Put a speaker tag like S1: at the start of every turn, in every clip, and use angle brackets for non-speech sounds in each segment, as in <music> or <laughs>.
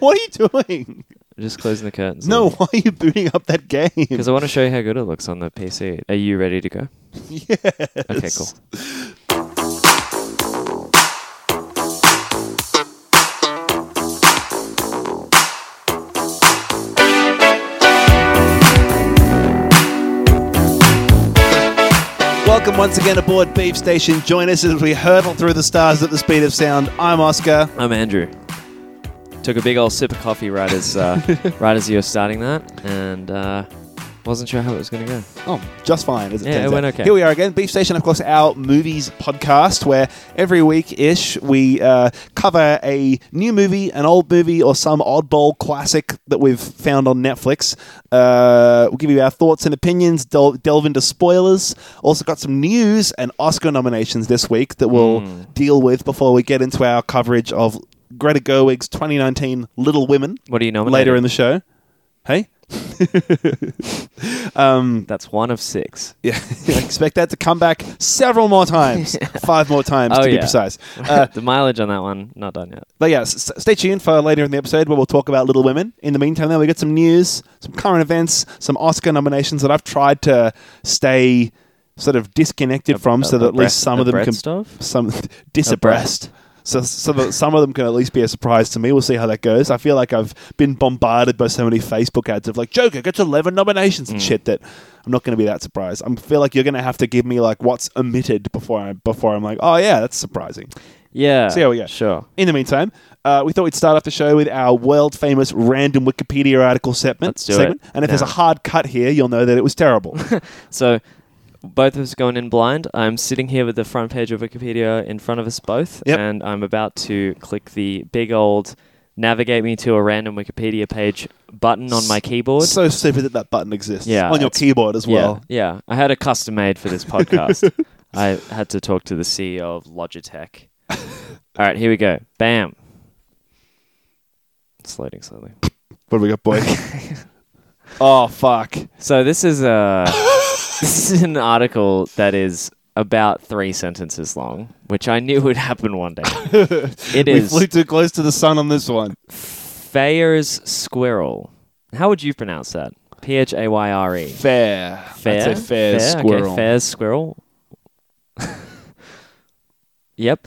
S1: What are you doing?
S2: Just closing the curtains.
S1: No, <laughs> why are you booting up that game?
S2: Because I want to show you how good it looks on the PC. Are you ready
S1: <laughs>
S2: to go?
S1: yes.
S2: Okay, cool.
S1: Welcome once again aboard Beef Station. Join us as we hurtle through the stars at the speed of sound. I'm Oscar.
S2: I'm Andrew. Took a big old sip of coffee right
S1: <laughs>
S2: as uh, right as you were starting that, and uh, wasn't sure how it was going to go.
S1: Oh, just fine. As it
S2: Yeah,
S1: turns
S2: it went
S1: out.
S2: okay.
S1: Here we are again, Beef Station. Of course, our movies podcast, where every week ish we uh, cover a new movie, an old movie, or some oddball classic that we've found on Netflix. Uh, we'll give you our thoughts and opinions. Del- delve into spoilers. Also, got some news and Oscar nominations this week that we'll
S2: Hmm.
S1: deal with before we get into our coverage of Greta Gerwig's 2019 Little Women
S2: What do you nominate?
S1: later in the show. Hey.
S2: That's one of six.
S1: Yeah, <laughs> expect that to come back several more
S2: <laughs>
S1: times, five more times
S2: Oh,
S1: to be
S2: yeah.
S1: precise. Uh,
S2: <laughs> the mileage on that one not done yet.
S1: but yeah, s- stay tuned for later in the episode where we'll talk about Little Women. In the meantime, though, we got some news, some current events, some Oscar nominations that I've tried to stay sort of disconnected from, so that at least
S2: Abreast-
S1: some of them can
S2: abreast of?
S1: some <laughs> disabreast. So, so that some of them can at least be a surprise to me. We'll see how that goes. I feel like I've been bombarded by so many Facebook ads of like Joker gets eleven nominations and shit that I'm not going to be that surprised. I feel like you're going to have to give me like what's omitted before I before I'm like, oh yeah, that's surprising.
S2: Yeah.
S1: See how we go.
S2: Sure.
S1: In the meantime, uh, we thought we'd start off the show with our world famous random Wikipedia article segment.
S2: Let's do
S1: segment.
S2: it.
S1: And if there's a
S2: Now.
S1: hard cut here, you'll know that it was terrible.
S2: So both of us going in blind. I'm sitting here with the front page of Wikipedia in front of us both,
S1: Yep.
S2: and I'm about to click the big old navigate me to a random Wikipedia page button on my keyboard.
S1: so stupid that that button exists
S2: Yeah,
S1: on your
S2: it's-
S1: keyboard as well.
S2: Yeah, yeah. I had a custom made for
S1: <laughs>
S2: this podcast. I had to talk to the CEO of Logitech. <laughs> All right, here we go. Bam. It's loading slowly.
S1: What do we got,
S2: <laughs>
S1: boy? oh fuck!
S2: So this is a <laughs> this is an article that is about three sentences long, which I knew would happen
S1: <laughs>
S2: one day. It
S1: We flew
S2: is
S1: too close to the sun on this one.
S2: Thayer's squirrel. How would you pronounce that? P h a y r e.
S1: Fair,
S2: Fair.
S1: I'd say fair,
S2: Fair, okay,
S1: squirrel.
S2: fair squirrel. <laughs> yep.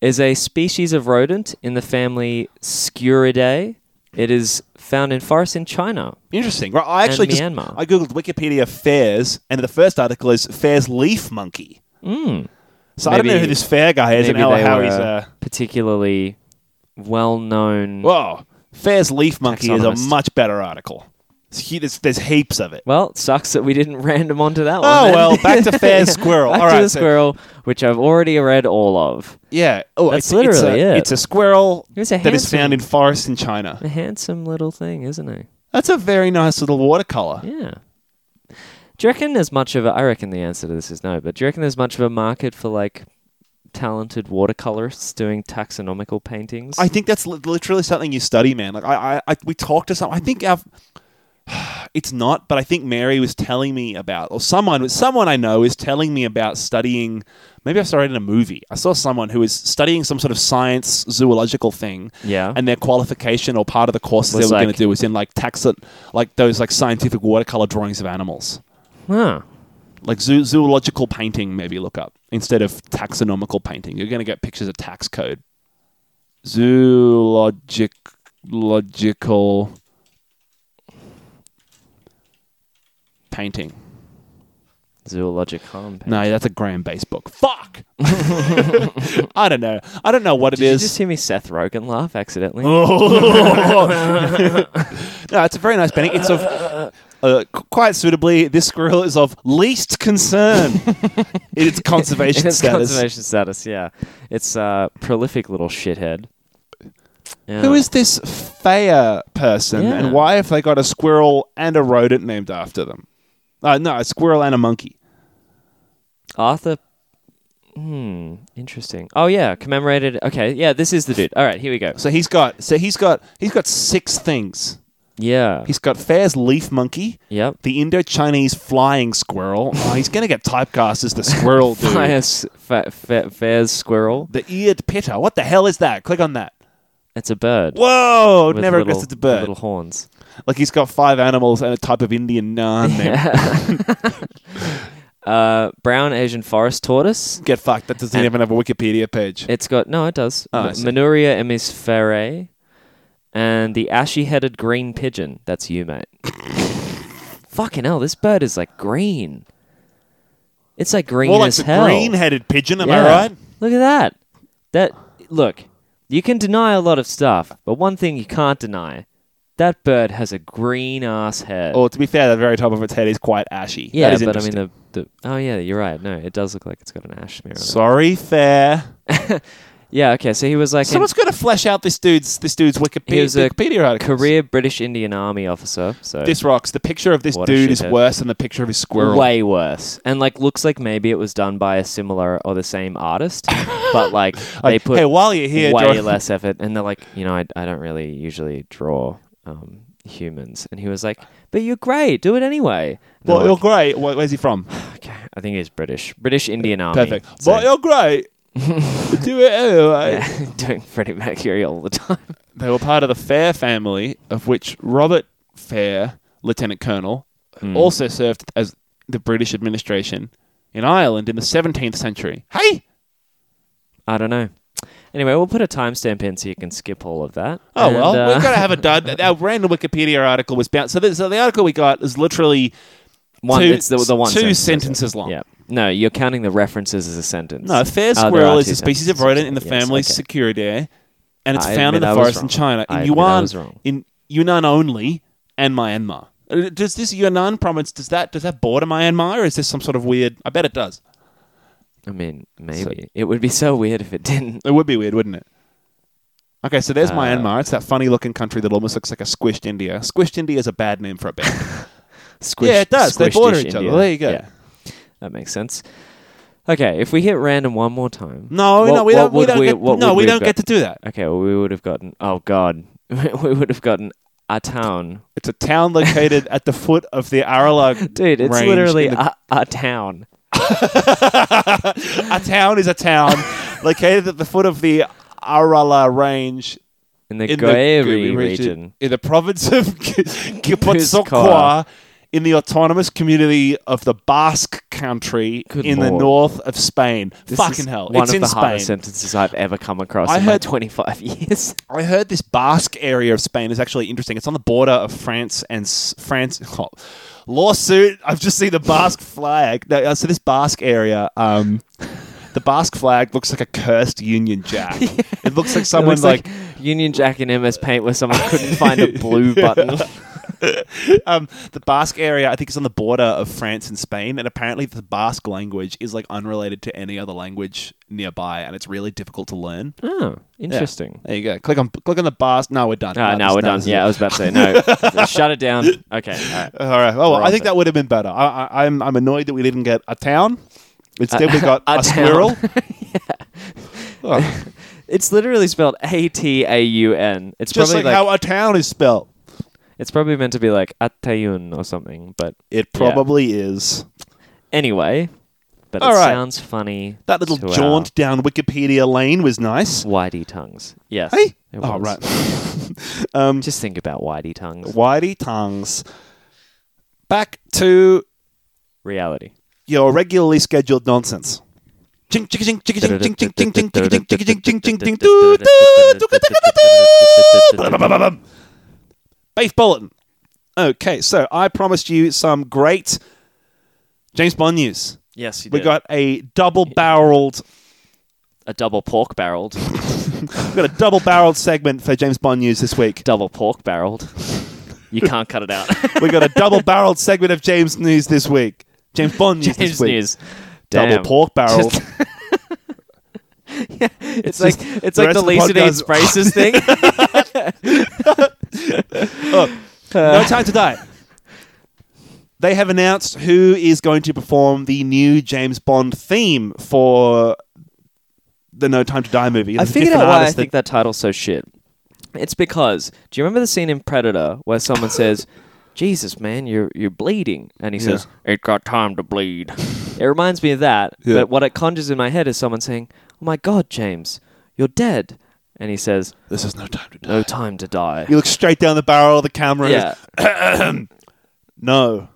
S2: Is a species of rodent in the family Sciuridae. It is found in forests in China.
S1: Interesting. Right, I actually just
S2: Myanmar.
S1: I googled Wikipedia fairs, and the first article is fairs leaf monkey. So I don't know
S2: Hmm. Maybe-
S1: who this fair guy is, and
S2: Maybe
S1: how,
S2: they
S1: how
S2: were
S1: he's.
S2: a
S1: Uh,
S2: particularly well-known. Well,
S1: whoa, fairs leaf monkey is a
S2: Taxonomist.
S1: much better article. It's he- there's, there's heaps of it.
S2: it sucks that we didn't <laughs> random onto that one.
S1: Oh
S2: then.
S1: well, back to
S2: <laughs>
S1: fairs squirrel.
S2: Back
S1: All right,
S2: to the
S1: so-
S2: squirrel, which I've already read all of.
S1: yeah. Oh,
S2: That's
S1: it's, it's
S2: literally
S1: a,
S2: it.
S1: It's a squirrel
S2: It's a
S1: that is found
S2: handsome-
S1: in forests in China.
S2: A handsome little thing, isn't he?
S1: That's a very nice little watercolor.
S2: Yeah. Do you reckon there's much of a? I reckon the answer to this is no, but do you reckon there's much of a market for like talented watercolorists doing taxonomical paintings?
S1: I think that's li- literally something you study, man. Like I, I, I we talked to some. I think I've. <sighs> It's not, but I think Mary was telling me about, or someone, someone I know is telling me about studying. Maybe I saw it in a movie. I saw someone who was studying some sort of science zoological thing,
S2: yeah.
S1: and their qualification or part of the courses they
S2: Was
S1: were going
S2: like-
S1: to do was in like taxon, like those like scientific watercolor drawings of animals,
S2: huh.
S1: like zoo- zoological painting. Maybe look up instead of taxonomical painting. You're going to get pictures of tax code zoologic logical painting.
S2: Zoologic harm. Painting.
S1: No, that's a Graham Base book.
S2: <laughs>
S1: Fuck. <laughs> I don't know. I don't know what it
S2: Did you
S1: is. Oh,
S2: just hear me Seth Rogen laugh accidentally?
S1: no, Ah, it's a very nice painting.
S2: <laughs>
S1: It's of uh, qu- quite suitably. This squirrel is of least concern in
S2: <laughs>
S1: its conservation
S2: It's
S1: status.
S2: conservation status, yeah. It's a uh, prolific little shithead. Yeah.
S1: Who is this Faya person,
S2: Yeah.
S1: and why have they got a squirrel and a rodent named after them? Uh, no, a squirrel and a monkey.
S2: Arthur? Hmm, interesting. Oh yeah, commemorated. Okay, yeah, this is the dude. All right, here we go.
S1: So he's got so he's got he's got six things.
S2: Yeah.
S1: He's got Fair's leaf monkey,
S2: yep.
S1: the Indo-Chinese flying squirrel. Oh, he's gonna get typecast as the
S2: <laughs>
S1: squirrel <laughs> dude.
S2: Fires, fa- fa- fares squirrel.
S1: The eared pitter. What the hell is that? Click on that.
S2: It's a bird.
S1: Whoa!
S2: with
S1: never
S2: little-
S1: aggressive to bird.
S2: Little horns.
S1: Like he's got five animals and a type of Indian naan. there.
S2: uh, brown Asian forest tortoise.
S1: <laughs> Get fucked. That doesn't
S2: And-
S1: even have a Wikipedia page.
S2: It's got no, it does.
S1: Oh, I
S2: M-
S1: see.
S2: Manuria emisferae, and the ashy-headed green pigeon. That's you, mate. Fucking hell, this bird is like green. It's like green
S1: More like
S2: as
S1: the
S2: hell.
S1: green-headed pigeon. Am I
S2: Yeah.
S1: right?
S2: Look at that. That look. You can deny a lot of stuff, but one thing you can't deny: that bird has a green ass head.
S1: Or to be fair, the very top of its head is quite ashy.
S2: yeah,
S1: Oh, that is
S2: but I mean
S1: interesting.
S2: the, the. Oh yeah, you're right. No, it does look like it's got an ash smear on it.
S1: sorry, fair.
S2: Yeah. Okay. So he was like
S1: Someone's got to flesh out this dude's this dude's
S2: He
S1: Wikipedia,
S2: was a
S1: Wikipedia
S2: a
S1: article.
S2: career British Indian Army officer. So
S1: This rocks. The picture of this
S2: What a
S1: dude is
S2: shithead.
S1: worse than the picture of his squirrel.
S2: way worse, and like looks like maybe it was done by a similar or the same artist,
S1: <laughs>
S2: but like they
S1: Like,
S2: put
S1: hey, while you're here,
S2: way
S1: Jonathan-
S2: less effort. And they're like, you know, I, I don't really usually draw um, humans. And he was like, but you're great. Do it anyway. And
S1: well,
S2: I'm
S1: you're
S2: like,
S1: great. Where- Where's he from?
S2: okay. I think he's British. British Indian Army.
S1: Perfect.
S2: So-
S1: Well, you're great. Do it anyway.
S2: <laughs> yeah, doing Freddie Mercury all the time.
S1: They were part of the Fair family, of which Robert Fair, Lieutenant Colonel,
S2: Hmm.
S1: also served as the British administration in Ireland in the 17th century. Hey!
S2: I don't know. Anyway, we'll put a timestamp in so you can skip all of that.
S1: Oh,
S2: And,
S1: well,
S2: uh,
S1: we've got to have a dud. Our random Wikipedia article was bounced. So, this, so the article we got is literally
S2: one.
S1: two,
S2: it's the, the one
S1: two
S2: sentence, that's it.
S1: sentences long.
S2: Yeah. No, you're counting the references as a sentence.
S1: No, fair
S2: Oh, there
S1: squirrel
S2: are
S1: is
S2: two
S1: a species of
S2: sentences.
S1: rodent in the
S2: Yes,
S1: family
S2: okay.
S1: Securidae, and it's
S2: I
S1: found in
S2: admit I
S1: the
S2: was
S1: forest in
S2: wrong.
S1: China,
S2: I
S1: in
S2: admit I
S1: Yunnan,
S2: was wrong.
S1: in Yunnan only, and Myanmar. Uh, Does this Yunnan province does that does that border Myanmar, or is this some sort of weird? I bet it does.
S2: I mean, maybe it would be so weird if it didn't.
S1: It would be weird, wouldn't it? Okay, so there's
S2: Uh,
S1: Myanmar. It's that funny-looking country that almost looks like a squished India. Squished India is a bad name for a
S2: <laughs>
S1: band.
S2: Squish,
S1: Yeah, it does. They
S2: squished-ish
S1: border each other.
S2: India.
S1: There you go.
S2: Yeah. That makes sense. Okay, if we hit random one more time.
S1: no,
S2: what-
S1: no, we
S2: what
S1: don't. We
S2: would
S1: don't. get,
S2: what
S1: no,
S2: would
S1: we
S2: have
S1: don't get to do that.
S2: got- Okay, well, we would have gotten. Oh God, <laughs> we would have gotten a town,
S1: It's a town
S2: <laughs>
S1: located at the foot of the Aralug.
S2: dude. It's
S1: range
S2: literally
S1: in the
S2: a, a town.
S1: a town is a town located at the foot of the Arala Range
S2: In the
S1: in the
S2: Goeri
S1: Gobi
S2: region.
S1: in the province of <laughs> Gipuzkoa, in the autonomous community of the Basque Country
S2: Good
S1: in the
S2: lord.
S1: north of Spain.
S2: This
S1: Fucking
S2: is
S1: hell!
S2: One
S1: it's
S2: of
S1: in
S2: the hardest
S1: Spain.
S2: sentences I've ever come across
S1: I
S2: in my
S1: heard-
S2: 25 <laughs> years.
S1: I heard this Basque area of Spain is actually interesting. It's on the border of France and S- France. <laughs> oh, lawsuit. I've just seen the Basque flag. No, uh, so this Basque area. Um, the Basque flag looks like a cursed Union
S2: <laughs>
S1: Jack. It looks like
S2: It
S1: someone
S2: looks like, Union Jack and MS Paint, where someone couldn't find
S1: <laughs>
S2: a blue button. <laughs>
S1: um, the Basque area, I think, is on the border of France and Spain, and apparently the Basque language is like unrelated to any other language nearby, and it's really difficult to learn.
S2: Oh, interesting.
S1: There you go. Click on click on the Basque. No, we're done.
S2: Ah,
S1: this-
S2: no, we're done.
S1: this is
S2: Yeah, I
S1: it.
S2: was about to say no. Shut it down. Okay. all right.
S1: Uh, All right. Well,
S2: We're
S1: I
S2: off
S1: think
S2: it.
S1: that would have been better. I, I, I'm I'm annoyed that we didn't get a town. Instead, we got
S2: <laughs> a
S1: <laughs> a,
S2: town.
S1: squirrel. Oh,
S2: It's literally spelled A T A U N. It's
S1: just
S2: probably
S1: like,
S2: like,
S1: how a town is spelled.
S2: it's probably meant to be like Atayun or something. But
S1: It
S2: Yeah.
S1: probably is.
S2: anyway, but
S1: All
S2: it
S1: right.
S2: sounds funny.
S1: That little
S2: to our
S1: jaunt down Wikipedia lane was nice.
S2: whitey tongues. Yes.
S1: Hey.
S2: it
S1: Oh,
S2: was. <laughs>
S1: right. um,
S2: Just think about whitey tongues.
S1: Whitey tongues. Back to
S2: Reality.
S1: your regularly scheduled nonsense. Ching, ching, ching, ching, ching, ching, ching, ching, ching, ching, ching, ching, ching, ching, ching, ching, doo, doo, doo, ka, ka, ka, ka, doo. Ba-da-ba-ba-bum. Beef bulletin. Okay, so I promised you some great James Bond news.
S2: Yes, you
S1: We
S2: did.
S1: got a double-barreled,
S2: a double pork barreled.
S1: we got a double-barreled segment for James Bond news this week.
S2: double pork barreled.
S1: <laughs>
S2: You can't cut it out.
S1: We got a double-barreled segment of James news this week. James Bond news this
S2: James
S1: week.
S2: News.
S1: Double
S2: Damn.
S1: pork barrel.
S2: Just- <laughs> It's,
S1: just-
S2: like it's
S1: the
S2: like
S1: rest
S2: the
S1: of the
S2: Lisa
S1: podcast- <laughs>
S2: Needs braces thing. Uh,
S1: no time to die. They have announced who is going to perform the new James Bond theme for the No Time to Die movie.
S2: I
S1: There's a
S2: figured out
S1: different
S2: why I
S1: artist that-
S2: think that title's so shit. It's because do you remember the scene in Predator
S1: <laughs>
S2: where someone says, "Jesus, man, you're you're bleeding," and he says, "Ain't got time
S1: <laughs>
S2: to bleed." It reminds me of that,
S1: Yeah.
S2: but what it conjures in my head is someone saying, "Oh my God, James, you're dead," and he says,
S1: This is no time to die.
S2: "No time to die."
S1: You look straight down the barrel of the camera. and
S2: yeah,
S1: it's, No.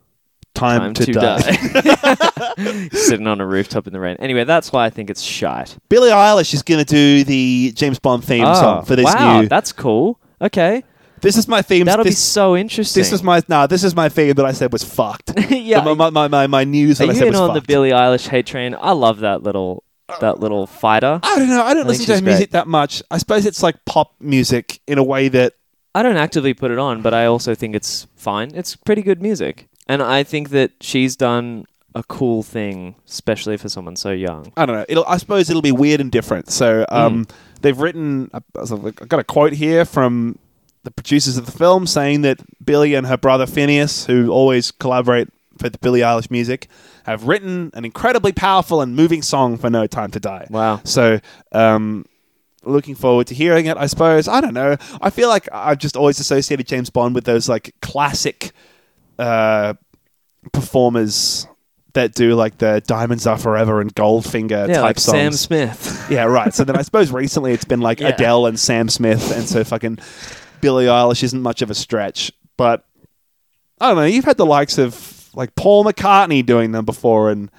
S1: Time,
S2: time
S1: to, die.
S2: <laughs> Sitting on a rooftop in the rain. Anyway, that's why I think it's shite.
S1: <laughs> Billie Eilish is going to do the James Bond theme song for this
S2: Oh, Ah, wow,
S1: new.
S2: that's cool. Okay,
S1: this is my theme.
S2: that'll be
S1: This,
S2: so interesting.
S1: this
S2: <laughs>
S1: is my nah. This is my theme that I said was fucked.
S2: yeah.
S1: my, my, my, my, my news
S2: Are
S1: that I
S2: you
S1: said
S2: in
S1: was
S2: on
S1: fucked.
S2: the Billie Eilish hate train? I love that little that little fighter.
S1: I don't know. I don't
S2: I think
S1: listen to
S2: she's
S1: her music that much. I suppose it's like pop music in a way that
S2: I don't actively put it on, but I also think it's fine. It's pretty good music. And I think that she's done a cool thing, especially for someone so young.
S1: I don't know. It'll, I suppose it'll be weird and different. So um,
S2: Mm.
S1: they've written. I- I've got a quote here from the producers of the film saying that Billy and her brother Phineas, who always collaborate for the Billie Eilish music, have written an incredibly powerful and moving song for No Time to Die.
S2: Wow.
S1: So. Um, Looking forward to hearing it, I suppose. I don't know. I feel like I've just always associated James Bond with those like classic uh, performers that do like the Diamonds Are Forever and Goldfinger
S2: Yeah,
S1: type
S2: like
S1: songs.
S2: Sam Smith. <laughs>
S1: Yeah, right. So then I suppose recently it's been like
S2: Yeah.
S1: Adele and Sam Smith, and so fucking Billie Eilish isn't much of a stretch. But I don't know. You've had the likes of like Paul McCartney doing them before, and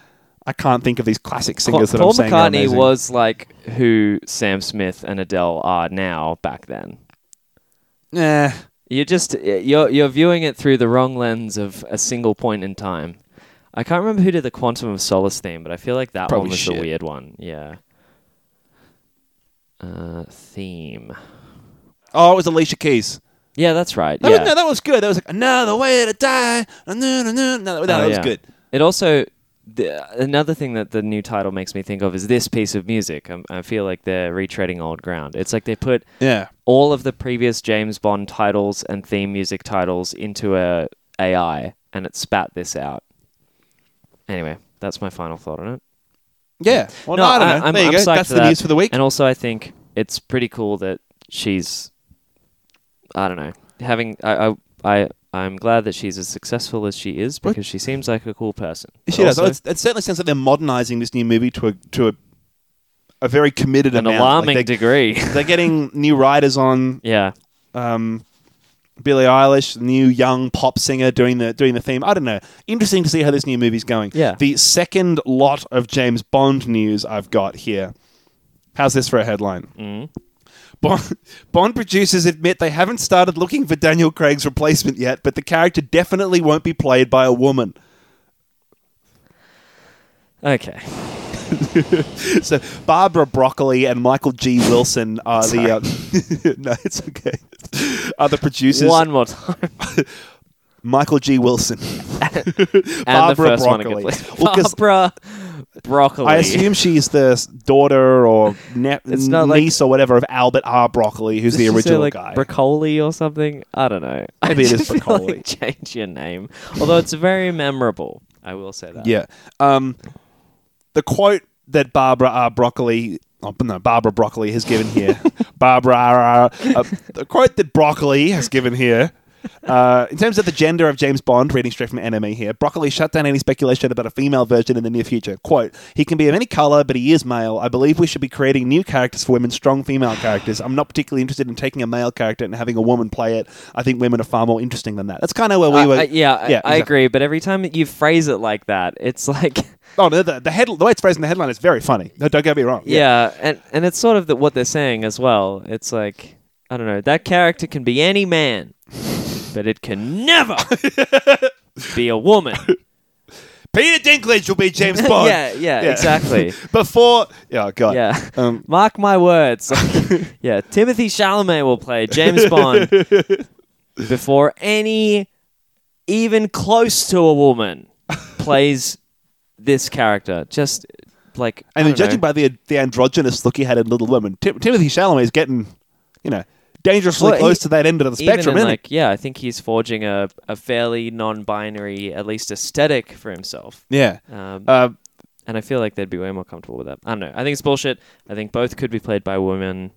S1: I can't think of these classic
S2: Paul
S1: singers that
S2: Paul
S1: I'm saying. are
S2: McCartney
S1: amazing.
S2: was like who Sam Smith and Adele are now back then.
S1: Eh.
S2: You're just you're you're viewing it through the wrong lens of a single point in time. I can't remember who did the Quantum of Solace theme, but I feel like that
S1: Probably
S2: one was
S1: shit.
S2: the weird one. Yeah. Uh, theme.
S1: Oh, it was Alicia Keys.
S2: Yeah, that's right.
S1: That
S2: yeah.
S1: was, no, that was good. That was like another way to die. No, no, no, no. No, that
S2: Oh,
S1: was
S2: yeah.
S1: good.
S2: It also the, another thing that the new title makes me think of is this piece of music. Um, i I feel like they're retreading old ground. It's like they put
S1: Yeah.
S2: all of the previous James Bond titles and theme music titles into a AI, and it spat this out. Anyway, that's my final thought on it.
S1: Yeah. Well, no, I don't know.
S2: am
S1: there you
S2: I'm
S1: go.
S2: psyched
S1: That's
S2: for
S1: the
S2: that.
S1: news for the week.
S2: And also, I think it's pretty cool that she's, I don't know, having. I, I, I I'm glad that she's as successful as she is because she seems like a cool person. But
S1: She does. Oh,
S2: also
S1: It's, it certainly sounds like they're modernizing this new movie to a to a, a very committed
S2: an
S1: amount.
S2: alarming
S1: Like, they,
S2: degree. <laughs>
S1: they're getting new writers on
S2: yeah,
S1: um, Billie Eilish, new young pop singer doing the doing the theme. I don't know. Interesting to see how this new movie's going.
S2: Yeah.
S1: The second lot of James Bond news I've got here. How's this for a headline?
S2: Mhm.
S1: Bond, Bond producers admit they haven't started looking for Daniel Craig's replacement yet, but the character definitely won't be played by a woman.
S2: Okay.
S1: So Barbara Broccoli and Michael G. Wilson are the uh, <laughs> no, it's okay. Are the producers
S2: One more time. <laughs>
S1: Michael G. Wilson,
S2: And the
S1: Barbara
S2: first one
S1: Broccoli.
S2: one gets <laughs>
S1: Well, 'cause-
S2: Barbara Broccoli.
S1: I assume she's the s- daughter or ne-
S2: It's not like-
S1: niece or whatever of Albert R. Broccoli, who's the
S2: Does she say,
S1: original
S2: like
S1: guy.
S2: Broccoli or something. I don't know. <laughs> I
S1: Maybe it
S2: just
S1: is
S2: feel
S1: Broccoli.
S2: Like change your name, although it's very memorable. I will say that.
S1: yeah. Um, the quote that Barbara R. Broccoli, oh, no, Barbara Broccoli has given
S2: <laughs>
S1: here, Barbara R. R. Uh, the quote that Broccoli has given here. Uh, in terms of the gender of James Bond, reading straight from Enemy here, Broccoli shut down any speculation about a female version in the near future. Quote, he can be of any colour, but he is male. I believe we should be creating new characters for women, strong female characters. I'm not particularly interested in taking a male character and having a woman play it. I think women are far more interesting than that. That's kind of where we
S2: I-
S1: were.
S2: Uh, I- yeah, I- I
S1: exactly.
S2: agree. But every time that you phrase it like that, it's like, <laughs> yeah,
S1: Oh no, the the, head, the way it's phrased in the headline is very funny. No, don't get me wrong.
S2: and and it's sort of the, what they're saying as well. It's like, I don't know. That character can be any man, but it
S1: <laughs>
S2: can never be a woman.
S1: Peter Dinklage will be
S2: <laughs>
S1: James Bond.
S2: yeah, yeah, exactly.
S1: <laughs> Before, yeah, oh, God,
S2: Yeah.
S1: Um,
S2: <laughs> Mark my
S1: <laughs>
S2: words. yeah, Timothy Chalamet will play James
S1: <laughs>
S2: Bond before any, even close to
S1: <laughs>
S2: a woman, plays this character. Just like I
S1: and then
S2: don't know.
S1: judging by the the androgynous look he had in Little Women, Tim- Timothy Chalamet is getting, you know, dangerously
S2: Well, he-
S1: close to that end of the
S2: even
S1: spectrum.
S2: in,
S1: Isn't
S2: like yeah, I think he's forging a, a fairly non-binary, at least aesthetic for himself.
S1: it? Yeah.
S2: Um,
S1: Uh,
S2: and I feel like they'd be way more comfortable with that. I don't know. I think it's bullshit. I think both could be played by women,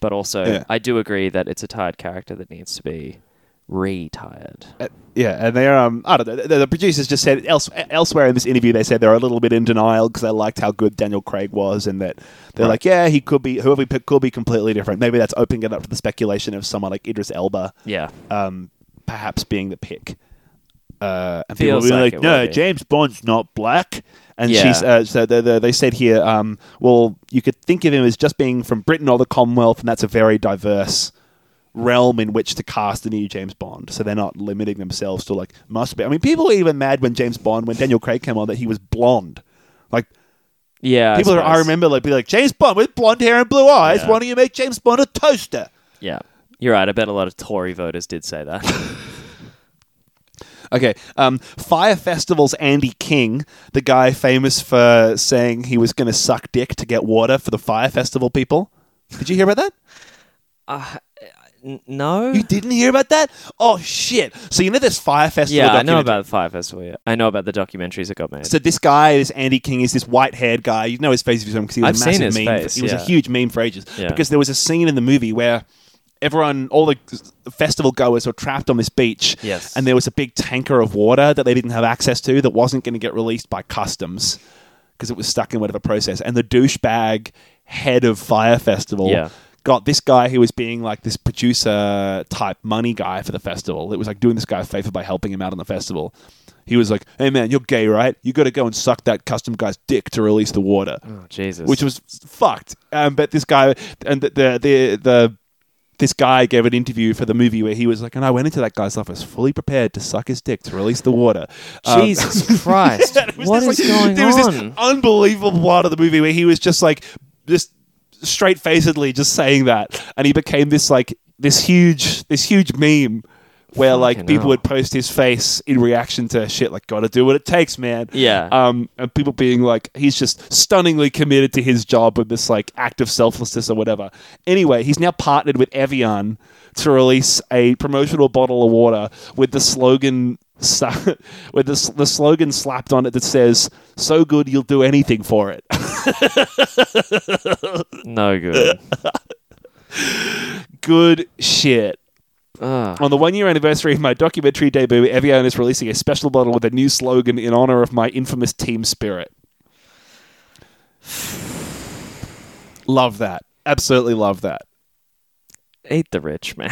S2: but also
S1: Yeah.
S2: I do agree that it's a tired character that needs to be retired.
S1: Uh, yeah, and they're um, I don't know. The, the producers just said else, elsewhere in this interview they said they're a little bit in denial because they liked how good Daniel Craig was, and that they're
S2: Right.
S1: like, yeah, he could be whoever he picked could be completely different. Maybe that's opening it up to the speculation of someone like Idris Elba,
S2: Yeah.
S1: um, perhaps being the pick. Uh, and
S2: Feels
S1: people were
S2: like
S1: like,
S2: it
S1: no,
S2: would be."
S1: James Bond's not black. And
S2: Yeah.
S1: she's uh, so they, they, they said here, um, well, you could think of him as just being from Britain or the Commonwealth, and that's a very diverse realm in which to cast the new James Bond. So they're not limiting themselves to like must be. I mean, people were even mad when James Bond, when Daniel Craig came on, that he was blonde. Like
S2: Yeah. I
S1: people, are, I
S2: suppose.
S1: remember like be like James Bond with blonde hair and blue eyes.
S2: Yeah.
S1: Why don't you make James Bond a toaster?
S2: Yeah. You're right. I bet a lot of Tory voters did say that.
S1: <laughs> Okay. Um, Fire Festival's Andy King, the guy famous for saying he was going to suck dick to get water for the Fire Festival people. Did you hear about that?
S2: N- no?
S1: You didn't hear about that? Oh shit! So you know this Fire Festival?
S2: yeah, I know
S1: documentary-
S2: about the Fire Festival. Yeah. I know about the documentaries that got made.
S1: So this guy, this Andy King, is this white-haired guy. You know his face if you saw him because he was
S2: I've
S1: a
S2: seen
S1: massive
S2: his
S1: meme.
S2: face,
S1: he was a
S2: yeah.
S1: huge meme for ages
S2: Yeah.
S1: because there was a scene in the movie where everyone, all the festival goers, were trapped on this beach.
S2: Yes.
S1: and there was a big tanker of water that they didn't have access to that wasn't going to get released by customs because it was stuck in whatever process. And the douchebag head of Fire Festival.
S2: Yeah.
S1: Got this guy who was being like this producer type money guy for the festival. It was like doing this guy a favor by helping him out on the festival. He was like, "Hey man, you're gay, right? You got to go and suck that custom guy's dick to release the water,"
S2: oh, Jesus.
S1: which was fucked. Um, but this guy and the, the the the this guy gave an interview for the movie where he was like, "And I went into that guy's office fully prepared to suck his dick to release the water." Um, <laughs>
S2: Jesus Christ.
S1: and it was
S2: What is
S1: this, like,
S2: going
S1: there was
S2: on?
S1: this unbelievable part of the movie where he was just like just straight facedly just saying that and he became this like this huge this huge meme where like
S2: Fucking
S1: people
S2: hell.
S1: would post his face in reaction to shit like gotta do what it takes man
S2: Yeah.
S1: um and people being like he's just stunningly committed to his job with this like act of selflessness or whatever anyway he's now partnered with evian to release a promotional bottle of water with the slogan sa- <laughs> with the, s- the slogan slapped on it that says so good you'll do anything for it <laughs>
S2: no good.
S1: good shit
S2: Ugh.
S1: On the one year anniversary of my documentary debut, Evian is releasing a special bottle with a new slogan in honor of my infamous team spirit. Love that. Absolutely love that.
S2: Eat the rich, man.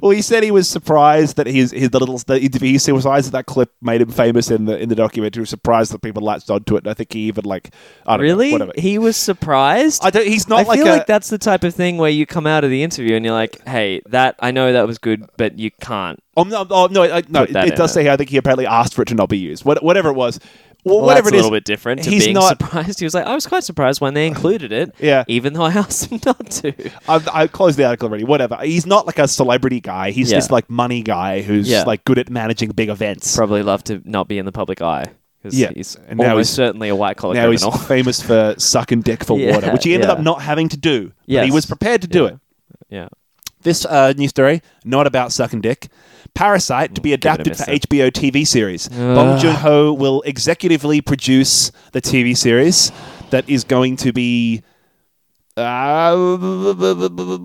S1: Well, he said he was surprised that his, his the little the interview. He was surprised that that clip made him famous in the in the documentary. He was surprised that people latched onto it, and I think he even like I don't
S2: really?
S1: know, whatever.
S2: He was surprised?
S1: I don't. He's not
S2: I
S1: like
S2: feel
S1: a.
S2: like that's the type of thing where you come out of the interview and you're like, "Hey, that I know that was good, but you can't."
S1: Oh, no, oh, no, I, no
S2: Put
S1: it,
S2: that
S1: it
S2: in
S1: does
S2: it.
S1: say here, I think he apparently asked for it to not be used. What, whatever it was, well,
S2: Well,
S1: whatever
S2: that's
S1: it
S2: a
S1: is,
S2: little bit different to
S1: he's
S2: being
S1: not-
S2: surprised. <laughs> He was like, "I was quite surprised when they included it."
S1: <laughs> Yeah.
S2: even though I asked them <laughs> not to.
S1: I've, I closed the article already. Whatever. He's not like a celebrity guy. He's
S2: Yeah.
S1: just like money guy who's
S2: Yeah.
S1: like good at managing big events.
S2: Probably love to not be in the public eye because
S1: Yeah,
S2: he's
S1: and now
S2: almost
S1: he's-
S2: certainly a white collar
S1: now he's
S2: criminal. <laughs>
S1: famous for sucking dick for
S2: Yeah,
S1: water, which he ended
S2: yeah.
S1: up not having to do. but he
S2: Yes.
S1: was prepared to do
S2: Yeah.
S1: it.
S2: yeah,
S1: This uh, new story, not about sucking dick. Parasite to be
S2: give it a
S1: adapted
S2: miss
S1: for
S2: then.
S1: HBO TV series. Bong Joon Ho will executively produce the TV series that is going to be uh,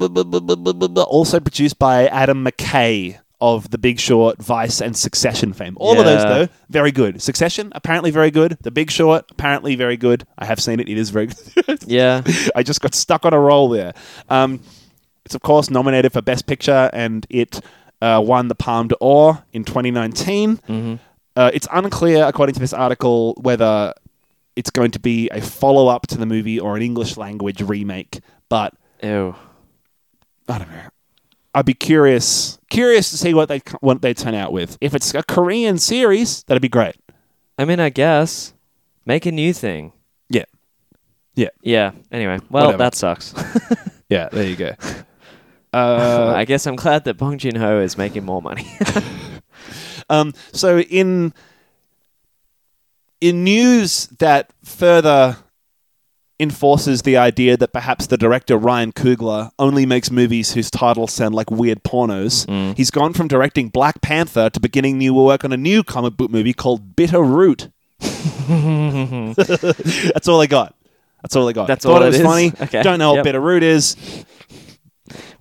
S1: also produced by Adam McKay of The Big Short, Vice, and Succession fame. All of those,
S2: Yeah.
S1: though, very good. Succession, apparently very good. The Big Short, apparently very good. I have seen it. It is very <laughs> good.
S2: yeah.
S1: <laughs> I just got stuck on a roll there. Um, it's of course nominated for Best Picture, and it uh, won the Palme d'Or in 2019. Uh, it's unclear, according to this article, whether it's going to be a follow-up to the movie or an English language remake. But
S2: Ew.
S1: I don't know. I'd be curious, curious to see what they what they turn out with. If it's a Korean series, that'd be great.
S2: I mean, I guess make a new thing.
S1: Yeah, yeah,
S2: Yeah. Anyway, well,
S1: Whatever.
S2: that sucks. <laughs>
S1: yeah. There you go. <laughs> Uh,
S2: I guess I'm glad that Bong Joon Ho is making more money. <laughs>
S1: Um, so in in news that further enforces the idea that perhaps the director Ryan Coogler only makes movies whose titles sound like weird pornos.
S2: Mm.
S1: He's gone from directing Black Panther to beginning new work on a new comic book movie called Bitter
S2: <laughs>
S1: Root. <laughs> That's all I got. That's all I got.
S2: That's
S1: Thought
S2: all
S1: it
S2: it
S1: was
S2: is?
S1: funny.
S2: Okay.
S1: Don't know what
S2: Yep.
S1: Bitter Root is.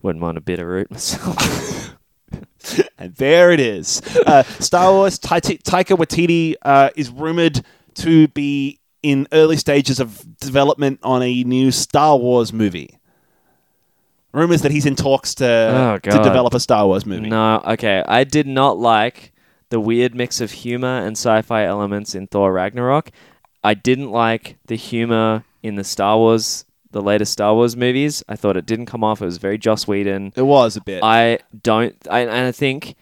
S2: Wouldn't want a bitter root myself.
S1: <laughs> and there it is. Uh, Star Wars Taika Taika Waititi uh, is rumored to be in early stages of development on a new Star Wars movie. Rumors that he's in talks to
S2: Oh,
S1: to
S2: God.
S1: develop a Star Wars movie.
S2: No, okay. I did not like the weird mix of humor and sci-fi elements in Thor Ragnarok. I didn't like the humor in the Star Wars, the latest Star Whars movies. I thought it didn't come off. It was very Joss Whedon.
S1: It was a bit.
S2: I don't, I, and I think,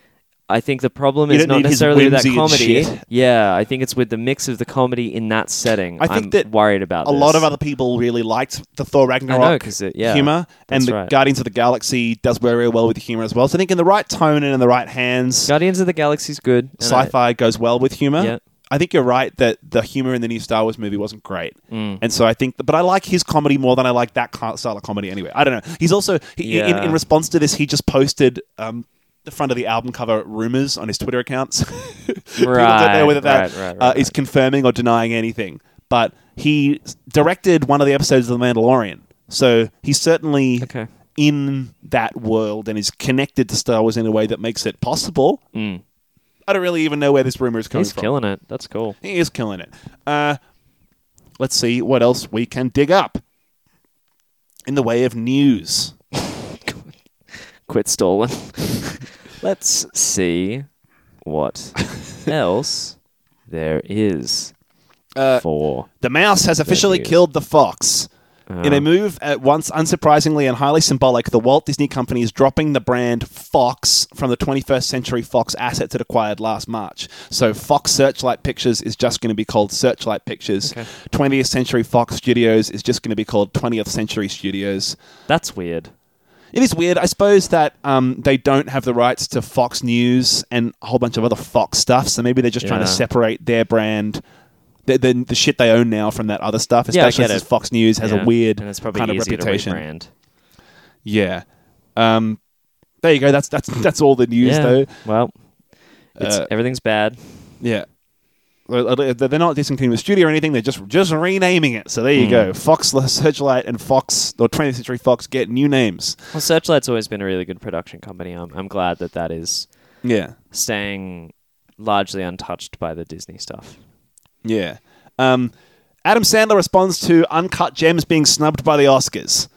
S2: I think the problem
S1: You
S2: is
S1: don't
S2: not
S1: need his
S2: necessarily with that
S1: whimsy
S2: comedy.
S1: and shit.
S2: Yeah, I think it's with the mix of the comedy in that setting.
S1: I think
S2: am
S1: that
S2: worried about
S1: a lot
S2: this.
S1: of other people really liked the Thor Ragnarok
S2: I know, 'cause it- yeah,
S1: humor, and
S2: that's
S1: the
S2: right.
S1: Guardians of the Galaxy does very well with humor as well. So I think in the right tone and in the right hands,
S2: Guardians of the Galaxy's good. and I-
S1: sci-fi goes well with humor.
S2: Yeah.
S1: I think you're right that the humor in the new Star Wars movie wasn't great,
S2: Mm.
S1: and so I think, but I like his comedy more than I like that ca- style of comedy anyway. I don't know. He's also he, in,
S2: Yeah.
S1: in response to this, he just posted um, the front of the album cover rumors on his Twitter accounts. <laughs> People don't know
S2: Right,
S1: whether that
S2: right, right,
S1: uh,
S2: right,
S1: is
S2: right.
S1: confirming or denying anything, but he s- directed one of the episodes of The Mandalorian, so he's certainly
S2: Okay.
S1: in that world and is connected to Star Wars in a way that makes it possible.
S2: Mm.
S1: I don't really even know where this rumor is coming
S2: he's
S1: from.
S2: killing it. That's cool.
S1: he is killing it. Uh, let's see what else we can dig up in the way of news.
S2: <laughs> quit stalling. Let's see what else there is
S1: Uh,
S2: for.
S1: The mouse has officially
S2: news.
S1: killed the fox. In a
S2: Oh.
S1: move at once unsurprisingly and highly symbolic, the Walt Disney Company is dropping the brand Fox from the 21st Century Fox assets it acquired last March. So Fox Searchlight Pictures is just going to be called Searchlight Pictures. 20th Century Fox Studios is just going to be called 20th Century Studios.
S2: That's weird.
S1: It is weird. I suppose that um, they don't have the rights to Fox News and a whole bunch of other Fox stuff. So maybe they're just trying to
S2: Yeah.
S1: separate their brand, the, the, the shit they own now, from that other stuff.
S2: Yeah, I
S1: Especially
S2: get
S1: since
S2: it.
S1: Fox News has
S2: Yeah.
S1: a weird
S2: and it's probably
S1: kind of
S2: easier to
S1: reputation.
S2: rebrand.
S1: Yeah. Um, there you go. That's that's that's all the news
S2: yeah.
S1: though.
S2: Well, it's,
S1: Uh,
S2: everything's bad.
S1: Yeah. Well, uh, They're not discontinuing the studio or anything. They're just just renaming it. So there
S2: Hmm.
S1: you go. Fox Searchlight and Fox or 20th Century Fox get new names.
S2: Well, Searchlight's always been a really good production company. I'm, I'm glad that that is
S1: Yeah.
S2: staying largely untouched by the Disney stuff.
S1: Yeah. Um, Adam Sandler responds to Uncut Gems being snubbed by the Oscars.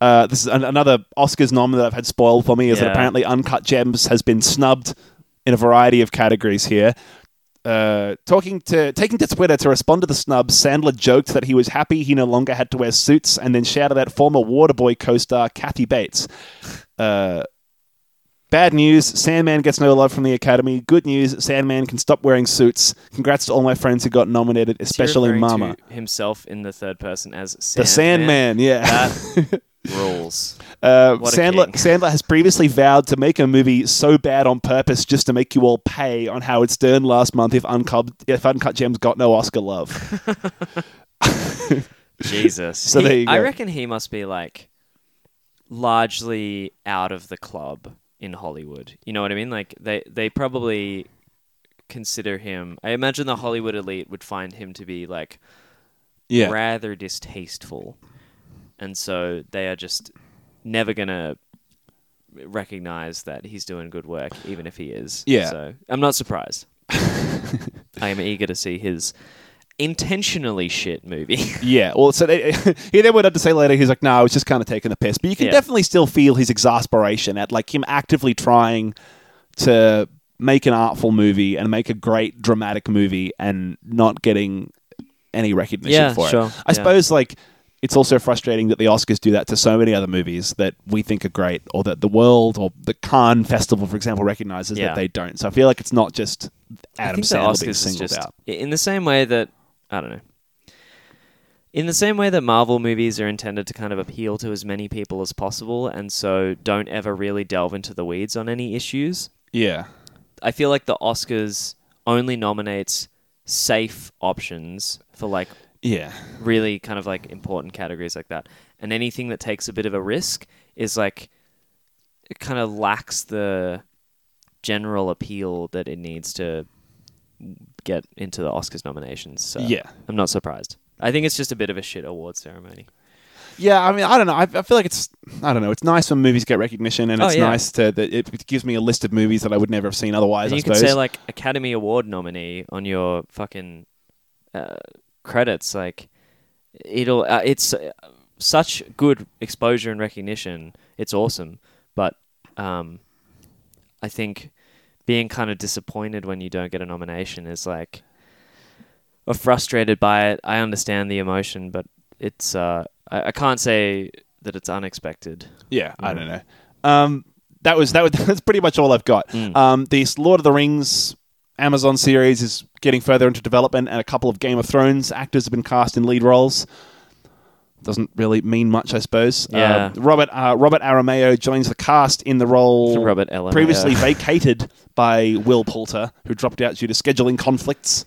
S1: Uh, this is an- another Oscars nom that I've had spoiled for me is that
S2: Yeah.
S1: apparently Uncut Gems has been snubbed in a variety of categories here. Uh, talking to taking to Twitter to respond to the snub, Sandler joked that he was happy he no longer had to wear suits, and then shouted at former Waterboy co-star Kathy Bates. Uh, Bad news, Sandman gets no love from the Academy. Good news, Sandman can stop wearing suits. Congrats to all my friends who got nominated,
S2: Is he
S1: especially
S2: referring to
S1: Mama.
S2: himself in the third person as
S1: The Sandman, yeah. <laughs>
S2: That rules.
S1: Uh,
S2: what a
S1: Sandler,
S2: king.
S1: Sandler has previously vowed to make a movie so bad on purpose just to make you all pay on Howard Stern last month if Uncut, if Uncut Gems got no Oscar love.
S2: Jesus.
S1: So
S2: He-
S1: there you
S2: I
S1: go.
S2: reckon he must be like largely out of the club in Hollywood. You know what I mean? Like they they probably consider him. I imagine the Hollywood elite would find him to be like
S1: Yeah.
S2: rather distasteful. And so they are just never going to recognize that he's doing good work even if he is.
S1: Yeah.
S2: So I'm
S1: <laughs>
S2: not surprised. I am eager to see his intentionally shit movie.
S1: Yeah, well, so they, <laughs> he then went on to say later, he's like, no, I was just kind of taking the piss. But you can
S2: Yeah.
S1: definitely still feel his exasperation at like him actively trying to make an artful movie and make a great dramatic movie and not getting any recognition
S2: Yeah,
S1: for
S2: sure,
S1: it. I
S2: yeah.
S1: suppose like it's also frustrating that the Oscars do that to so many other movies that we think are great or that the world or the Cannes Festival, for example, recognizes
S2: Yeah.
S1: that they don't. So I feel like it's not just
S2: I
S1: Adam
S2: think the
S1: Sandler
S2: Oscars
S1: being
S2: is
S1: singled
S2: just
S1: out.
S2: in the same way that I don't know. In the same way that Marvel movies are intended to kind of appeal to as many people as possible, and so don't ever really delve into the weeds on any issues,
S1: Yeah.
S2: I feel like the Oscars only nominates safe options for like
S1: Yeah.
S2: really kind of like important categories like that. And anything that takes a bit of a risk is like it kind of lacks the general appeal that it needs to get into the Oscars nominations. So
S1: Yeah.
S2: I'm not surprised. I think it's just a bit of a shit award ceremony.
S1: Yeah, I mean, I don't know. I, I feel like it's, I don't know. It's nice when movies get recognition, and
S2: Oh,
S1: it's
S2: yeah.
S1: nice to that it gives me a list of movies that I would never have seen otherwise.
S2: And
S1: I
S2: you can
S1: suppose.
S2: say like Academy Award nominee on your fucking uh, credits. Like it'll, uh, it's uh, such good exposure and recognition. It's awesome, but um, I think being kind of disappointed when you don't get a nomination is like, or frustrated by it. I understand the emotion, but it's, uh, I, I can't say that it's unexpected.
S1: yeah, I don't
S2: Mm.
S1: know. Um, that was that was <laughs> that's pretty much all I've got.
S2: Mm.
S1: Um, this Lord of the Rings Amazon series is getting further into development, and a couple of Game of Thrones actors have been cast in lead roles. Doesn't really mean much, I suppose.
S2: Yeah.
S1: Uh, Robert uh, Robert Arameo joins the cast in the role
S2: Robert Ellen.
S1: previously <laughs> vacated by Will Poulter, who dropped out due to scheduling conflicts.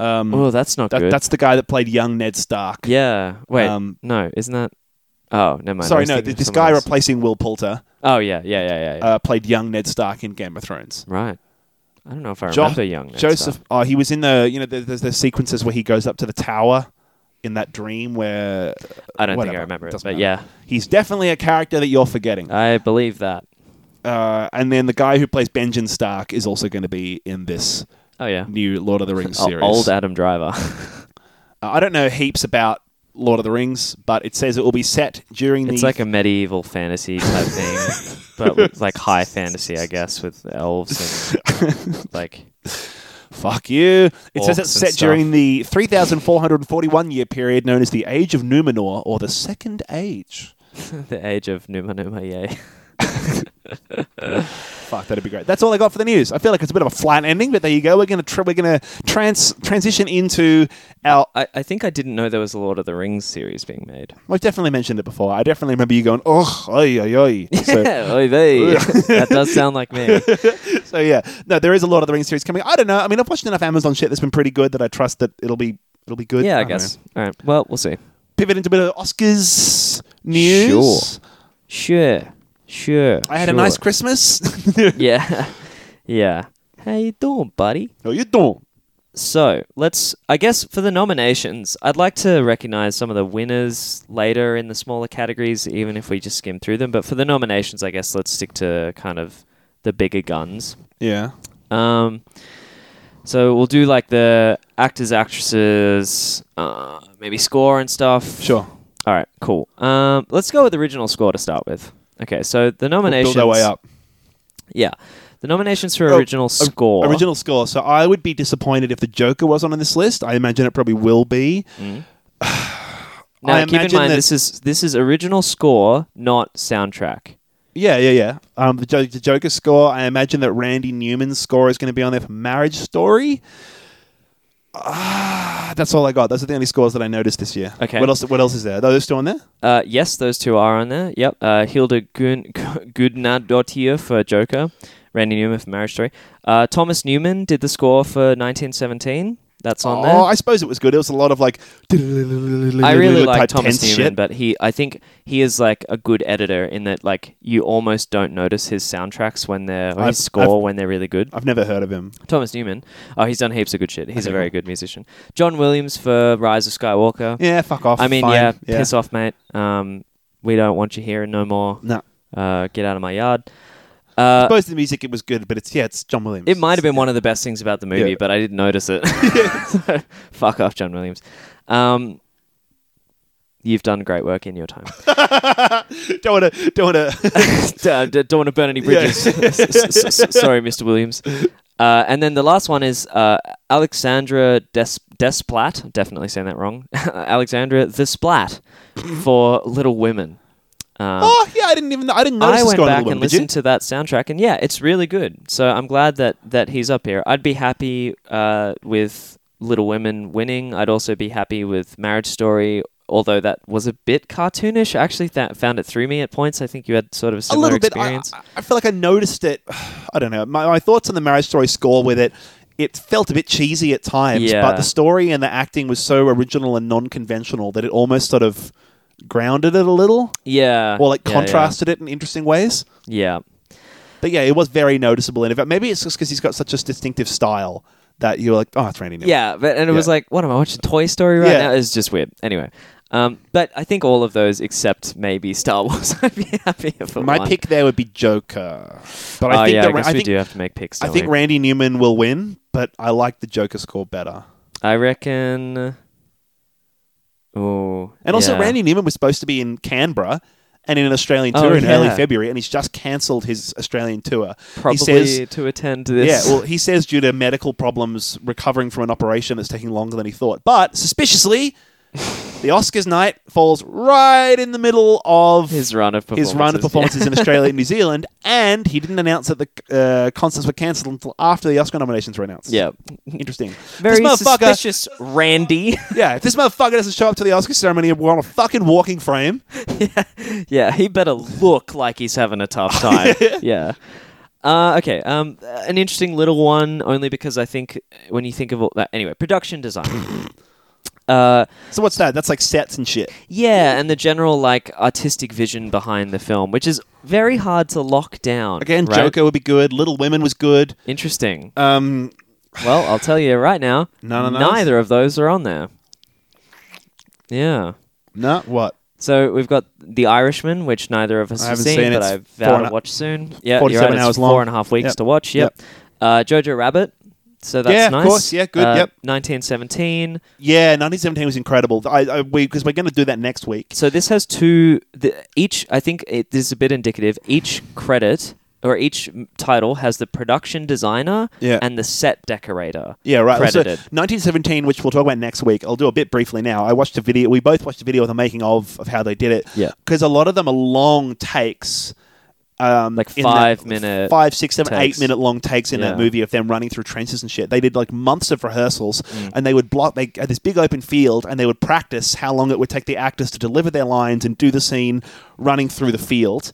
S1: Um,
S2: oh, that's not
S1: That,
S2: good.
S1: that's the guy that played young Ned Stark.
S2: Yeah. Wait.
S1: Um,
S2: no, isn't that? Oh, never mind. I
S1: Sorry,
S2: was
S1: no,
S2: thinking
S1: th-
S2: of
S1: this
S2: someone
S1: guy
S2: else.
S1: replacing Will Poulter
S2: oh yeah, yeah, yeah, yeah. yeah.
S1: uh, played young Ned Stark in Game of Thrones.
S2: right. I don't know if I
S1: Jo-
S2: remember young Ned
S1: Joseph,
S2: Stark.
S1: oh, he was in the you know the, there's the sequences where he goes up to the tower in that dream where
S2: I don't think
S1: whatever,
S2: I remember it,
S1: doesn't
S2: but
S1: matter. he's definitely a character that you're forgetting.
S2: yeah, I believe that.
S1: Uh, and then the guy who plays Benjen Stark is also going to be in this
S2: Oh yeah,
S1: new Lord of the Rings
S2: O-
S1: series.
S2: old Adam Driver. <laughs>
S1: Uh, I don't know heaps about Lord of the Rings, but it says it will be set during
S2: it's
S1: the
S2: like a medieval fantasy type
S1: <laughs>
S2: thing, but with, like high fantasy, I guess, with elves
S1: <laughs>
S2: and like.
S1: Fuck you. It says it's
S2: Orcs and
S1: set
S2: stuff.
S1: during the 3,441 year period known as the Age of Numenor or the Second Age.
S2: The age of Numa Numa Ye.
S1: Fuck, that'd be great. That's all I got for the news. I feel like it's a bit of a flat ending, but there you go. We're gonna tr- we're gonna trans transition into our.
S2: I, I think I didn't know there was a Lord of the Rings series being made.
S1: I've definitely mentioned it before. I definitely remember you going, oh, oi, oi,
S2: <laughs>
S1: oi. So,
S2: Yeah,
S1: <laughs>
S2: oy vey. that does sound like me.
S1: so yeah, no, there is a Lord of the Rings series coming. I don't know. I mean, I've watched enough Amazon shit that's been pretty good that I trust that it'll be it'll be good.
S2: Yeah, I
S1: don't
S2: guess.
S1: know.
S2: All right. Well, we'll see.
S1: Pivot into a bit of Oscars news.
S2: Sure. Sure. Sure.
S1: I had a
S2: sure.
S1: nice Christmas.
S2: Yeah. <laughs> yeah. How you doing, buddy?
S1: no, you don't.
S2: So let's I guess for the nominations, I'd like to recognize some of the winners later in the smaller categories, even if we just skim through them. But for the nominations, I guess let's stick to kind of the bigger guns.
S1: Yeah.
S2: Um, so we'll do like the actors, actresses, uh, maybe score and stuff.
S1: Sure.
S2: All right, cool. Um, let's go with original score to start with. Okay, so the nominations.
S1: Build our way up.
S2: Yeah, the nominations for
S1: Oh,
S2: original
S1: or-
S2: score.
S1: Original score. So I would be disappointed if the Joker was on this list. I imagine it probably will be.
S2: Now,
S1: I
S2: keep in
S1: imagine
S2: mind
S1: that-
S2: this is this is original score, not soundtrack.
S1: Yeah, yeah, yeah. Um, the, jo- the Joker score. I imagine that Randy Newman's score is going to be on there for Marriage Story. Ah, that's all I got. Those are the only scores that I noticed this year.
S2: Okay.
S1: What else? What else is there? Are those still on there?
S2: Uh, yes, those two are on there. Yep, uh, Hilda Gun- <laughs> Gudnadottir for Joker, Randy Newman for Marriage Story. Uh, Thomas Newman did the score for 1917. That's on
S1: oh,
S2: there.
S1: I suppose it was good. It was a lot of like.
S2: I
S1: I <laughs>
S2: really like Thomas Newman,
S1: Shit.
S2: but he I think he is like a good editor in that like you almost don't notice his soundtracks when they're or
S1: I've-
S2: his score when they're really good.
S1: I've never heard of him.
S2: Thomas Newman, oh, he's done heaps of good shit. He's a very good musician. John Williams for Rise of Skywalker.
S1: Yeah, fuck off.
S2: I mean,
S1: Fine.
S2: yeah, piss off, mate. Um, we don't want you here no more.
S1: No.
S2: Uh, get out of my yard.
S1: I
S2: Uh,
S1: suppose the music it was good, but it's yeah, it's John Williams.
S2: it might have been one of the best things about the movie,
S1: Yeah.
S2: but I didn't
S1: <laughs>
S2: notice it. So, <laughs> fuck off, John Williams. Um, you've done great work in your time.
S1: <laughs> don't want to don't
S2: <laughs>
S1: want to
S2: D- d- don't want to burn any bridges. S- s- s- Sorry, Mr. Williams. Uh, and then the last one is uh, Alexandra Des- Desplat. Definitely saying that wrong. <laughs> Alexandra the Splat for Little Women. Um,
S1: oh yeah i didn't even i didn't notice
S2: I
S1: the
S2: went
S1: score on
S2: back
S1: the
S2: and
S1: woman, did you?
S2: listened to that soundtrack, and yeah, it's really good. So I'm glad that that he's up here. I'd be happy uh, with Little Women winning. I'd also be happy with Marriage Story, although that was a bit cartoonish. I actually th- found it through me at points. I think you had sort of a
S1: a
S2: similar
S1: little bit I,
S2: experience.
S1: I I feel like i noticed it <sighs> i don't know my, my thoughts on the marriage story score with it it felt a bit cheesy at times
S2: Yeah.
S1: but the story and the acting was so original and non-conventional that it almost sort of grounded it a little
S2: yeah,
S1: or like
S2: yeah, yeah.
S1: contrasted it in interesting ways
S2: Yeah,
S1: but yeah it was very noticeable and if maybe it's just because he's got such a distinctive style that you're like oh it's randy Newman.
S2: yeah, but and it was
S1: Yeah.
S2: like, what am I watching? Toy Story right
S1: Yeah.
S2: now It's just weird. Anyway, Um, but I think all of those except maybe Star <laughs> Wars. I'd be happier for
S1: My
S2: one.
S1: pick there would be Joker, but
S2: oh
S1: I think
S2: yeah,
S1: that
S2: I
S1: Ra-
S2: guess we
S1: think
S2: do have to make picks.
S1: I
S2: don't
S1: think
S2: we?
S1: Randy Newman will win, but I like the Joker score better.
S2: I reckon. Oh,
S1: And also,
S2: yeah.
S1: Randy Newman was supposed to be in Canberra and in an Australian
S2: Oh,
S1: tour in early
S2: yeah.
S1: February, and he's just cancelled his Australian tour.
S2: probably
S1: he says,
S2: to attend to this.
S1: yeah, well, he says due to medical problems, recovering from an operation that's taking longer than he thought. But suspiciously, the Oscars night falls right in the middle of
S2: his run of performances.
S1: his run of performances in Australia <laughs> and New Zealand, and he didn't announce that the uh, concerts were cancelled until after the Oscar nominations were announced.
S2: Yeah. yeah. <laughs>
S1: Interesting.
S2: Very
S1: this motherfucker,
S2: suspicious, Randy.
S1: <laughs> yeah, if this motherfucker doesn't show up to the Oscar ceremony, we're on a fucking walking frame.
S2: yeah, he better look like he's having a tough time. yeah. Uh, okay. Um, an interesting little one, only because I think uh, when you think of all that. Anyway, production design. uh,
S1: So what's that? That's like sets and shit.
S2: yeah, and the general like artistic vision behind the film, which is very hard to lock down.
S1: Again,
S2: right?
S1: Joker would be good. Little Women was good.
S2: Interesting.
S1: Um,
S2: Well, I'll tell you right now.
S1: None of those?
S2: neither of those are on there. Yeah.
S1: no, what?
S2: So we've got The Irishman, which neither of us
S1: I
S2: have
S1: haven't
S2: seen,
S1: seen it.
S2: but I
S1: It's
S2: vow
S1: four
S2: to
S1: and a-
S2: watch soon. Yeah,
S1: 47
S2: you're right,
S1: hours
S2: it's four
S1: long.
S2: and a half weeks
S1: Yep.
S2: to watch. Yep. Uh, Jojo Rabbit. So that's
S1: Yeah, of
S2: nice.
S1: course. Yeah, good.
S2: Uh,
S1: Yep.
S2: 1917.
S1: Yeah, 1917 was incredible. I, I we because we're going to do that next week.
S2: So this has two. The, each, I think, it, this is a bit indicative. Each credit or each m- title has the production designer
S1: Yeah.
S2: and the set decorator.
S1: Yeah, right. So,
S2: Credited.
S1: 1917, which we'll talk about next week. I'll do a bit briefly now. I watched a video. We both watched a video of the making of of how they did it.
S2: Yeah.
S1: because a lot of them are long takes. Um,
S2: Like
S1: in that-
S2: five minute
S1: five, six, seven, eight
S2: takes.
S1: minute long takes in that
S2: Yeah.
S1: movie of them running through trenches and shit. They did like months of rehearsals, and they would block. They had this big open field, and they would practice how long it would take the actors to deliver their lines and do the scene running through the field.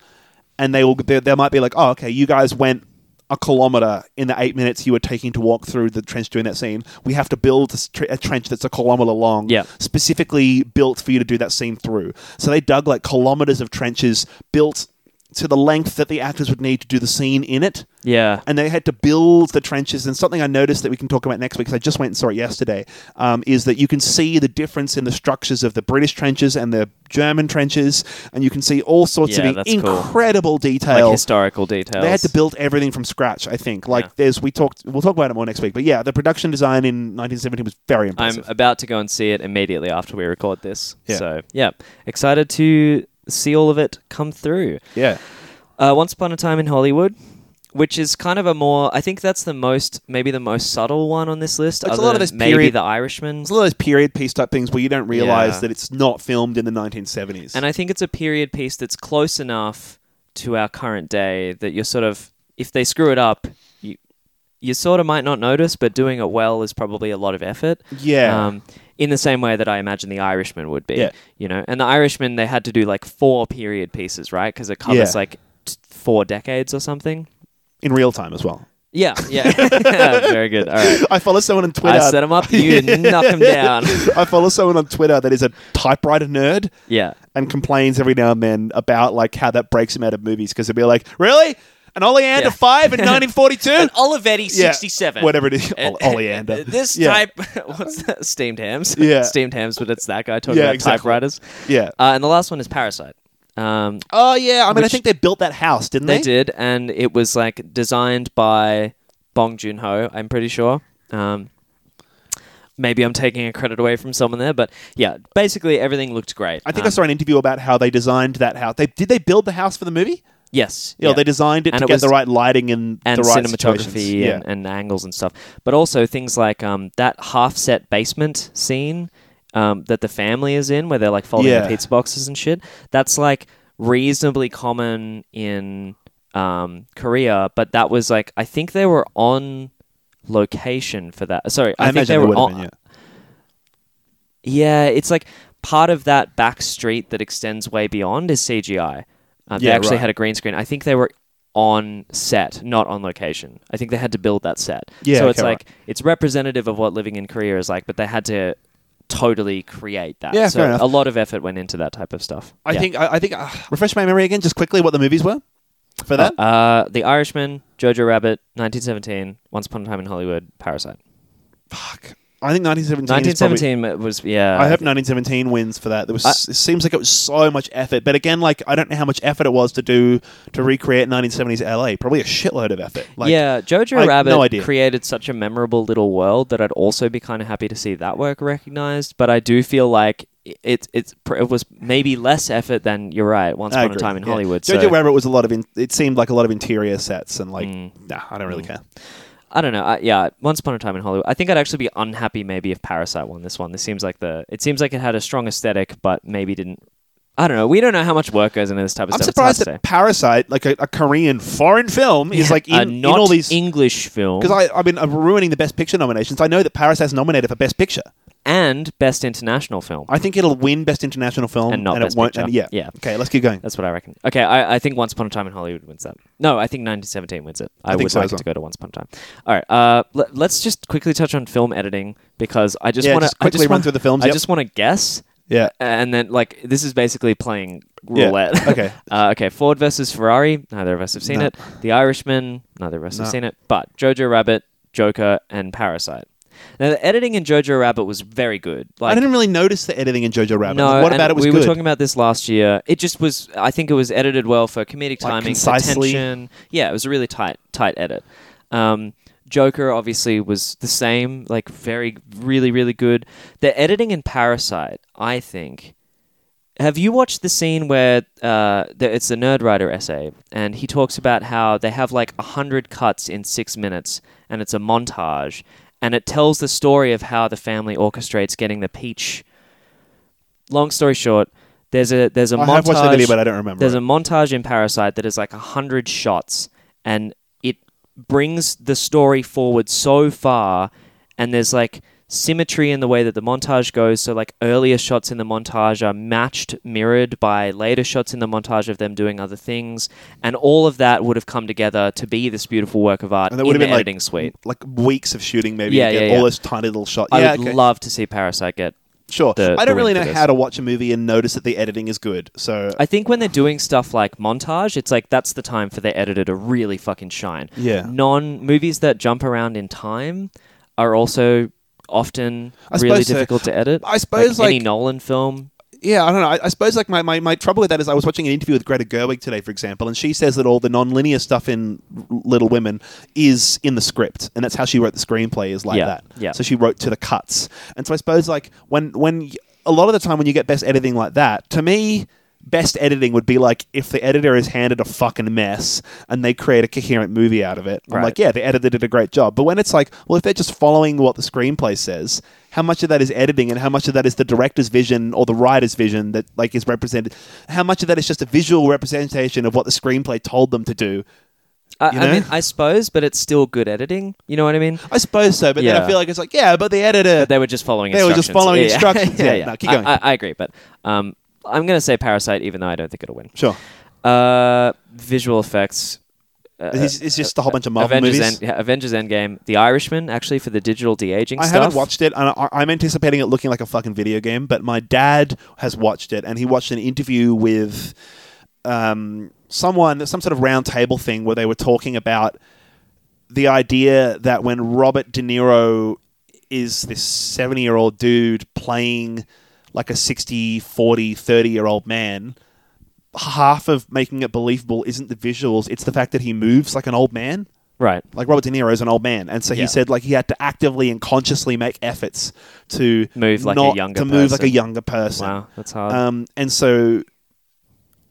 S1: And they will. They, they might be like, "Oh, okay, you guys went." A kilometer in the eight minutes you were taking to walk through the trench doing that scene. We have to build a, tr- a trench that's a kilometer long,
S2: Yeah.
S1: specifically built for you to do that scene through. So they dug like kilometers of trenches built to the length that the actors would need to do the scene in it.
S2: Yeah.
S1: And they had to build the trenches. And something I noticed that we can talk about next week, because I just went and saw it yesterday, um, is that you can see the difference in the structures of the British trenches and the German trenches. And you can see all sorts
S2: Yeah,
S1: of
S2: that's cool.
S1: incredible
S2: Like
S1: detail.
S2: historical details.
S1: they had to build everything from scratch, I think. Like
S2: Yeah.
S1: there's we talked we'll talk about it more next week. But yeah, the production design in 1917 was very
S2: I'm
S1: impressive.
S2: about to go and see it immediately after we record this.
S1: Yeah.
S2: So, yeah, excited to see all of it come through.
S1: yeah.
S2: Uh, Once Upon a Time in Hollywood, which is kind of a more, I think that's the most, maybe the most subtle one on this list.
S1: It's a
S2: other
S1: lot of
S2: than
S1: this
S2: maybe
S1: period-
S2: The Irishman.
S1: It's a lot of those period piece type things where you don't realize
S2: Yeah.
S1: that it's not filmed in the 1970s.
S2: And I think it's a period piece that's close enough to our current day that you're sort of, if they screw it up, you, you sort of might not notice, but doing it well is probably a lot of effort.
S1: yeah.
S2: Um, in the same way that I imagine the Irishman would be,
S1: Yeah.
S2: you know, and the Irishman they had to do like four period pieces, right? Because it covers
S1: Yeah.
S2: like t- four decades or something.
S1: in real time as well.
S2: Yeah,
S1: <laughs>
S2: yeah, <laughs> Yeah, very good. All right,
S1: I follow someone on Twitter.
S2: I set him up,
S1: <laughs>
S2: you knock him down.
S1: I follow someone on Twitter that is a typewriter nerd
S2: Yeah,
S1: and complains every now and then about like how that breaks him out of movies because they'll be like, "Really, an Oleander
S2: Yeah.
S1: five
S2: <laughs>
S1: in 1942? <laughs>
S2: Olivetti
S1: Yeah,
S2: sixty-seven,
S1: whatever it is, Ole- Oleander.
S2: <laughs> This
S1: yeah.
S2: type, what's that? Steamed hams.
S1: Yeah.
S2: <laughs> steamed hams, but it's that guy talking
S1: Yeah,
S2: about
S1: exactly.
S2: typewriters.
S1: yeah.
S2: Uh, and the last one is Parasite. Um,
S1: Oh yeah, I mean, I
S2: Which-
S1: think they built that house, didn't they?
S2: They did, and it was like designed by Bong Joon Ho. I'm pretty sure. Um, maybe I'm taking a credit away from someone there, but yeah, basically everything looked great.
S1: I think I
S2: Um,
S1: saw an interview about how they designed that house. They did they build the house for the movie?
S2: Yes,
S1: Yeah, they designed it
S2: And
S1: to
S2: it
S1: get
S2: was-
S1: the right lighting and,
S2: and
S1: the right situations.
S2: cinematography and, and angles and stuff, but also things like um, that half set basement scene um, that the family is in, where they're like folding
S1: Yeah.
S2: the pizza boxes and shit. That's like reasonably common in um, Korea, but that was like I think they were on location for that. Sorry, I,
S1: I,
S2: think
S1: imagine
S2: they
S1: it
S2: were
S1: would have
S2: on.
S1: been. Yeah.
S2: yeah. it's like part of that back street that extends way beyond is CGI. Uh, they
S1: Yeah,
S2: actually
S1: right.
S2: had a green screen. I think they were on set, not on location. I think they had to build that set.
S1: Yeah,
S2: so it's
S1: okay,
S2: like it's representative of what living in Korea is like, but they had to totally create that.
S1: Yeah,
S2: so
S1: fair enough.
S2: a lot of effort went into that type of stuff.
S1: I
S2: Yeah.
S1: think I, I think uh, refresh my memory again, just quickly, what the movies were for that.
S2: uh, The Irishman, Jojo Rabbit, 1917, Once Upon a Time in Hollywood, Parasite.
S1: Fuck. I think 1917. is probably-
S2: 1917 was yeah.
S1: I hope 1917 wins for that. There was it seems like it was so much effort, but again, like I don't know how much effort it was to do to recreate 1970s LA. Probably a shitload of effort. Like,
S2: yeah, Jojo
S1: I-
S2: Rabbit
S1: no idea.
S2: created such a memorable little world that I'd also be kind of happy to see that work recognized. But I do feel like it, it's it's pr- it was maybe less effort than you're right. Once
S1: I
S2: upon a
S1: agree,
S2: time in
S1: yeah.
S2: Hollywood,
S1: Jojo
S2: so
S1: Rabbit was a lot of. In, it seemed like a lot of interior sets and like.
S2: Mm.
S1: Nah, I don't really care.
S2: I don't know. I, yeah, Once upon a time in Hollywood, I think I'd actually be unhappy maybe if Parasite won this one. This seems like the it seems like it had a strong aesthetic, but maybe didn't. I don't know. We don't know how much work goes into this type of
S1: I'm
S2: stuff. It's hard
S1: surprised
S2: to
S1: that Parasite, like a, a Korean foreign film, is
S2: say.
S1: like
S2: a
S1: in, in
S2: not
S1: all these.
S2: English film
S1: Because I, I mean, I'm ruining the best picture nominations. I know that Parasite's nominated for best picture.
S2: and best international film.
S1: I think it'll win best international film,
S2: And not
S1: it
S2: Best
S1: won't.
S2: Picture.
S1: And yeah,
S2: Yeah.
S1: Okay, let's keep going.
S2: That's what I reckon. Okay, I, I think Once Upon a Time in Hollywood wins that. No, I think 1917 wins it. I,
S1: think
S2: would
S1: so
S2: like
S1: as well.
S2: to go to Once Upon a Time. All right, uh, let, let's just quickly touch on film editing because I just
S1: Yeah,
S2: want to
S1: just quickly run through the films,
S2: I
S1: yep.
S2: just want to guess,
S1: Yeah.
S2: and then like this is basically playing
S1: Yeah,
S2: roulette.
S1: <laughs> okay.
S2: <laughs> uh, okay. Ford versus Ferrari. Neither of us have seen
S1: No.
S2: it. The Irishman. Neither of us
S1: No.
S2: have seen it. But Jojo Rabbit, Joker, and Parasite. Now the editing in Jojo Rabbit was very good. Like
S1: I didn't really notice the editing in Jojo Rabbit.
S2: no,
S1: Like, what
S2: and
S1: about it was
S2: we
S1: good?
S2: were talking about this last year. It just was. I think it was edited well for comedic
S1: Like,
S2: timing, for
S1: concisely.
S2: tension. Yeah, it was a really tight, tight edit. Um, Joker obviously was the same. Like very, really, really good. The editing in Parasite, I think. Have you watched the scene where uh, the, it's the Nerd Writer essay, and he talks about how they have like a hundred cuts in six minutes, and it's a montage, and it tells the story of how the family orchestrates getting the peach long story short, there's a there's a
S1: I
S2: montage.
S1: have watched the video, but I don't remember.
S2: There's
S1: it.
S2: a montage in Parasite that is like a hundred shots, and it brings the story forward so far, and there's like symmetry in the way that the montage goes. So like earlier shots in the montage are matched, mirrored by later shots in the montage of them doing other things, and all of that would have come together to be this beautiful work of art
S1: And that
S2: in
S1: would
S2: the
S1: have been like-
S2: editing suite.
S1: like weeks of shooting, maybe.
S2: Yeah,
S1: to get
S2: yeah, yeah.
S1: All those tiny little shots.
S2: I
S1: yeah,
S2: would
S1: okay.
S2: love to see Parasite get
S1: Sure.
S2: the-
S1: I
S2: the
S1: don't really
S2: win for
S1: know
S2: this.
S1: how to watch a movie and notice that the editing is good. So
S2: I think when they're doing stuff like montage, it's like that's the time for the editor to really fucking shine.
S1: Yeah.
S2: Non movies that jump around in time are also often
S1: I
S2: really
S1: suppose so.
S2: difficult to edit.
S1: I suppose,
S2: any
S1: like-
S2: Nolan film.
S1: yeah, I don't know. I, I suppose like my, my, my trouble with that is I was watching an interview with Greta Gerwig today, for example, and she says that all the non-linear stuff in Little Women is in the script, and that's how she wrote the screenplay is like
S2: Yeah,
S1: that.
S2: yeah.
S1: So she wrote to the cuts, and so I suppose like when when y- a lot of the time when you get best editing like that, to me. Best editing would be like if the editor is handed a fucking mess and they create a coherent movie out of it. I'm
S2: Right.
S1: like, yeah, the editor did a great job. But when it's like, well, if they're just following what the screenplay says, how much of that is editing and how much of that is the director's vision or the writer's vision that like is represented? How much of that is just a visual representation of what the screenplay told them to do?
S2: I,
S1: You
S2: I
S1: know?
S2: mean, I suppose, but it's still good editing. You know what I mean?
S1: I suppose so, but then I
S2: Yeah.
S1: feel like it's like, yeah, but the editor.
S2: They were just following.
S1: They were just
S2: instructions.
S1: following
S2: Yeah. <laughs>
S1: instructions. Yeah,
S2: yeah.
S1: no, keep going.
S2: I, I, I agree, but um, I'm going to say Parasite, even though I don't think it'll win.
S1: sure,
S2: Uh, visual effects. Uh,
S1: it's, it's just a whole bunch of Marvel
S2: Avengers,
S1: movies.
S2: End, yeah, Avengers Endgame, The Irishman, actually for the digital de aging
S1: I
S2: stuff.
S1: haven't watched it, and I, I'm anticipating it looking like a fucking video game. But my dad has watched it, and he watched an interview with um, someone, some sort of round table thing, where they were talking about the idea that when Robert De Niro is this 70 year old dude playing like a 60, 40, 30 year old man, half of making it believable isn't the visuals, it's the fact that he moves like an old man
S2: Right.
S1: like Robert De Niro is an old man, and so
S2: Yeah.
S1: he said like he had to actively and consciously make efforts to
S2: Move like a
S1: not-
S2: younger
S1: to move like
S2: person.
S1: a younger person.
S2: Wow, that's hard.
S1: Um, and so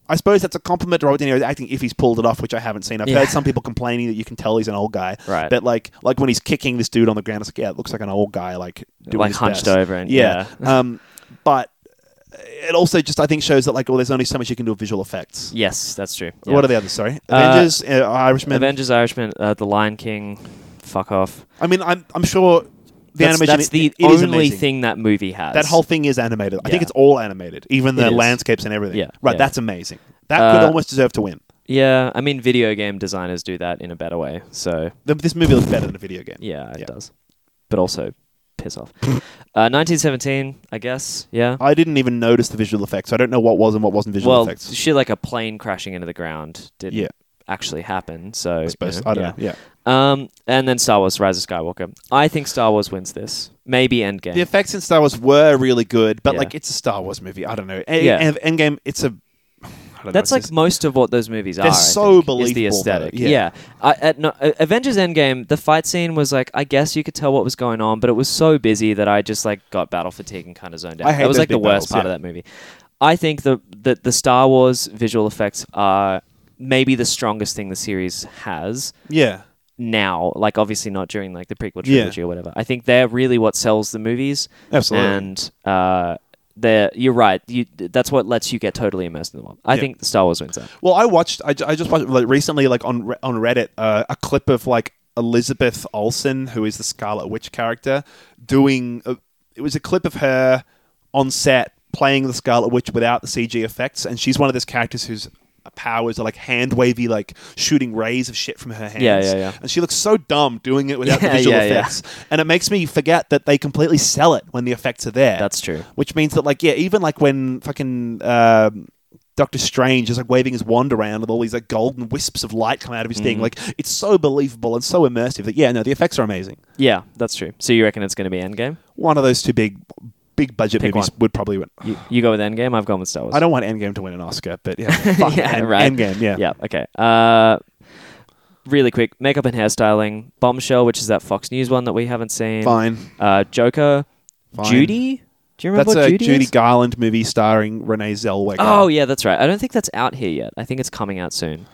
S1: I suppose that's a compliment to Robert De Niro's acting if he's pulled it off, which I haven't seen. I've
S2: Yeah.
S1: heard some people complaining that you can tell he's an old guy,
S2: Right.
S1: But like like when he's kicking this dude on the ground, it's like yeah, it looks like an old guy, like doing
S2: Like
S1: his
S2: hunched
S1: best.
S2: over and-
S1: um, but it also just I think shows that like well, there's only so much you can do with visual effects.
S2: yes, that's true.
S1: What are
S2: Yeah.
S1: the others? Sorry,
S2: Uh,
S1: Avengers, uh, Irishman.
S2: Avengers, Irishman, uh, The Lion King? Fuck off.
S1: I mean, I'm I'm sure the
S2: that's,
S1: animation
S2: That's
S1: i-
S2: the
S1: it is
S2: only
S1: amazing.
S2: thing that movie has.
S1: That whole thing is animated. I think
S2: Yeah.
S1: it's all animated, even the
S2: It is.
S1: landscapes and everything.
S2: Yeah,
S1: Right,
S2: yeah.
S1: that's amazing. That could
S2: Uh,
S1: almost deserve to win.
S2: Yeah, I mean, video game designers do that in a better way. So
S1: The, this movie looks better than a video game.
S2: yeah, it
S1: Yeah.
S2: does. But also, piss off. <laughs> uh, 1917, I guess. Yeah.
S1: I didn't even notice the visual effects. I don't know what was and what wasn't visual
S2: well,
S1: effects.
S2: shit like a plane crashing into the ground didn't
S1: Yeah.
S2: actually happen. So
S1: I suppose.
S2: you
S1: I don't know. Yeah.
S2: Um, and then Star Wars: Rise of Skywalker. I think Star Wars wins this. Maybe Endgame.
S1: The effects in Star Wars were really good, but
S2: Yeah.
S1: like it's a Star Wars movie. I don't know. And,
S2: Yeah.
S1: and Endgame, it's a. I don't
S2: That's
S1: know,
S2: like
S1: it's
S2: most of what those movies are. I
S1: so
S2: think, Is the
S1: believable, though.
S2: aesthetic.
S1: Yeah.
S2: Yeah. I, at no, uh, Avengers Endgame, the fight scene was like, I guess you could tell what was going on, but it was so busy that I just like got battle fatigue and kind of zoned out.
S1: I hate
S2: that was
S1: those
S2: like the
S1: big
S2: worst
S1: battles,
S2: part
S1: yeah.
S2: of that movie. I think the, the the Star Wars visual effects are maybe the strongest thing the series has
S1: just- yeah.
S2: now. Like obviously not during like the prequel
S1: Yeah.
S2: trilogy or whatever. I think they're really what sells the movies.
S1: Absolutely.
S2: And uh, they're you're right. You that's what lets you get totally immersed in the world. I
S1: Yeah.
S2: think Star Wars wins that.
S1: Well, I watched. I, ju- I just watched like recently, like on Re- on Reddit, uh, a clip of like Elizabeth Olsen, who is the Scarlet Witch character, doing. A, it was a clip of her on set playing the Scarlet Witch without the CG effects, and she's one of those characters whose powers are like hand wavy, like shooting rays of shit from her hands.
S2: Yeah, yeah, yeah.
S1: And she looks so dumb doing it without
S2: <laughs> Yeah,
S1: the visual
S2: yeah, yeah.
S1: effects, and it makes me forget that they completely sell it when the effects are there.
S2: That's true.
S1: Which means that, like, yeah, even like when fucking um Doctor Strange is like waving his wand around with all these like golden wisps of light come out of his thing,
S2: Mm-hmm.
S1: like it's so believable and so immersive that yeah, no, the effects are amazing.
S2: Yeah, that's true. So you reckon it's going to be Endgame?
S1: One of those two big, big budget
S2: Pick
S1: movies
S2: one.
S1: would probably win.
S2: You, you go with Endgame. I've gone with Star Wars.
S1: I don't want Endgame to win an Oscar, but
S2: <laughs>
S1: yeah, fuck
S2: Yeah,
S1: End-
S2: right.
S1: Endgame, yeah.
S2: Yeah. Okay. Uh, really quick. Makeup and hairstyling. Bombshell, which is that Fox News one that we haven't seen.
S1: fine.
S2: Uh, Joker.
S1: Fine.
S2: Judy. Do you remember
S1: That's
S2: what
S1: a
S2: Judy?
S1: Judy,
S2: is?
S1: Garland movie starring Renee Zellweger.
S2: Oh yeah, that's right. I don't think that's out here yet. I think it's coming out soon.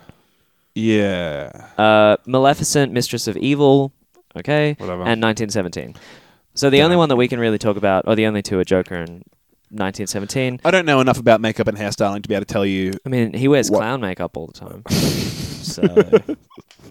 S1: yeah,
S2: Uh, Maleficent, Mistress of Evil. Okay.
S1: Whatever.
S2: And 1917. So the
S1: Dunno.
S2: only one that we can really talk about, or the only two, are Joker and 1917.
S1: I don't know enough about makeup and hairstyling to be able to tell you. <laughs>
S2: I mean, he wears
S1: What-
S2: clown makeup all
S1: <laughs>
S2: the time. so,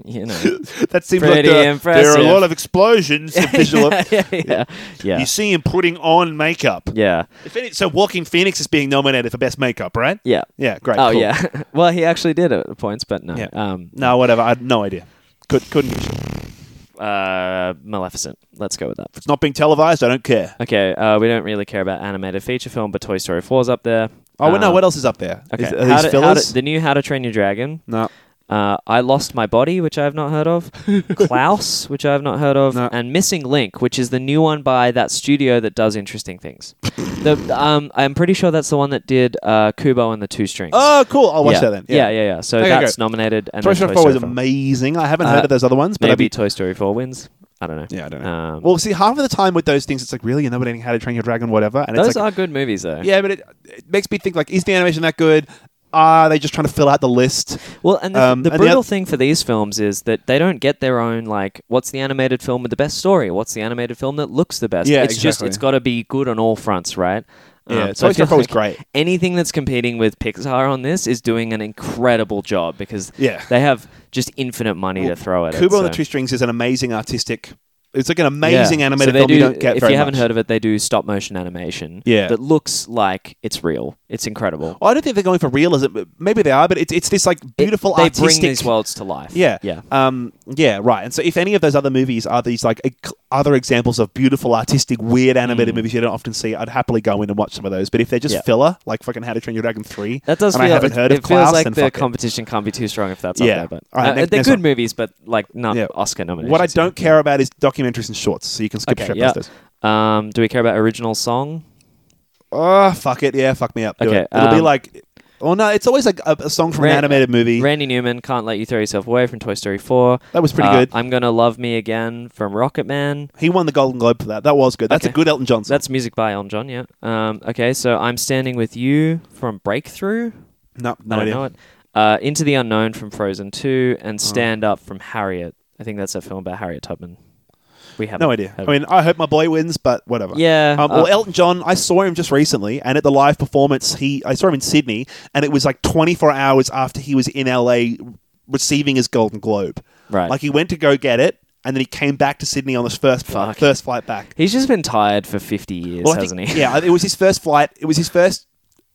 S2: you know. <laughs>
S1: That seems
S2: Pretty
S1: like the- there are
S2: impressive.
S1: a lot of explosions. of visual,
S2: <laughs> yeah, yeah, yeah.
S1: You see him putting on makeup.
S2: yeah.
S1: If any, so Walking Phoenix is being nominated for best makeup, right?
S2: Yeah.
S1: Yeah, great.
S2: Oh
S1: cool.
S2: yeah. <laughs> well, he actually did it at points, but no.
S1: Yeah.
S2: Um,
S1: No, whatever. I had no idea. Could, couldn't. give a shit.
S2: uh, Maleficent. Let's go with that.
S1: It's not being televised. I don't care.
S2: Okay. Uh, we don't really care about animated feature film, but Toy Story 4 is up there.
S1: Oh well, no,
S2: Um,
S1: what else is up there?
S2: Okay.
S1: Is, are
S2: How
S1: these
S2: to- how to-
S1: fillers?
S2: the new How to Train Your Dragon.
S1: no.
S2: Uh, I Lost My Body, which I have not
S1: <laughs>
S2: heard of. Klaus, which I have not heard of.
S1: No.
S2: And Missing Link, which is the new one by that studio that does interesting things. the, um, I'm pretty sure that's the one that did uh, Kubo and the Two Strings.
S1: Oh, cool. I'll watch
S2: yeah.
S1: that then.
S2: Yeah, yeah, yeah. So
S1: Okay,
S2: that's
S1: great.
S2: nominated. And
S1: Toy
S2: then
S1: Story 4 was
S2: 4.
S1: amazing. I haven't
S2: Uh,
S1: heard of those other ones, but I'd
S2: Maybe
S1: be,
S2: Toy Story 4 wins. I don't know.
S1: yeah, I don't know.
S2: Um,
S1: well, see, half of the time with those things, it's like really you're nominating How to Train Your Dragon, whatever, and
S2: those
S1: it's like,
S2: are good movies, though.
S1: yeah, but it, it makes me think like, is the animation that good? Are they just trying to fill out the list?
S2: Well, and the,
S1: Um,
S2: the
S1: and the
S2: brutal
S1: oth-
S2: thing for these films is that they don't get their own like, what's the animated film with the best story? What's the animated film that looks the best?
S1: Yeah,
S2: it's just
S1: exactly.
S2: it's got to be good on all fronts, right? Um,
S1: Yeah,
S2: I
S1: Toy Story
S2: feel
S1: 4 was great.
S2: Anything that's competing with Pixar on this is doing an incredible job because
S1: Yeah.
S2: they have just infinite money
S1: Well,
S2: to throw at it.
S1: Kubo and the
S2: so-
S1: Two Strings is an amazing artistic. It's like an
S2: uh, Yeah.
S1: amazing animated
S2: So they
S1: film
S2: do,
S1: you don't get
S2: If
S1: very
S2: you haven't
S1: much.
S2: heard of it, they do stop motion animation.
S1: Yeah.
S2: that looks like it's real. It's incredible.
S1: Well, I don't think they're going for realism. but Maybe they are, but it's it's this like
S2: It-
S1: beautiful
S2: they
S1: artistic.
S2: bring these worlds to life.
S1: yeah,
S2: yeah.
S1: um, yeah, right. And so, if any of those other movies are these like ec- other examples of beautiful, artistic, weird animated movies you don't often see, I'd happily go in and watch some of those. But if they're just
S2: Mm. Yeah.
S1: filler, like fucking How to Train Your Dragon three,
S2: That does
S1: and
S2: feel.
S1: I haven't
S2: it,
S1: heard
S2: it
S1: of Klaus,
S2: feels like
S1: then
S2: the
S1: fuck it.
S2: competition can't be too strong if that's
S1: Yeah.
S2: up there. But
S1: All right,
S2: uh,
S1: next-
S2: they're
S1: next
S2: good
S1: one.
S2: movies, but like not
S1: Yeah.
S2: Oscar nominations.
S1: what I
S2: yeah.
S1: don't care about is documentaries and shorts, so you can skip
S2: Okay,
S1: straight
S2: yeah.
S1: past those.
S2: Um, do we care about original song?
S1: Oh fuck it, yeah, fuck me up. Do
S2: Okay,
S1: it. will be
S2: um,
S1: like, oh no, it's always like a, a song from
S2: Ran-
S1: an animated movie.
S2: Randy Newman can't let you throw yourself away from Toy Story Four.
S1: that was pretty
S2: Uh,
S1: good.
S2: I'm gonna love me again from Rocket Man.
S1: He won the Golden Globe for that. That was good. That's
S2: Okay.
S1: a good Elton John song.
S2: That's music by Elton John. Yeah. Um, okay, so I'm standing with you from Breakthrough.
S1: no,
S2: I
S1: no
S2: don't
S1: idea. Oh.
S2: know it. Uh, Into the Unknown from Frozen Two and Stand Up from Harriet. I think that's a film about Harriet Tubman. We have
S1: No idea. I
S2: Haven't.
S1: mean, I hope my boy wins, but whatever.
S2: Yeah,
S1: Um, well,
S2: uh,
S1: Elton John, I saw him just recently, and at the live performance, he I saw him in Sydney, and it was like 24 hours after he was in LA receiving his Golden Globe.
S2: Right.
S1: Like he went to go get it, and then he came back to Sydney on his first flight,
S2: Fuck.
S1: first flight back.
S2: He's just been tired for 50 years,
S1: Well, I
S2: hasn't
S1: think- <laughs>
S2: he?
S1: yeah, it was his first flight. It was his first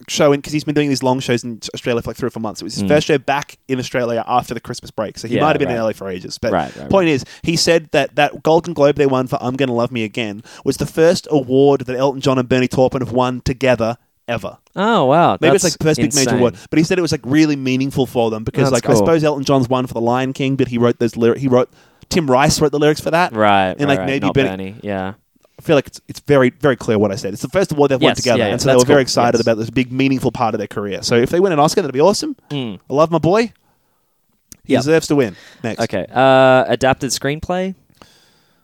S1: show in because he's been doing these long shows in Australia for like three or four months. It was his first show back in Australia after the Christmas break, so he
S2: Hmm. Yeah,
S1: might have been in
S2: right.
S1: LA for ages. But
S2: Right, right,
S1: point is, he said that that Golden Globe they won for "I'm Gonna Love Me Again" was the first award that Elton John and Bernie Taupin have won together ever.
S2: <laughs> Oh wow,
S1: Maybe
S2: That's
S1: it's like first big major
S2: insane.
S1: word, but he said it was like really meaningful for them because
S2: That's
S1: like I
S2: cool.
S1: suppose Elton John's one for the Lion King, but he wrote those lyrics. He wrote Tim Rice wrote the lyrics for that.
S2: Right,
S1: And,
S2: right,
S1: like,
S2: right,
S1: maybe
S2: not
S1: Benny-
S2: Benny. Yeah,
S1: I feel like it's it's very very clear what I said. It's the first award they've won
S2: Yes,
S1: together,
S2: yeah, yeah,
S1: and so they were
S2: that's
S1: very
S2: cool.
S1: excited
S2: Yes.
S1: about this big meaningful part of their career. So if they win an Oscar, that'd be awesome.
S2: Hmm.
S1: I love my boy. He
S2: Yep.
S1: deserves to win. Next,
S2: okay. Uh, adapted screenplay.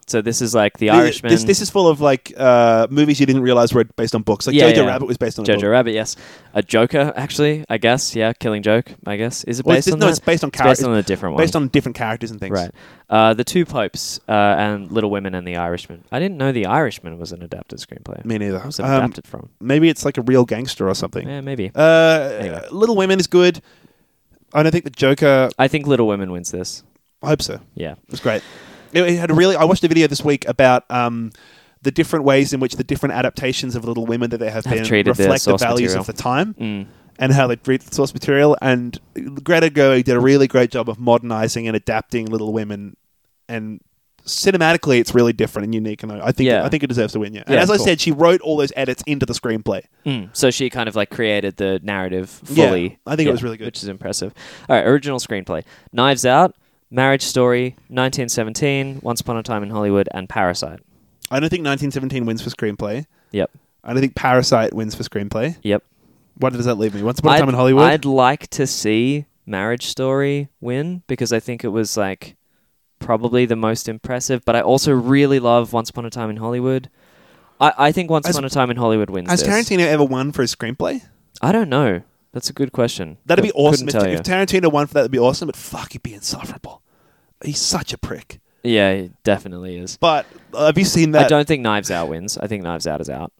S2: So this is like The
S1: Th-
S2: Irishman.
S1: This, this is full of like uh, movies you didn't realize were based on books. Like
S2: Yeah,
S1: Jojo
S2: yeah.
S1: Rabbit was based on a book.
S2: Jojo Rabbit, yes. A Joker, actually, I guess. Yeah, Killing Joke, I guess. Is it
S1: Well, it's
S2: based
S1: just-
S2: on
S1: no,
S2: that?
S1: it's based on
S2: It's
S1: characters-
S2: based on a different one.
S1: based on different characters and things.
S2: right. Uh, the Two Popes uh, and Little Women and The Irishman. I didn't know The Irishman was an adapted screenplay.
S1: Me neither.
S2: What was it
S1: Um,
S2: adapted from?
S1: Maybe it's like a real gangster or something.
S2: Yeah, maybe.
S1: Uh,
S2: Anyway.
S1: Little Women is good. I don't think the Joker.
S2: I think Little Women wins this.
S1: I hope so.
S2: Yeah.
S1: It was great. It, it had a really. I watched a video this week about um, the different ways in which the different adaptations of Little Women that they have,
S2: Have
S1: been
S2: treated their
S1: reflect the
S2: source
S1: values
S2: material.
S1: of the time
S2: Mm.
S1: and how they treat the source material. And Greta Gerwig did a really great job of modernizing and adapting Little Women, and cinematically, it's really different and unique. And I, I think
S2: Yeah.
S1: I think it deserves to win. Yeah. And
S2: Yeah,
S1: as I
S2: cool.
S1: said, she wrote all those edits into the screenplay.
S2: Mm. So she kind of like created the narrative
S1: Yeah,
S2: fully.
S1: I think it was really good.
S2: which is impressive. All right, original screenplay: Knives Out, Marriage Story, 1917, Once Upon a Time in Hollywood, and Parasite.
S1: I don't think 1917 wins for screenplay.
S2: Yep,
S1: I don't think Parasite wins for screenplay.
S2: yep.
S1: What does that leave me? Once upon a
S2: I'd-
S1: time in Hollywood.
S2: I'd like to see Marriage Story win because I think it was like probably the most impressive. But I also really love Once Upon a Time in Hollywood. I, I think Once
S1: Has-
S2: Upon a Time in Hollywood wins.
S1: Has
S2: this.
S1: Tarantino ever won for his screenplay?
S2: I don't know. That's a good question.
S1: That'd be
S2: Cou-
S1: awesome. If,
S2: couldn't tell
S1: if
S2: you.
S1: Tarantino won for that, that'd be awesome. But fuck, he'd be insufferable. He's such a prick.
S2: yeah, it definitely is.
S1: But uh, have you seen that?
S2: I don't think Knives Out wins. I think Knives Out is out.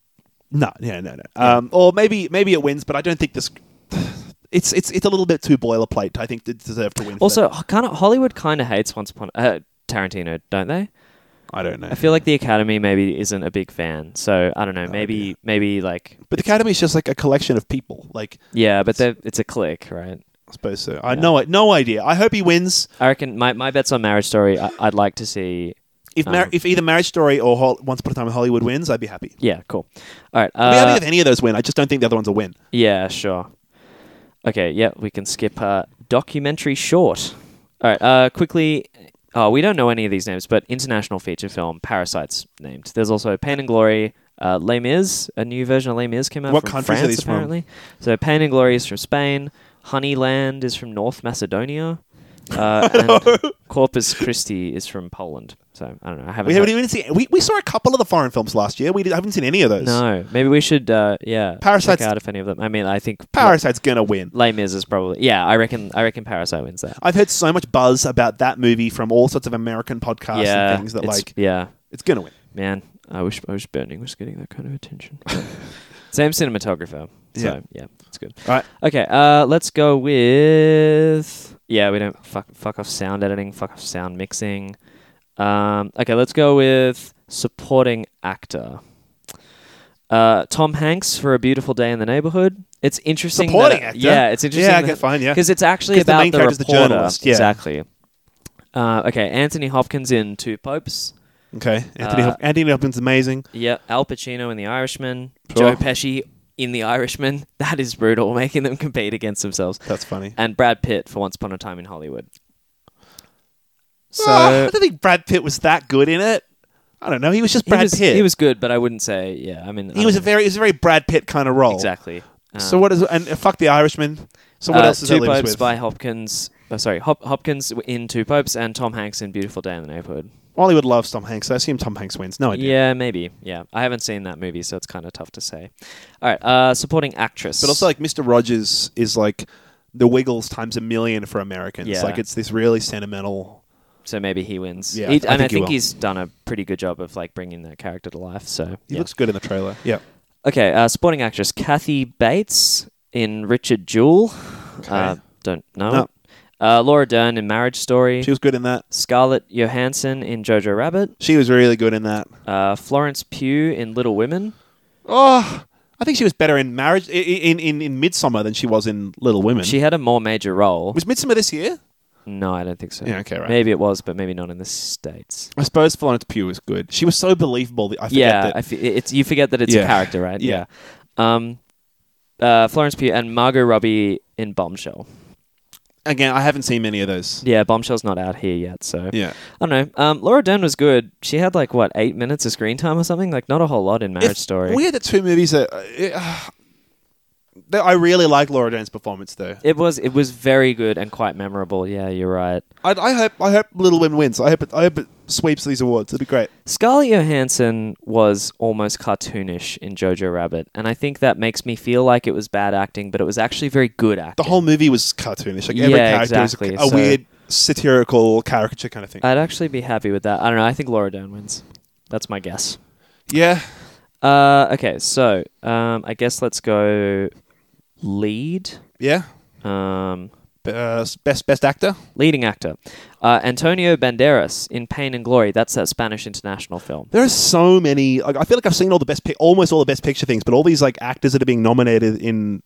S1: No, yeah, no, no. Um, or maybe, maybe it wins, but I don't think this. <sighs> It's it's it's a little bit too boilerplate. I think to deserve to win. for
S2: Also,
S1: that.
S2: kind of Hollywood kind of hates Once Upon uh, Tarantino, don't they?
S1: I don't know.
S2: I feel like the Academy maybe isn't a big fan. So I don't know.
S1: maybe
S2: Maybe maybe like
S1: but the Academy's just like a collection of people. Like
S2: yeah, but they're- it's a click, right?
S1: I suppose so. I know it. No idea. I hope he wins.
S2: I reckon my, my bets on Marriage Story. I, I'd like to see.
S1: If mar-
S2: Um,
S1: if either Marriage Story or Hol- Once Upon a Time in Hollywood wins, I'd be happy.
S2: Yeah, cool. All right.
S1: I'd be happy
S2: Uh,
S1: if any of those win. I just don't think the other ones will win.
S2: yeah, sure. Okay. Yeah, we can skip uh, documentary short. All right. Uh, quickly. Oh, we don't know any of these names, but international feature film Parasites named. There's also Pain and Glory. Uh, Les Mis, a new version of Les Mis came out
S1: What
S2: from
S1: countries are
S2: France,
S1: these from?
S2: apparently. So Pain and Glory is from Spain. Honeyland is from North Macedonia.
S1: <laughs>
S2: Uh, and Corpus Christi is from Poland. So I don't know. I haven't.
S1: We
S2: heard-
S1: haven't even seen. We, we saw a couple of the foreign films last year. We did, haven't seen any of those.
S2: No, maybe we should. Uh, yeah,
S1: Parasite's-
S2: check out if any of them. I mean, I think
S1: Parasite's gonna win.
S2: La- Les Mis is probably. Yeah, I reckon. I reckon Parasite wins that.
S1: I've heard so much buzz about that movie from all sorts of American podcasts
S2: yeah,
S1: and things that
S2: it's-
S1: like
S2: Yeah,
S1: it's gonna win.
S2: man, I wish I wish Burning was getting that kind
S1: <laughs>
S2: of attention. Same cinematographer. So,
S1: Yeah.
S2: yeah, it's good.
S1: All right.
S2: Okay, uh, let's go with. Yeah, we don't fuck fuck off sound editing. Fuck off sound mixing. Um, okay, let's go with supporting actor. Uh, Tom Hanks for A Beautiful Day in the Neighborhood. It's interesting. that-
S1: Supporting actor?
S2: Yeah, it's interesting.
S1: Yeah, I
S2: that-
S1: get fine. Yeah,
S2: because it's actually
S1: 'Cause the
S2: about
S1: main character's the
S2: reporter.
S1: journalist, yeah.
S2: Exactly. Uh, okay, Anthony Hopkins in Two Popes.
S1: okay. Anthony
S2: Uh,
S1: Hop- Anthony Hopkins is amazing.
S2: Yeah, Al Pacino in The Irishman.
S1: Sure.
S2: Joe Pesci in The Irishman. <laughs> That is brutal, making them compete against themselves.
S1: That's funny.
S2: And Brad Pitt for Once Upon a Time in Hollywood. So
S1: Ah, I don't think Brad Pitt was that good in it. I don't know. He was just Brad
S2: he was, uh,
S1: Pitt.
S2: He was good, but I wouldn't say. Yeah, I mean, I
S1: He was a
S2: don't know.
S1: very. It was a very Brad Pitt kind of role.
S2: exactly. Um,
S1: so what is and uh, fuck the Irishman. So what
S2: uh,
S1: else is
S2: Two
S1: that leave us
S2: Popes
S1: with?
S2: by Hopkins. Oh, sorry, Hop- Hopkins in Two Popes and Tom Hanks in Beautiful Day in the Neighborhood.
S1: Hollywood loves Tom Hanks. I assume Tom Hanks wins. No idea.
S2: Yeah, maybe. Yeah, I haven't seen that movie, so it's kind of tough to say. All right, uh, supporting actress.
S1: But also, like Mr. Rogers is like the Wiggles times a million for Americans.
S2: Yeah.
S1: Like it's this really sentimental.
S2: so maybe he wins.
S1: Yeah,
S2: He-
S1: I th- I
S2: and
S1: think he
S2: I think
S1: will.
S2: he's done a pretty good job of like bringing that character to life. So
S1: He
S2: yeah.
S1: looks good in the trailer. Yeah.
S2: okay, uh, supporting actress Kathy Bates in Richard Jewell. Uh, don't know.
S1: No.
S2: Uh, Laura Dern in Marriage Story.
S1: She was good in that.
S2: Scarlett Johansson in Jojo Rabbit.
S1: She was really good in that.
S2: Uh, Florence Pugh in Little Women.
S1: Oh, I think she was better in Marriage i- i- in in, in Midsummer than she was in Little Women.
S2: She had a more major role.
S1: was Midsummer this year.
S2: No, I don't think so.
S1: Yeah, okay, right.
S2: Maybe it was, but maybe not in the states.
S1: I suppose Florence Pugh was good. She was so believable. that I forget
S2: yeah,
S1: that.
S2: I fe- it's you forget that it's
S1: Yeah.
S2: a character, right?
S1: Yeah.
S2: Yeah. Um, uh, Florence Pugh and Margot Robbie in Bombshell.
S1: Again, I haven't seen many of those.
S2: Yeah, Bombshell's not out here yet, so
S1: Yeah.
S2: I don't know. Um, Laura Dern was good. She had like what eight minutes of screen time or something. Like not a whole lot in Marriage
S1: It's
S2: Story.
S1: Weird that two movies that. uh, that I really like Laura Dern's performance, though.
S2: It was it was very good and quite memorable. Yeah, you're right.
S1: I, I hope I hope Little Women wins. I hope it, I hope it sweeps these awards. It'd be great.
S2: Scarlett Johansson was almost cartoonish in Jojo Rabbit, and I think that makes me feel like it was bad acting, but it was actually very good acting.
S1: The whole movie was cartoonish. Like every
S2: Yeah,
S1: character
S2: exactly.
S1: was a- a,
S2: So- Uh,
S1: weird satirical caricature kind of thing.
S2: I'd actually be happy with that. I don't know. I think Laura Dern wins. That's my guess.
S1: yeah.
S2: Uh, okay, so um, I guess let's go lead.
S1: Yeah.
S2: Um,
S1: Uh, best best actor.
S2: leading actor uh, Antonio Banderas in Pain and Glory. That's that Spanish international film.
S1: There are so many. Like, I feel like I've seen all the best, pic- almost all the best picture things, but all these like actors that are being nominated in,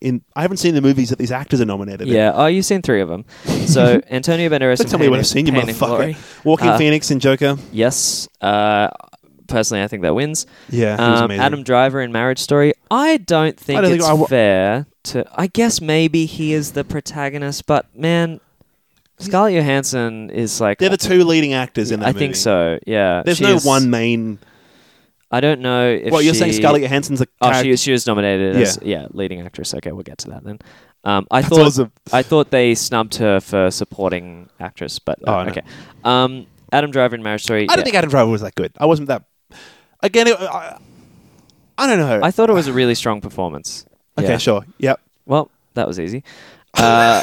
S1: in I haven't seen the movies that these actors are nominated in.
S2: Yeah. Oh, you've seen three of them.
S1: <laughs>
S2: So Antonio Banderas.
S1: Don't
S2: in
S1: tell me
S2: Pain
S1: what
S2: and-
S1: I've seen, you
S2: Pain and Glory.
S1: motherfucker. Walking
S2: Uh,
S1: Phoenix and Joker.
S2: Yes. Uh, personally, I think that wins.
S1: Yeah, he was
S2: Um,
S1: amazing.
S2: Adam Driver in Marriage Story. I don't think
S1: I don't think
S2: it's
S1: I wa-
S2: fair to. I guess maybe he is the protagonist, but man, Scarlett Johansson is like.
S1: They're the two leading actors in that
S2: I
S1: movie.
S2: think so. Yeah.
S1: There's
S2: She
S1: no
S2: is-
S1: one main.
S2: I don't know if.
S1: Well, you're saying
S2: she-
S1: Scarlett Johansson's a
S2: Oh,
S1: character.
S2: she she was nominated as yeah leading actress. Okay, we'll get to that then. Um, I thought
S1: awesome.
S2: I thought they snubbed her for supporting actress, but uh,
S1: Oh, no.
S2: okay. Um, Adam Driver in Marriage Story.
S1: I don't
S2: yeah.
S1: think Adam Driver was that good. I wasn't that. Again, it, I, I don't know.
S2: I thought it was a really strong performance.
S1: okay,
S2: Yeah.
S1: sure.
S2: <laughs>
S1: Yep.
S2: Well, that was easy.
S1: <laughs>
S2: Uh,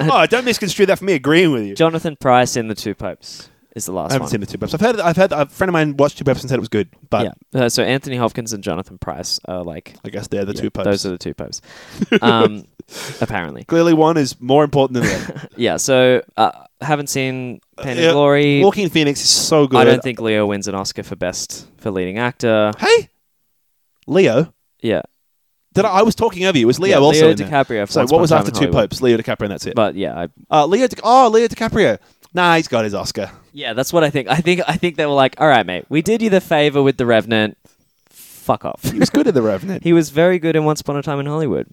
S1: oh, don't misconstrue that for me agreeing with you.
S2: Jonathan Price in The Two Popes is the last
S1: I haven't
S2: one.
S1: seen the two Peps. I've heard. I've heard. A friend of mine watched two Peps and said it was good, but
S2: yeah. Uh, so Anthony Hopkins and Jonathan Price are like
S1: I guess they're the
S2: yeah,
S1: two Peps.
S2: Those are the two
S1: <laughs>
S2: popes. Um, apparently.
S1: Clearly, one is more important than the other.
S2: Yeah, so uh, haven't seen <laughs> Pain
S1: Yeah.
S2: and Glory.
S1: Walking Phoenix is so good.
S2: I don't think Leo wins an Oscar for best for leading actor.
S1: Hey, Leo.
S2: Yeah.
S1: Did I, I was talking over you? It Was Leo
S2: Yeah,
S1: also
S2: Leo
S1: in there.
S2: DiCaprio for
S1: So
S2: Once
S1: what was
S2: Upon a Time
S1: after
S2: in
S1: two
S2: Hollywood.
S1: Popes? Leo DiCaprio. And that's it.
S2: But yeah, I,
S1: uh, Leo. Di- oh, Leo DiCaprio. Nah, he's got his Oscar.
S2: yeah, that's what I think. I think I think they were like, "All right, mate, we did you the favor with the Revenant. Fuck off."
S1: He was good in the Revenant.
S2: he was very good in Once Upon a Time in Hollywood.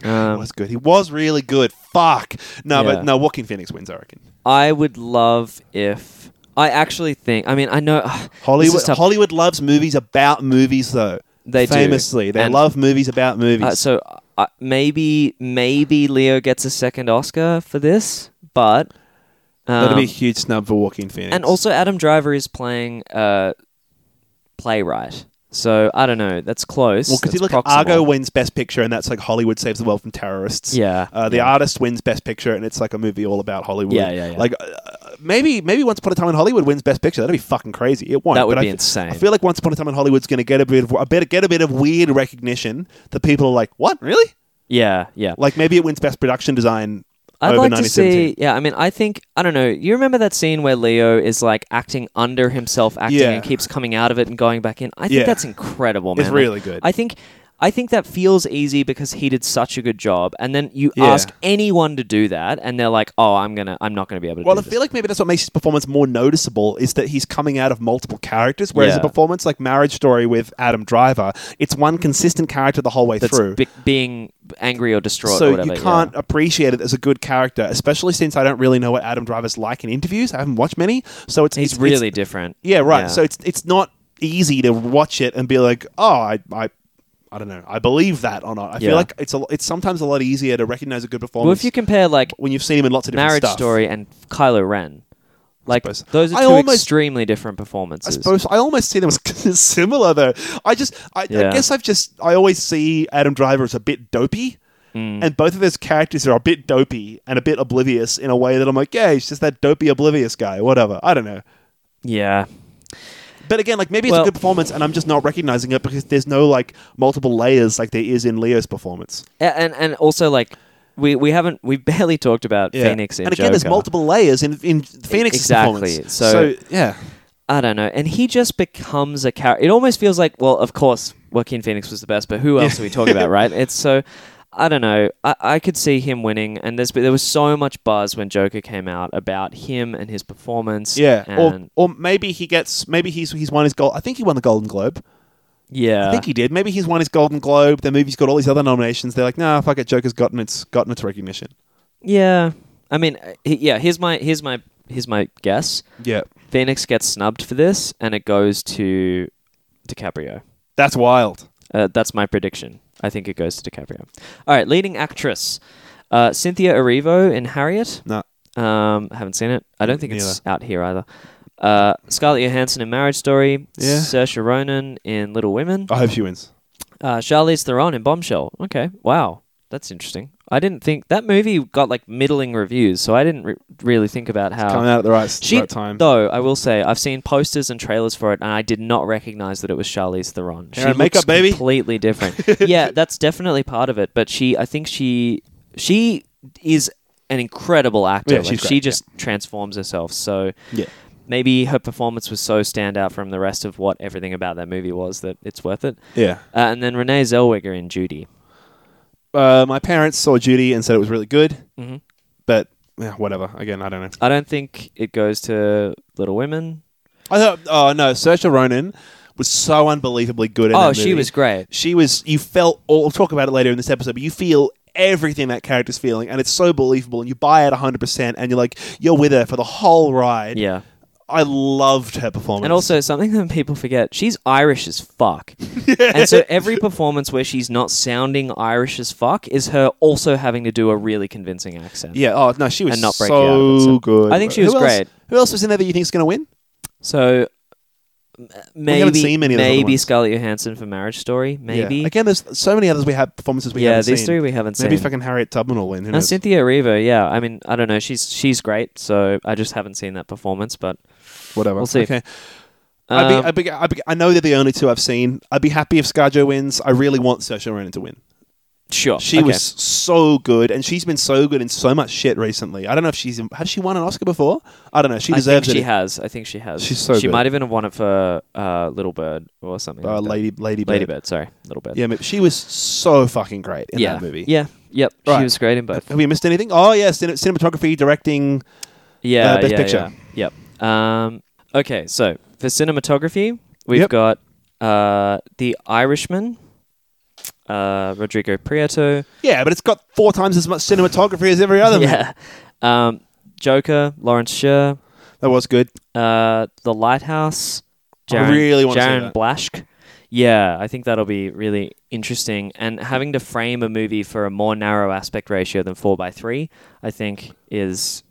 S1: He
S2: Um,
S1: was good. He was really good. Fuck. No,
S2: Yeah.
S1: but no. Walking Phoenix wins. I reckon.
S2: I would love if I actually think. I mean, I know <sighs> this
S1: Hollywood
S2: is tough.
S1: Hollywood loves movies about movies though.
S2: They do.
S1: famously they
S2: And-
S1: love movies about movies.
S2: Uh, so uh, maybe maybe Leo gets a second Oscar for this, but um,
S1: That'd be a huge snub for Walking Phoenix.
S2: and also Adam Driver is playing uh, playwright. So I don't know. That's close.
S1: well, because you
S2: That's
S1: look,
S2: proximal.
S1: Argo wins Best Picture, and that's like Hollywood saves the world from terrorists.
S2: Yeah.
S1: Uh, the
S2: yeah.
S1: artist wins Best Picture, and it's like a movie all about Hollywood.
S2: Yeah, yeah, yeah.
S1: Like uh, maybe, maybe Once Upon a Time in Hollywood wins Best Picture. That'd be fucking crazy. It won't.
S2: That would
S1: but I
S2: be
S1: fe-
S2: insane.
S1: I feel like Once Upon a Time in Hollywood's going to get a bit of a bit get a bit of weird recognition that people are like, what really?
S2: yeah, yeah.
S1: Like maybe it wins Best Production Design.
S2: I'd
S1: over
S2: like to
S1: 1917.
S2: see. Yeah, I mean, I think I don't know. You remember that scene where Leo is like acting under himself, acting
S1: Yeah.
S2: and keeps coming out of it and going back in. I think
S1: Yeah.
S2: that's incredible, man.
S1: It's
S2: Like,
S1: really good.
S2: I think, I think that feels easy because he did such a good job, and then you
S1: Yeah.
S2: ask anyone to do that, and they're like, "Oh, I'm gonna, I'm not gonna be able to."
S1: Well,
S2: do
S1: I
S2: this."
S1: feel like maybe that's what makes his performance more noticeable is that he's coming out of multiple characters. Whereas
S2: Yeah. Mm.
S1: a performance like Marriage Story with Adam Driver, it's one consistent character the whole way
S2: that's
S1: through.
S2: bi- being angry or distraught.
S1: so
S2: or whatever,
S1: you
S2: yeah.
S1: can't appreciate it as a good character, especially since I don't really know what Adam Driver's like in interviews. I haven't watched many, so it's
S2: He's
S1: it's- it's-
S2: really different.
S1: yeah right. So it's it's not easy to watch it and be like, oh, I. I I don't know. I believe that or not. I
S2: Yeah.
S1: feel like it's a, it's sometimes a lot easier to recognize a good performance
S2: well, if you compare like
S1: when you've seen him in lots of different
S2: Marriage
S1: stuff.
S2: Story and Kylo Ren, like
S1: suppose.
S2: those are
S1: I
S2: two
S1: almost-
S2: extremely different
S1: I
S2: performances.
S1: suppose I almost see them as <laughs> similar though. I just I,
S2: Yeah.
S1: I guess I've just I always see Adam Driver as a bit dopey.
S2: Hmm.
S1: And both of those characters are a bit dopey and a bit oblivious in a way that I'm like, yeah, he's just that dopey oblivious guy, whatever. I don't know.
S2: yeah.
S1: But again, like maybe it's
S2: Well-
S1: a good performance and I'm just not recognizing it because there's no like multiple layers like there is in Leo's performance.
S2: A- and and also like we we haven't we barely talked about Phoenix and,
S1: And again, there's
S2: Joker. E-
S1: multiple layers in in Phoenix's
S2: Exactly.
S1: performance.
S2: So-
S1: yeah.
S2: I don't know, and he just becomes a character. It almost feels like well, of course, Joaquin Phoenix was the best, but who else are we
S1: <laughs>
S2: talking about, right? It's so. I don't know. I, I could see him winning, and there's but there was so much buzz when Joker came out about him and his performance.
S1: Yeah,
S2: and
S1: or or maybe he gets maybe he's he's won his gold. I think he won the Golden Globe.
S2: Yeah.
S1: I think he did. Maybe he's won his Golden Globe. The movie's got all these other nominations. They're like, nah, fuck it. Joker's gotten its gotten its recognition.
S2: yeah. I mean, uh, he- yeah. Here's my here's my here's my guess.
S1: Yeah,
S2: Phoenix gets snubbed for this, and it goes to DiCaprio.
S1: that's wild.
S2: Uh, that's my prediction. I think it goes to DiCaprio. All right, leading actress uh, Cynthia Erivo in Harriet.
S1: No,
S2: Um, haven't seen it. I don't think it's out here either. Uh, Scarlett Johansson in Marriage Story.
S1: Yeah.
S2: Saoirse Ronan in Little Women.
S1: I hope she wins.
S2: Uh, Charlize Theron in Bombshell. Okay, wow, that's interesting. I didn't think that movie got like middling reviews, so I didn't re- really think about how
S1: Coming out at the right,
S2: she,
S1: right time.
S2: Though I will say, I've seen posters and trailers for it, and I did not recognize that it was Charlize Theron.
S1: Hair and makeup, baby. <laughs>
S2: completely different. yeah, that's definitely part of it. But she, I think she, she is an incredible actor.
S1: Yeah,
S2: Like,
S1: she's great,
S2: she just transforms herself. So
S1: Yeah.
S2: maybe her performance was so standout from the rest of what everything about that movie was that it's worth it.
S1: Yeah.
S2: Uh, and then Renee Zellweger in Judy.
S1: Uh, my parents saw Judy and said it was really good,
S2: Mhm.
S1: but yeah, whatever. Again, I don't know.
S2: I don't think it goes to Little Women.
S1: I thought, oh no, Saoirse Ronan was so unbelievably good. In
S2: Oh,
S1: that
S2: she
S1: movie.
S2: was great.
S1: She was. You felt. All, we'll talk about it later in this episode, but you feel everything that character's feeling, and it's so believable. And you buy it hundred percent, and you're like, you're with her for the whole ride.
S2: Yeah.
S1: I loved her performance.
S2: And also something that people forget, she's Irish as
S1: <laughs>
S2: fuck. And so every performance where she's not sounding Irish as fuck is her also having to do a really convincing accent.
S1: yeah. Oh no, she was
S2: And not break you out of it,
S1: so
S2: so-
S1: good.
S2: I think she was
S1: Who else-
S2: great.
S1: Who else was in there that you think is going to win?
S2: So m-
S1: haven't
S2: maybe
S1: seen many of those other
S2: maybe
S1: ones.
S2: Scarlett Johansson for Marriage Story, maybe.
S1: Yeah. Again, there's so many others we have performances we
S2: Yeah,
S1: haven't
S2: these
S1: seen.
S2: three we haven't
S1: Maybe
S2: seen.
S1: fucking Harriet Tubman will win. Who
S2: and
S1: knows?
S2: Cynthia Erivo, yeah. I mean, I don't know. She's she's great, so I just haven't seen that performance, but
S1: Whatever.
S2: We'll see.
S1: Okay. I'd be,
S2: um,
S1: I'd be, I'd be, I know they're the only two I've seen. I'd be happy if Scarjo wins. I really want Saoirse Ronan to win.
S2: sure.
S1: She
S2: okay.
S1: was so good, and she's been so good in so much shit recently. I don't know if she's has she won an Oscar before. I don't know. She
S2: I
S1: deserves
S2: think she
S1: it.
S2: has. I think she has.
S1: She's so
S2: She
S1: good.
S2: might even have won it for uh, Little Bird or something.
S1: uh,
S2: like that.
S1: Lady, Lady, Bird.
S2: Lady Bird, sorry, Little Bird.
S1: Yeah, ma- she was so fucking great in
S2: yeah.
S1: that movie.
S2: Yeah. Yep.
S1: Right.
S2: She was great in both.
S1: Have we missed anything? Oh yeah, cin- cinematography, directing.
S2: Yeah.
S1: Best
S2: yeah,
S1: Picture.
S2: Yeah. Yep. Um, okay, so for cinematography, we've
S1: Yep.
S2: got uh, The Irishman, uh, Rodrigo Prieto.
S1: Yeah, but it's got four times as much cinematography as every other. movie.
S2: <laughs> yeah. Um, Joker, Lawrence Sher,
S1: that was good.
S2: uh, The Lighthouse,
S1: I
S2: Jaron,
S1: really wanna see
S2: Jaron
S1: that.
S2: Blaschke. Yeah, I think that'll be really interesting. And having to frame a movie for a more narrow aspect ratio than 4x3, I think, is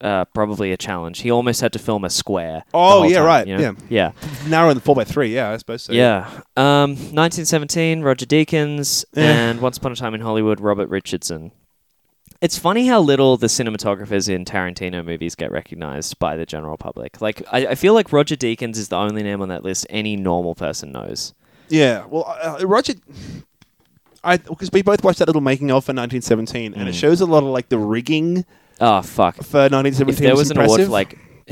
S2: uh, probably a challenge. He almost had to film a square. the
S1: Oh,
S2: whole
S1: yeah,
S2: time,
S1: right,
S2: you know?
S1: yeah.
S2: Yeah.
S1: Narrower than four by three. Yeah, I suppose so.
S2: Yeah. Um, 1917, Roger Deakins,
S1: Eh.
S2: and Once Upon a Time in Hollywood, Robert Richardson. It's funny how little the cinematographers in Tarantino movies get recognized by the general public. Like, I, I feel like Roger Deakins is the only name on that list any normal person knows.
S1: Yeah. Well, uh, Roger, I because we both watched that little making of for 1917,
S2: Mm.
S1: and it shows a lot of like the rigging
S2: Oh, fuck. If
S1: for 1917.
S2: there was an award
S1: impressive.
S2: for,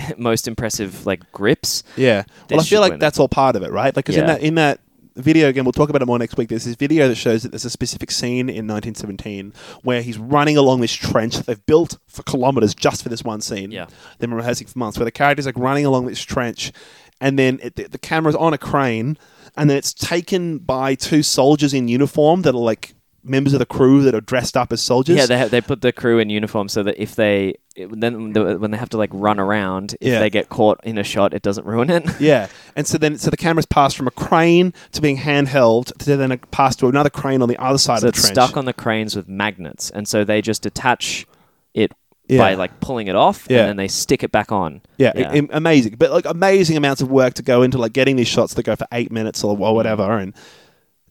S2: like, <laughs> most impressive, like, grips.
S1: yeah.
S2: they
S1: Well, I
S2: should
S1: feel like
S2: win it.
S1: that's all part of it, right? Like, 'cause
S2: Yeah.
S1: in that in that video again, we'll talk about it more next week. There's this video that shows that there's a specific scene in 1917 where he's running along this trench that they've built for kilometers just for this one scene.
S2: Yeah.
S1: They've been rehearsing for months, where the character's like running along this trench, and then it, the, the camera's on a crane, and then it's taken by two soldiers in uniform that are like members of the crew that are dressed up as soldiers.
S2: Yeah, they, ha- they put the crew in uniform so that if they, it, then the, when they have to, like, run around, if
S1: Yeah.
S2: they get caught in a shot, it doesn't ruin it. <laughs>
S1: Yeah, and so then so the camera's passed from a crane to being handheld to then it passed to another crane on the other side
S2: so
S1: of the
S2: it's
S1: trench.
S2: stuck on the cranes with magnets, and so they just attach it by
S1: Yeah.
S2: like pulling it off,
S1: Yeah.
S2: and then they stick it back on.
S1: yeah, i- im- amazing, but like amazing amounts of work to go into like getting these shots that go for eight minutes or, or whatever, and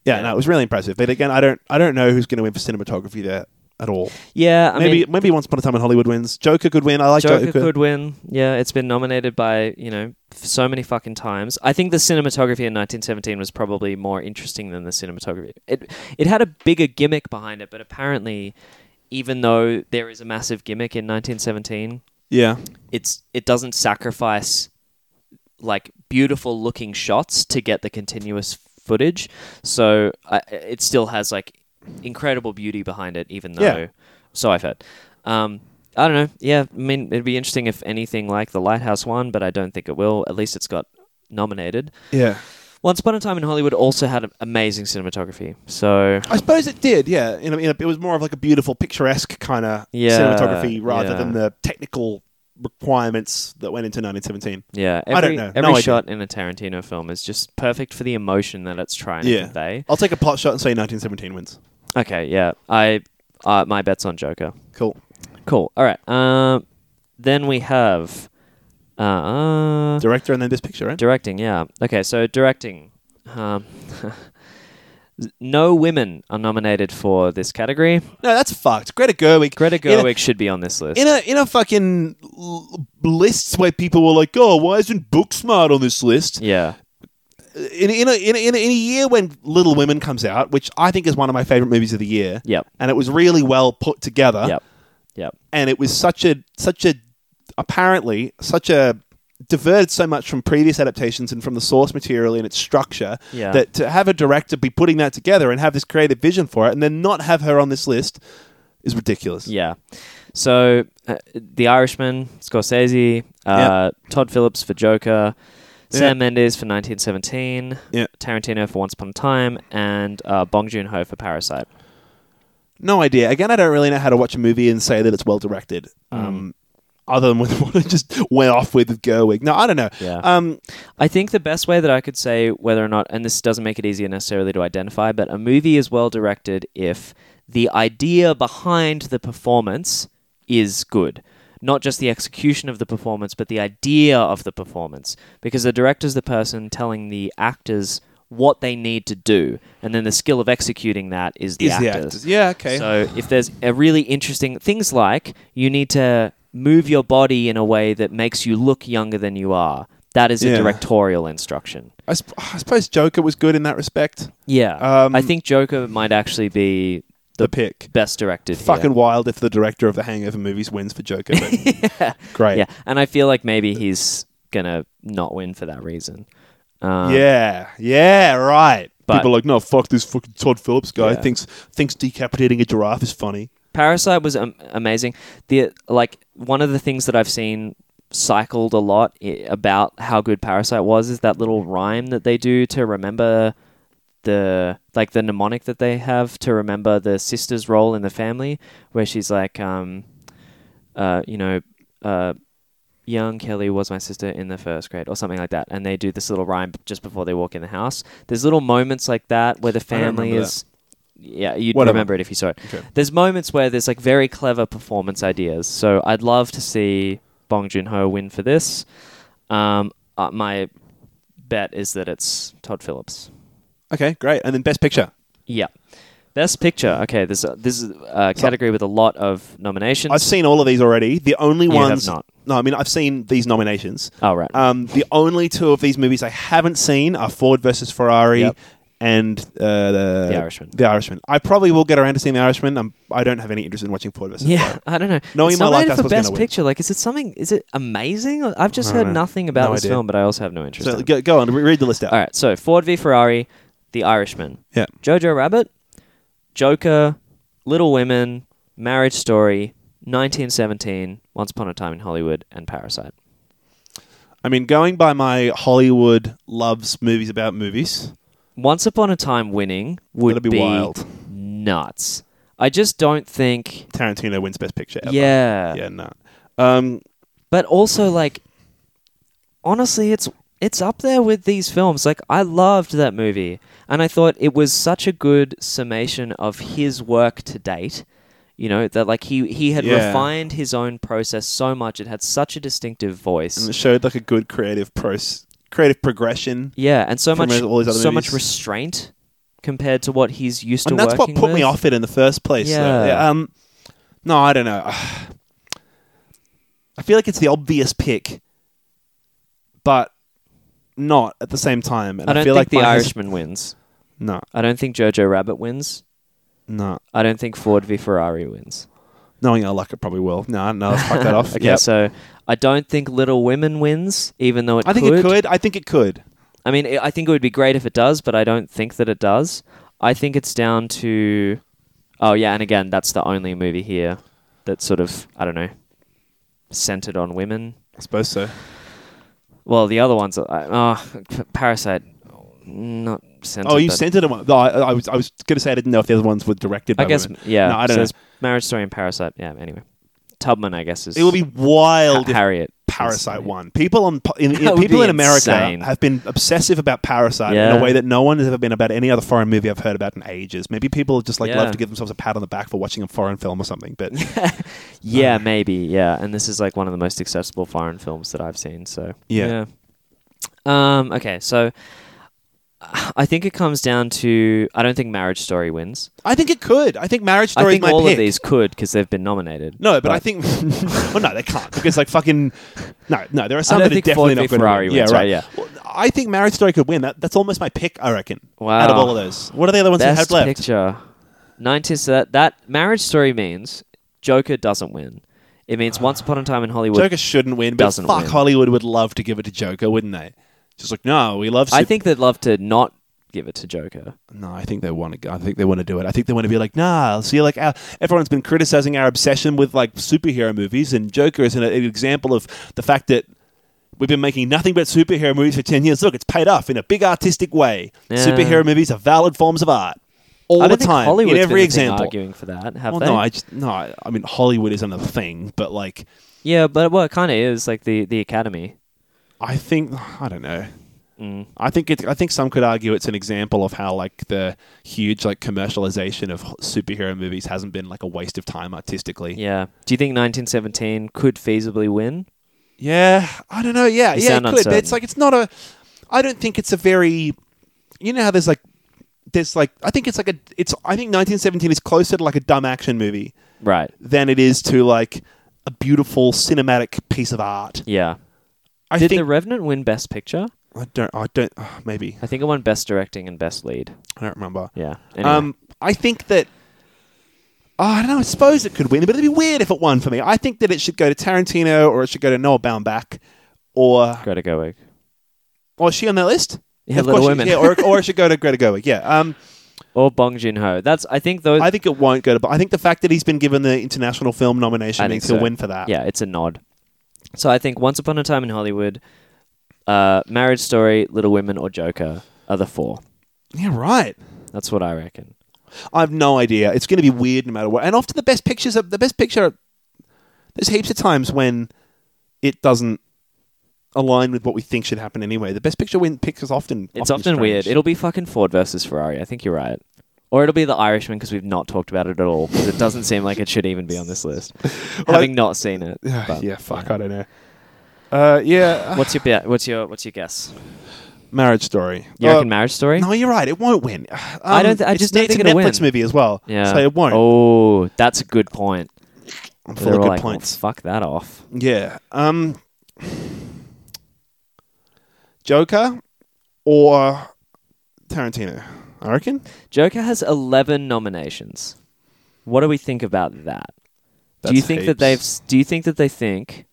S1: yeah, no, it was really impressive. But again, I don't I don't know who's going to win for cinematography there at all.
S2: yeah. I
S1: maybe
S2: mean,
S1: maybe Once Upon a Time in Hollywood wins. Joker could win. I like
S2: Joker
S1: Joker.
S2: could win. Yeah, it's been nominated by you know f- so many fucking times. I think the cinematography in 1917 was probably more interesting than the cinematography. It it had a bigger gimmick behind it, but apparently, even though there is a massive gimmick in 1917,
S1: Yeah,
S2: it's it doesn't sacrifice like beautiful looking shots to get the continuous footage. So I, it still has like incredible beauty behind it, even though.
S1: Yeah.
S2: So I've heard. Um, I don't know. Yeah, I mean, it'd be interesting if anything like the Lighthouse one, but I don't think it will. At least it's got nominated.
S1: yeah.
S2: Once Upon a Time in Hollywood also had amazing cinematography. So
S1: I suppose it did, yeah. In a, in a, it was more of like a beautiful, picturesque kind of
S2: Yeah,
S1: cinematography rather
S2: yeah.
S1: than the technical requirements that went into 1917.
S2: yeah, every,
S1: I don't know. No
S2: Every
S1: idea.
S2: shot in a Tarantino film is just perfect for the emotion that it's trying to
S1: Yeah.
S2: convey.
S1: I'll take a pot shot and say 1917 wins.
S2: Okay, yeah. I uh, my bets on Joker.
S1: Cool.
S2: Cool. All right. Um, then we have uh,
S1: Director and then this picture, right?
S2: directing. Yeah. Okay. So directing. Um, <laughs> no women are nominated for this category.
S1: no, that's fucked. Greta Gerwig.
S2: Greta
S1: In a-
S2: Gerwig should be on this list.
S1: in a in a fucking l- lists where people were like, "Oh, why isn't Booksmart on this list?" Uh,
S2: yeah.
S1: In in a, in a, in, a, in a year when Little Women comes out, which I think is one of my favorite movies of the year,
S2: Yep.
S1: and it was really well put together,
S2: Yep. Yep.
S1: and it was such a such a apparently such a diverted so much from previous adaptations and from the source material and its structure
S2: Yeah.
S1: that to have a director be putting that together and have this creative vision for it and then not have her on this list is ridiculous.
S2: Yeah. So uh, The Irishman, Scorsese, uh, Todd Phillips for Joker, Sam Mendes for 1917,
S1: Yeah.
S2: Tarantino for Once Upon a Time, and uh, Bong Joon Ho for Parasite.
S1: No idea. Again, I don't really know how to watch a movie and say that it's well directed.
S2: Mm.
S1: Um, other than with <laughs> what I just went off with with Gerwig. No, I don't know.
S2: Yeah.
S1: Um,
S2: I think the best way that I could say whether or not, and this doesn't make it easier necessarily to identify, but a movie is well directed if the idea behind the performance is good. Not just the execution of the performance, but the idea of the performance. Because the director's the person telling the actors what they need to do, and then the skill of executing that is the
S1: is the
S2: actors.
S1: actors? Yeah. Okay.
S2: So if there's a really interesting things like you need to move your body in a way that makes you look younger than you are. That is a
S1: Yeah.
S2: directorial instruction.
S1: I, sp- I suppose Joker was good in that respect.
S2: Yeah.
S1: Um,
S2: I think Joker might actually be
S1: The,
S2: the
S1: pick.
S2: best directed. here.
S1: Fucking wild if the director of the Hangover movies wins for Joker. But Great.
S2: <laughs> Yeah. And I feel like maybe he's gonna not win for that reason. Um,
S1: Yeah, yeah, right.
S2: But-
S1: People are like, no, fuck this fucking Todd Phillips guy
S2: Yeah.
S1: thinks thinks decapitating a giraffe is funny.
S2: Parasite was um, amazing. The like one of the things that I've seen cycled a lot i- about how good Parasite was is that little rhyme that they do to remember the like the mnemonic that they have to remember the sister's role in the family, where she's like, um, uh, you know, uh, young Kelly was my sister in the first grade or something like that, and they do this little rhyme just before they walk in the house. There's little moments like that where the
S1: don't
S2: family
S1: remember
S2: is. Yeah, you'd
S1: Whatever.
S2: remember it if you saw it.
S1: Okay.
S2: There's moments where there's like very clever performance ideas. So I'd love to see Bong Joon Ho win for this. Um, uh, my bet is that it's Todd Phillips.
S1: Okay, great. And then Best Picture.
S2: Yeah. Best picture. Okay, this uh, this is a category with a lot of nominations.
S1: I've seen all of these already. The only
S2: You have
S1: ones.
S2: not.
S1: No, I mean I've seen these nominations.
S2: oh right.
S1: Um, the only two of these movies I haven't seen are Ford versus Ferrari
S2: Yep.
S1: and uh, the,
S2: The Irishman.
S1: The Irishman. I probably will get around to seeing The Irishman. I'm, I don't have any interest in watching Ford versus
S2: yeah, <laughs>
S1: Ferrari.
S2: I don't know.
S1: Knowing
S2: It's
S1: my life,
S2: nominated
S1: that's
S2: for
S1: what's gonna
S2: best
S1: win.
S2: picture. Like, is it something? Is it amazing? I've just
S1: I don't
S2: heard
S1: know.
S2: nothing about
S1: No
S2: this
S1: idea.
S2: film, but I also have no interest. in
S1: So
S2: it.
S1: go, go on, re- read the list out.
S2: All right, so Ford v Ferrari, The Irishman,
S1: Yeah.
S2: Jojo Rabbit, Joker, Little Women, Marriage Story, 1917, Once Upon a Time in Hollywood, and Parasite.
S1: I mean, going by my Hollywood loves movies about movies.
S2: Once Upon a Time winning would
S1: That'd be wild.
S2: nuts. I just don't think.
S1: Tarantino wins Best Picture. Ever.
S2: Yeah.
S1: yeah, no. Um,
S2: but also like, honestly, it's it's up there with these films. Like, I loved that movie, and I thought it was such a good summation of his work to date. You know that like he he had
S1: Yeah.
S2: refined his own process so much. It had such a distinctive voice.
S1: and it showed like a good creative pros creative progression.
S2: Yeah, and so
S1: from
S2: much,
S1: all these other
S2: so
S1: movies.
S2: much restraint compared to what he's used
S1: and
S2: to.
S1: that's what
S2: working
S1: put me
S2: with.
S1: off it in the first place. though.
S2: Yeah.
S1: Um, no, I don't know. <sighs> I feel like it's the obvious pick, but not at the same time. And
S2: I
S1: I,
S2: don't
S1: feel
S2: think
S1: like
S2: the
S1: my-
S2: Irishman wins.
S1: No,
S2: I don't think Jojo Rabbit wins.
S1: no.
S2: I don't think Ford v Ferrari wins.
S1: Knowing our luck, it probably will. No, no. Let's
S2: <laughs>
S1: fuck that off.
S2: Okay,
S1: Yep.
S2: so I don't think Little Women wins, even though it
S1: I think
S2: could.
S1: it could. I think it could.
S2: I mean, i I think it would be great if it does, but I don't think that it does. I think it's down to. Oh, yeah, and again, that's the only movie here that's sort of, I don't know, centered on women.
S1: I suppose so.
S2: Well, the other ones, are, uh, oh, ah, Parasite Not scented.
S1: Oh, you
S2: but-
S1: sent it to one. I, I was, I was going to say I didn't know if the other ones were directed. By
S2: I guess.
S1: women.
S2: Yeah.
S1: No, I don't
S2: so
S1: know.
S2: it's Marriage Story and Parasite. Yeah. Anyway, Tubman, I guess is.
S1: It would be
S2: Ha-
S1: wild if
S2: Harriet.
S1: Parasite won. People on po- in, in-
S2: That would
S1: people
S2: be
S1: in America
S2: insane.
S1: have been obsessive about Parasite in
S2: Yeah.
S1: a way that no one has ever been about any other foreign movie I've heard about in ages. Maybe people just like love
S2: Yeah.
S1: to give themselves a pat on the back for watching a foreign film or something. But <laughs> Um,
S2: Yeah, maybe. Yeah, and this is like one of the most accessible foreign films that I've seen. So
S1: Yeah.
S2: Yeah. Um. Okay. So. I think it comes down to I don't think Marriage Story wins.
S1: I think it could. I think Marriage
S2: I
S1: Story
S2: think
S1: is my
S2: all
S1: pick.
S2: of these could because they've been nominated.
S1: No, but, I
S2: <laughs>
S1: think. well, no, they can't because like fucking. No, no, there are some
S2: don't
S1: that are
S2: think
S1: definitely
S2: Ford
S1: not
S2: v
S1: going
S2: Ferrari
S1: to win.
S2: wins,
S1: yeah,
S2: right, yeah.
S1: Well, I think Marriage Story could win. That, that's almost my pick. I reckon.
S2: Wow.
S1: Out of all of those, what are the other ones
S2: Best
S1: that have left?
S2: picture. Nineties. So that that Marriage Story means Joker doesn't win. It means Once Upon a Time in Hollywood.
S1: Joker shouldn't win, but
S2: Doesn't
S1: fuck,
S2: win.
S1: Hollywood would love to give it to Joker, wouldn't they? Just like no, we love.
S2: I
S1: Sup-
S2: think they'd love to not give it to Joker.
S1: No, I think they want to. I think they want to do it. I think they want to be like, nah. See, like our, everyone's been criticizing our obsession with like superhero movies, and Joker is an, an example of the fact that we've been making nothing but superhero movies for ten years. Look, it's paid off in a big artistic way.
S2: Yeah.
S1: Superhero movies are valid forms of art all
S2: I
S1: the
S2: don't think
S1: time
S2: Hollywood's
S1: in every
S2: been
S1: example.
S2: arguing for that. Have
S1: Well,
S2: they?
S1: no, I just no. I I mean, Hollywood is another thing, but like,
S2: yeah, but well, it kind of is like the the Academy.
S1: I think I don't know.
S2: Mm.
S1: I think it, I think some could argue it's an example of how like the huge like commercialization of superhero movies hasn't been like a waste of time artistically.
S2: Yeah. Do you think 1917 could feasibly win?
S1: Yeah, I don't know. Yeah,
S2: You
S1: yeah, it
S2: sound
S1: could. But
S2: uncertain.
S1: it's like it's not a. I don't think it's a very. You know how there's like, there's like I think it's like a it's I think 1917 is closer to like a dumb action movie
S2: Right.
S1: than it is to like a beautiful cinematic piece of art.
S2: Yeah.
S1: I
S2: Did
S1: think
S2: The Revenant win Best Picture?
S1: I don't I don't oh, maybe
S2: I think it won Best Directing and Best Lead.
S1: I don't remember.
S2: Yeah. Anyway.
S1: Um, I think that. Oh, I don't know. I suppose it could win, but it'd be weird if it won for me. I think that it should go to Tarantino, or it should go to Noah Baumbach, or
S2: Greta Gerwig.
S1: or is she on that list?
S2: Yeah,
S1: Of
S2: Little
S1: course she-
S2: Women.
S1: yeah, or, or it should go to Greta Gerwig. Yeah.
S2: <laughs>
S1: Um,
S2: Or Bong Joon Ho. That's I think those.
S1: I think it won't go to. But I think the fact that he's been given the international film nomination
S2: I think
S1: means he'll
S2: so.
S1: win for that.
S2: yeah, it's a nod. So I think Once Upon a Time in Hollywood, uh, Marriage Story, Little Women, or Joker are the four.
S1: Yeah. Right.
S2: That's what I reckon.
S1: I have no idea. It's going to be weird no matter what. And often the best pictures are the best picture. There's heaps of times when it doesn't align with what we think should happen anyway. The best picture win picks is often.
S2: It's often
S1: strange.
S2: weird. It'll be fucking Ford versus Ferrari. I think you're right. Or it'll be The Irishman because we've not talked about it at all. 'cause it doesn't seem like it should even be on this
S1: <laughs>
S2: list, having not seen it.
S1: <sighs>
S2: but-
S1: yeah. Fuck. I don't know. Uh, yeah.
S2: What's your bet- what's your what's your guess?
S1: Marriage Story.
S2: You
S1: Uh,
S2: reckon Marriage Story?
S1: No, you're right. It won't win. Um,
S2: I don't th- I
S1: it's-
S2: just don't
S1: it's
S2: think
S1: a
S2: it'll
S1: Netflix
S2: win.
S1: movie as well.
S2: yeah.
S1: So it won't.
S2: Oh, that's a good point.
S1: I'm full
S2: They're
S1: of
S2: all
S1: good
S2: like, well,
S1: points.
S2: fuck that off.
S1: Yeah. Um Joker or Tarantino, I reckon.
S2: Joker has 11 nominations. What do we think about that? do you
S1: That's
S2: think
S1: heaps.
S2: that they've do you think that they think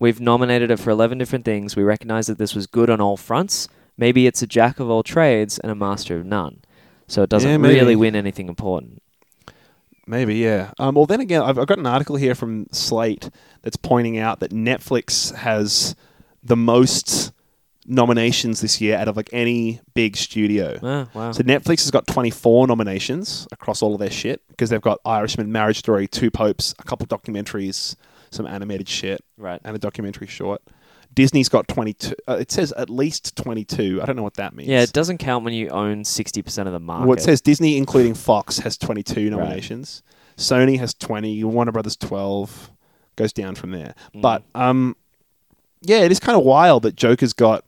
S2: we've nominated it for 11 different things. We recognize that this was good on all fronts. Maybe it's a jack of all trades and a master of none. So
S1: Yeah,
S2: it doesn't
S1: maybe.
S2: really win anything important.
S1: Maybe, yeah. Um, well, then again, I've, I've got an article here from Slate that's pointing out that Netflix has the most nominations this year out of like any big studio.
S2: Oh, wow.
S1: So Netflix has got 24 nominations across all of their shit because they've got Irishman, Marriage Story, Two Popes, a couple documentaries, some animated shit.
S2: right.
S1: and a documentary short. Disney's got 22. Uh, it says at least 22. I don't know what that means.
S2: Yeah, it doesn't count when you own 60% of the market.
S1: well, it says Disney, including Fox, has 22 nominations. Sony has 20. Warner Brothers 12. Goes down from there.
S2: Mm.
S1: But um, yeah, it is kind of wild that Joker's got.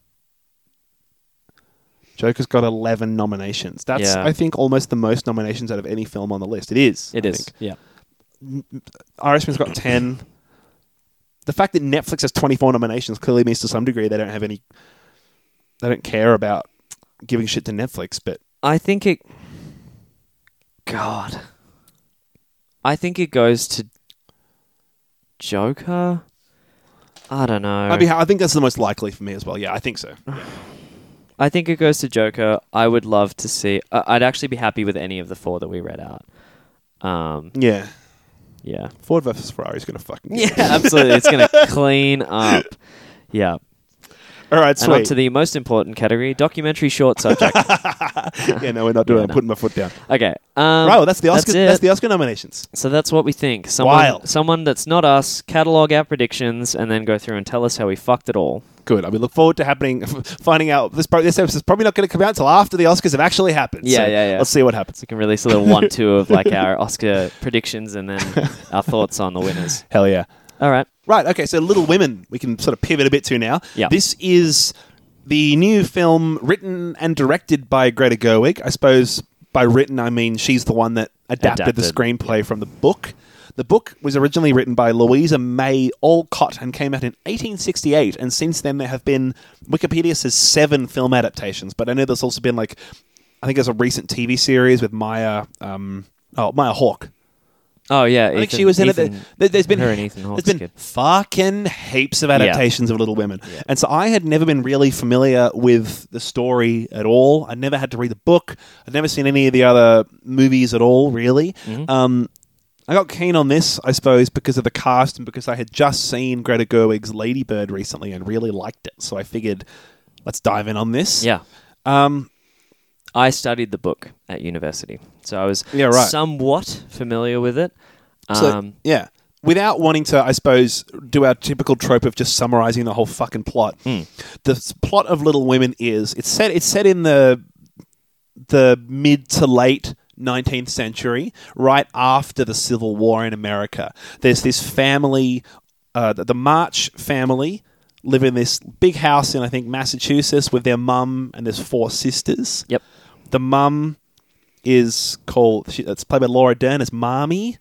S1: Joker's got 11 nominations. That's,
S2: Yeah.
S1: I think, almost the most nominations out of any film on the list. It is.
S2: It
S1: I
S2: is.
S1: think.
S2: Yeah.
S1: Irishman's got 10. The fact that Netflix has 24 nominations clearly means to some degree they don't have any. They don't care about giving shit to Netflix, but
S2: I think it. God. I think it goes to Joker. I don't know.
S1: I'd be, I think that's the most likely for me as well. Yeah, I think so.
S2: I think it goes to Joker. I would love to see. I I'd actually be happy with any of the four that we read out. Um,
S1: Yeah.
S2: yeah.
S1: Ford
S2: <laughs>
S1: versus Ferrari is going to fucking. <laughs>
S2: Yeah, absolutely. It's going to clean up. Yeah.
S1: All right,
S2: And on
S1: sweet.
S2: to the most important category documentary
S1: <laughs>
S2: short subject.
S1: yeah, no, we're not doing. it. I'm
S2: no.
S1: putting my foot down.
S2: okay. Um,
S1: Right, well, that's the Oscar.
S2: it.
S1: That's, the Oscar nominations.
S2: So that's what we think. Someone,
S1: Wild.
S2: someone that's not us, catalog our predictions, and then go through and tell us how we fucked it all.
S1: Good. I mean, look forward to happening, <laughs> finding out this pro- this episode's probably not going to come out until after the Oscars have actually happened.
S2: Yeah,
S1: So
S2: yeah, yeah.
S1: Let's see what happens.
S2: So we can release a little one-two of
S1: <laughs>
S2: like our Oscar predictions and then our thoughts on the winners.
S1: Hell yeah.
S2: All right.
S1: Right. Okay. So, Little Women, we can sort of pivot a bit to now.
S2: Yeah.
S1: This is the new film written and directed by Greta Gerwig. I suppose by written, I mean she's the one that adapted, the
S2: Adapted,
S1: screenplay from the book. The book was originally written by Louisa May Alcott and came out in 1868. And since then, there have been Wikipedia says seven film adaptations, but I know there's also been like I think there's a recent TV series with Maya. Um, oh, Maya Hawke.
S2: Oh yeah,
S1: I think she was in it. There, has been
S2: her and Ethan Hawke's
S1: there's been
S2: good.
S1: fucking heaps of adaptations of Little Women, and so I had never been really familiar with the story at all. I'd never had to read the book. I'd never seen any of the other movies at all, really.
S2: Mm-hmm.
S1: Um, I got keen on this, I suppose, because of the cast and because I had just seen Greta Gerwig's Lady Bird recently and really liked it. So I figured, let's dive in on this.
S2: Yeah,
S1: Um,
S2: I studied the book at university, so I was
S1: Yeah, right.
S2: somewhat familiar with it.
S1: So,
S2: Um,
S1: yeah. Without wanting to, I suppose, do our typical trope of just summarizing the whole fucking plot.
S2: Hmm.
S1: The s- plot of Little Women is it's set it's set in the the mid to late 19th century, right after the Civil War in America. There's this family, uh, the the March family, live in this big house in I think Massachusetts with their mum and there's four sisters.
S2: Yep.
S1: The mum is called. She, it's played by Laura Dern as Marmy.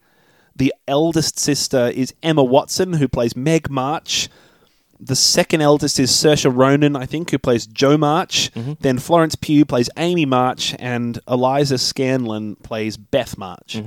S1: The eldest sister is Emma Watson, who plays Meg March. The second eldest is Saoirse Ronan, I think, who plays Joe March. Then Florence Pugh plays Amy March, and Eliza Scanlon plays Beth March.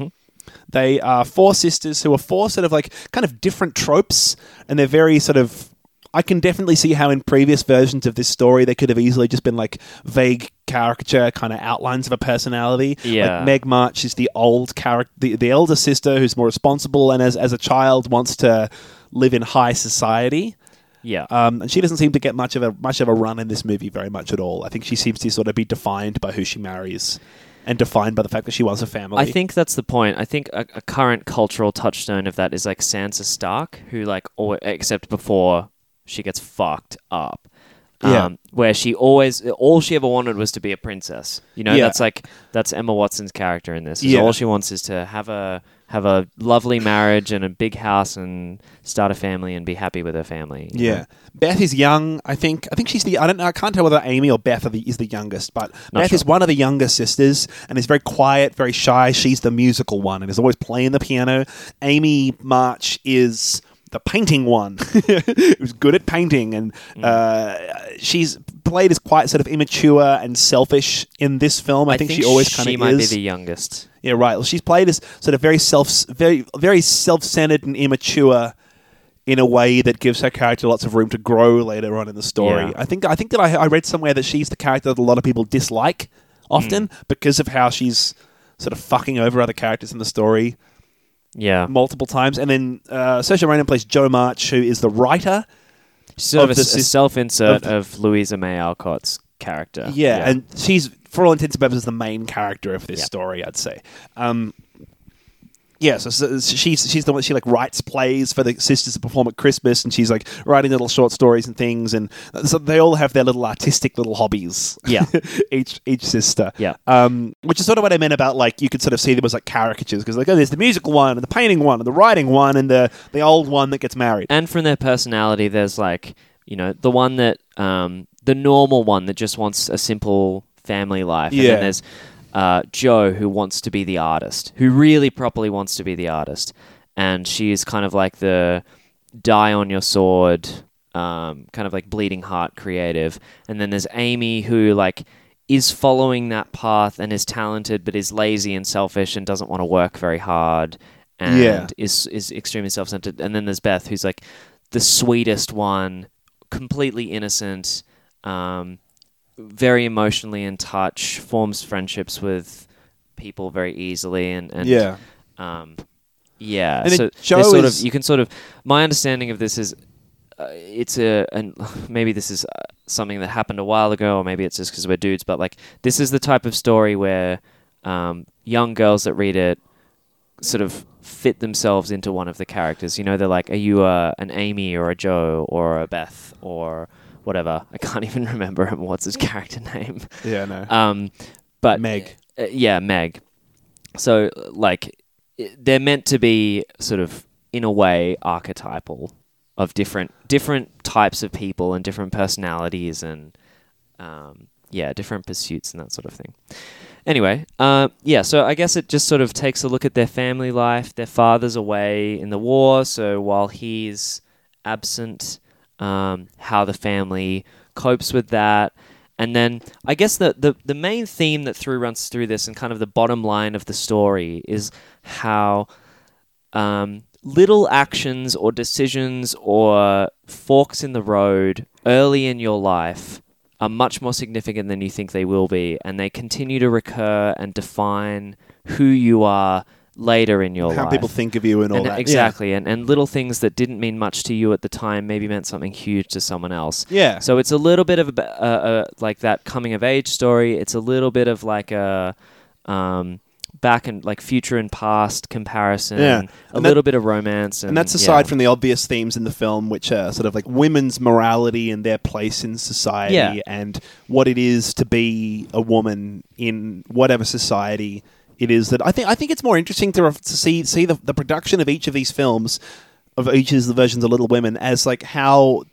S1: They are four sisters who are four sort of like kind of different tropes, and they're very sort of. I can definitely see how in previous versions of this story they could have easily just been like vague caricature kind of outlines of a personality.
S2: Yeah.
S1: Like Meg March is the old character, the, the elder sister who's more responsible and as, as a child wants to live in high society.
S2: yeah,
S1: Um, and she doesn't seem to get much of a much of a run in this movie very much at all. I think she seems to sort of be defined by who she marries and defined by the fact that she wants a family.
S2: I think that's the point. I think a, a current cultural touchstone of that is like Sansa Stark, who like or, except before she gets fucked up. Um,
S1: Yeah.
S2: where she always all she ever wanted was to be a princess. You know,
S1: Yeah.
S2: that's like that's Emma Watson's character in this. Is
S1: Yeah.
S2: All she wants is to have a have a lovely marriage and a big house and start a family and be happy with her family. you know?
S1: Yeah, Beth is young. I think. I think she's the. I don't know. I can't tell whether Amy or Beth are the, is the youngest, but
S2: Not
S1: Beth
S2: sure.
S1: is one of the younger sisters and is very quiet, very shy. She's the musical one and is always playing the piano. Amy March is the painting
S2: <laughs>
S1: one, <laughs> who's good at painting, and
S2: Mm.
S1: uh, she's played as quite sort of immature and selfish in this film. I, think, she always kind
S2: she
S1: of
S2: might
S1: is.
S2: be the youngest.
S1: Yeah, right. Well, she's played as sort of very self, very, very self-centered and immature in a way that gives her character lots of room to grow later on in the story.
S2: Yeah.
S1: I think I think that I, I read somewhere that she's the character that a lot of people dislike often because of how she's sort of fucking over other characters in the story
S2: Yeah,
S1: multiple times. And then uh, Saoirse Ronan plays Joe March, who is the writer.
S2: sort of,
S1: of
S2: a,
S1: the
S2: s- a
S1: sis-
S2: self-insert
S1: of-
S2: of, Louisa May Alcott's character.
S1: Yeah, and she's for all intents and purposes the main character of this
S2: Yeah.
S1: story, I'd say. Um, yeah, so, so she's she's the one she like writes plays for the sisters to perform at Christmas, and she's like writing little short stories and things, and so they all have their little artistic little hobbies.
S2: Yeah.
S1: <laughs> each each sister.
S2: Yeah.
S1: um, which is sort of what I meant about like you could sort of see them as like caricatures because like oh, there's the musical one and the painting one and the writing one and the the old one that gets married.
S2: and from their personality, there's like you know the one that um, the normal one that just wants a simple family life. And
S1: Yeah.
S2: then there's uh, Joe who wants to be the artist, who really properly wants to be the artist, and she is kind of like the die on your sword, um, kind of like bleeding heart creative. And then there's Amy who like is following that path and is talented but is lazy and selfish and doesn't want to work very hard and
S1: Yeah.
S2: is is extremely self centered. And then there's Beth, who's like the sweetest one, completely innocent, um, very emotionally in touch, forms friendships with people very easily, and, and
S1: yeah,
S2: um, yeah.
S1: And
S2: so
S1: it- Joe
S2: there's sort
S1: is-
S2: of you can sort of my understanding of this is uh, it's a and <sighs> maybe this is uh, something that happened a while ago, or maybe it's just because we're dudes. But like, this is the type of story where um, young girls that read it sort of fit themselves into one of the characters. You know, they're like, "Are you uh, an Amy or a Joe or a Beth or whatever?" I can't <laughs> even remember him. What's his character name?
S1: Yeah, no.
S2: Um, but
S1: Meg.
S2: uh, yeah, Meg. So like, i- they're meant to be sort of in a way archetypal of different different types of people and different personalities and um, yeah, different pursuits and that sort of thing. Anyway, uh, yeah, so I guess it just sort of takes a look at their family life. Their father's away in the war, so while he's absent, um, how the family copes with that. And then I guess the, the, the main theme that through runs through this and kind of the bottom line of the story is how um, little actions or decisions or forks in the road early in your life are much more significant than you think they will be, and they continue to recur and define who you are later in your
S1: How
S2: life.
S1: people think of you and all
S2: And
S1: that.
S2: Exactly, and, and little things that didn't mean much to you at the time maybe meant something huge to someone else.
S1: Yeah.
S2: So it's a little bit of a, ba- uh, uh, like that coming of age story. It's a little bit of like a um, back and like future and past comparison.
S1: Yeah.
S2: A
S1: And that-
S2: little bit of romance. And,
S1: And that's
S2: yeah.
S1: aside from the obvious themes in the film, which are sort of like women's morality and their place in society
S2: Yeah.
S1: and what it is to be a woman in whatever society it is that I think I think it's more interesting to, ref- to see see the, the production of each of these films of each of the versions of Little Women as like how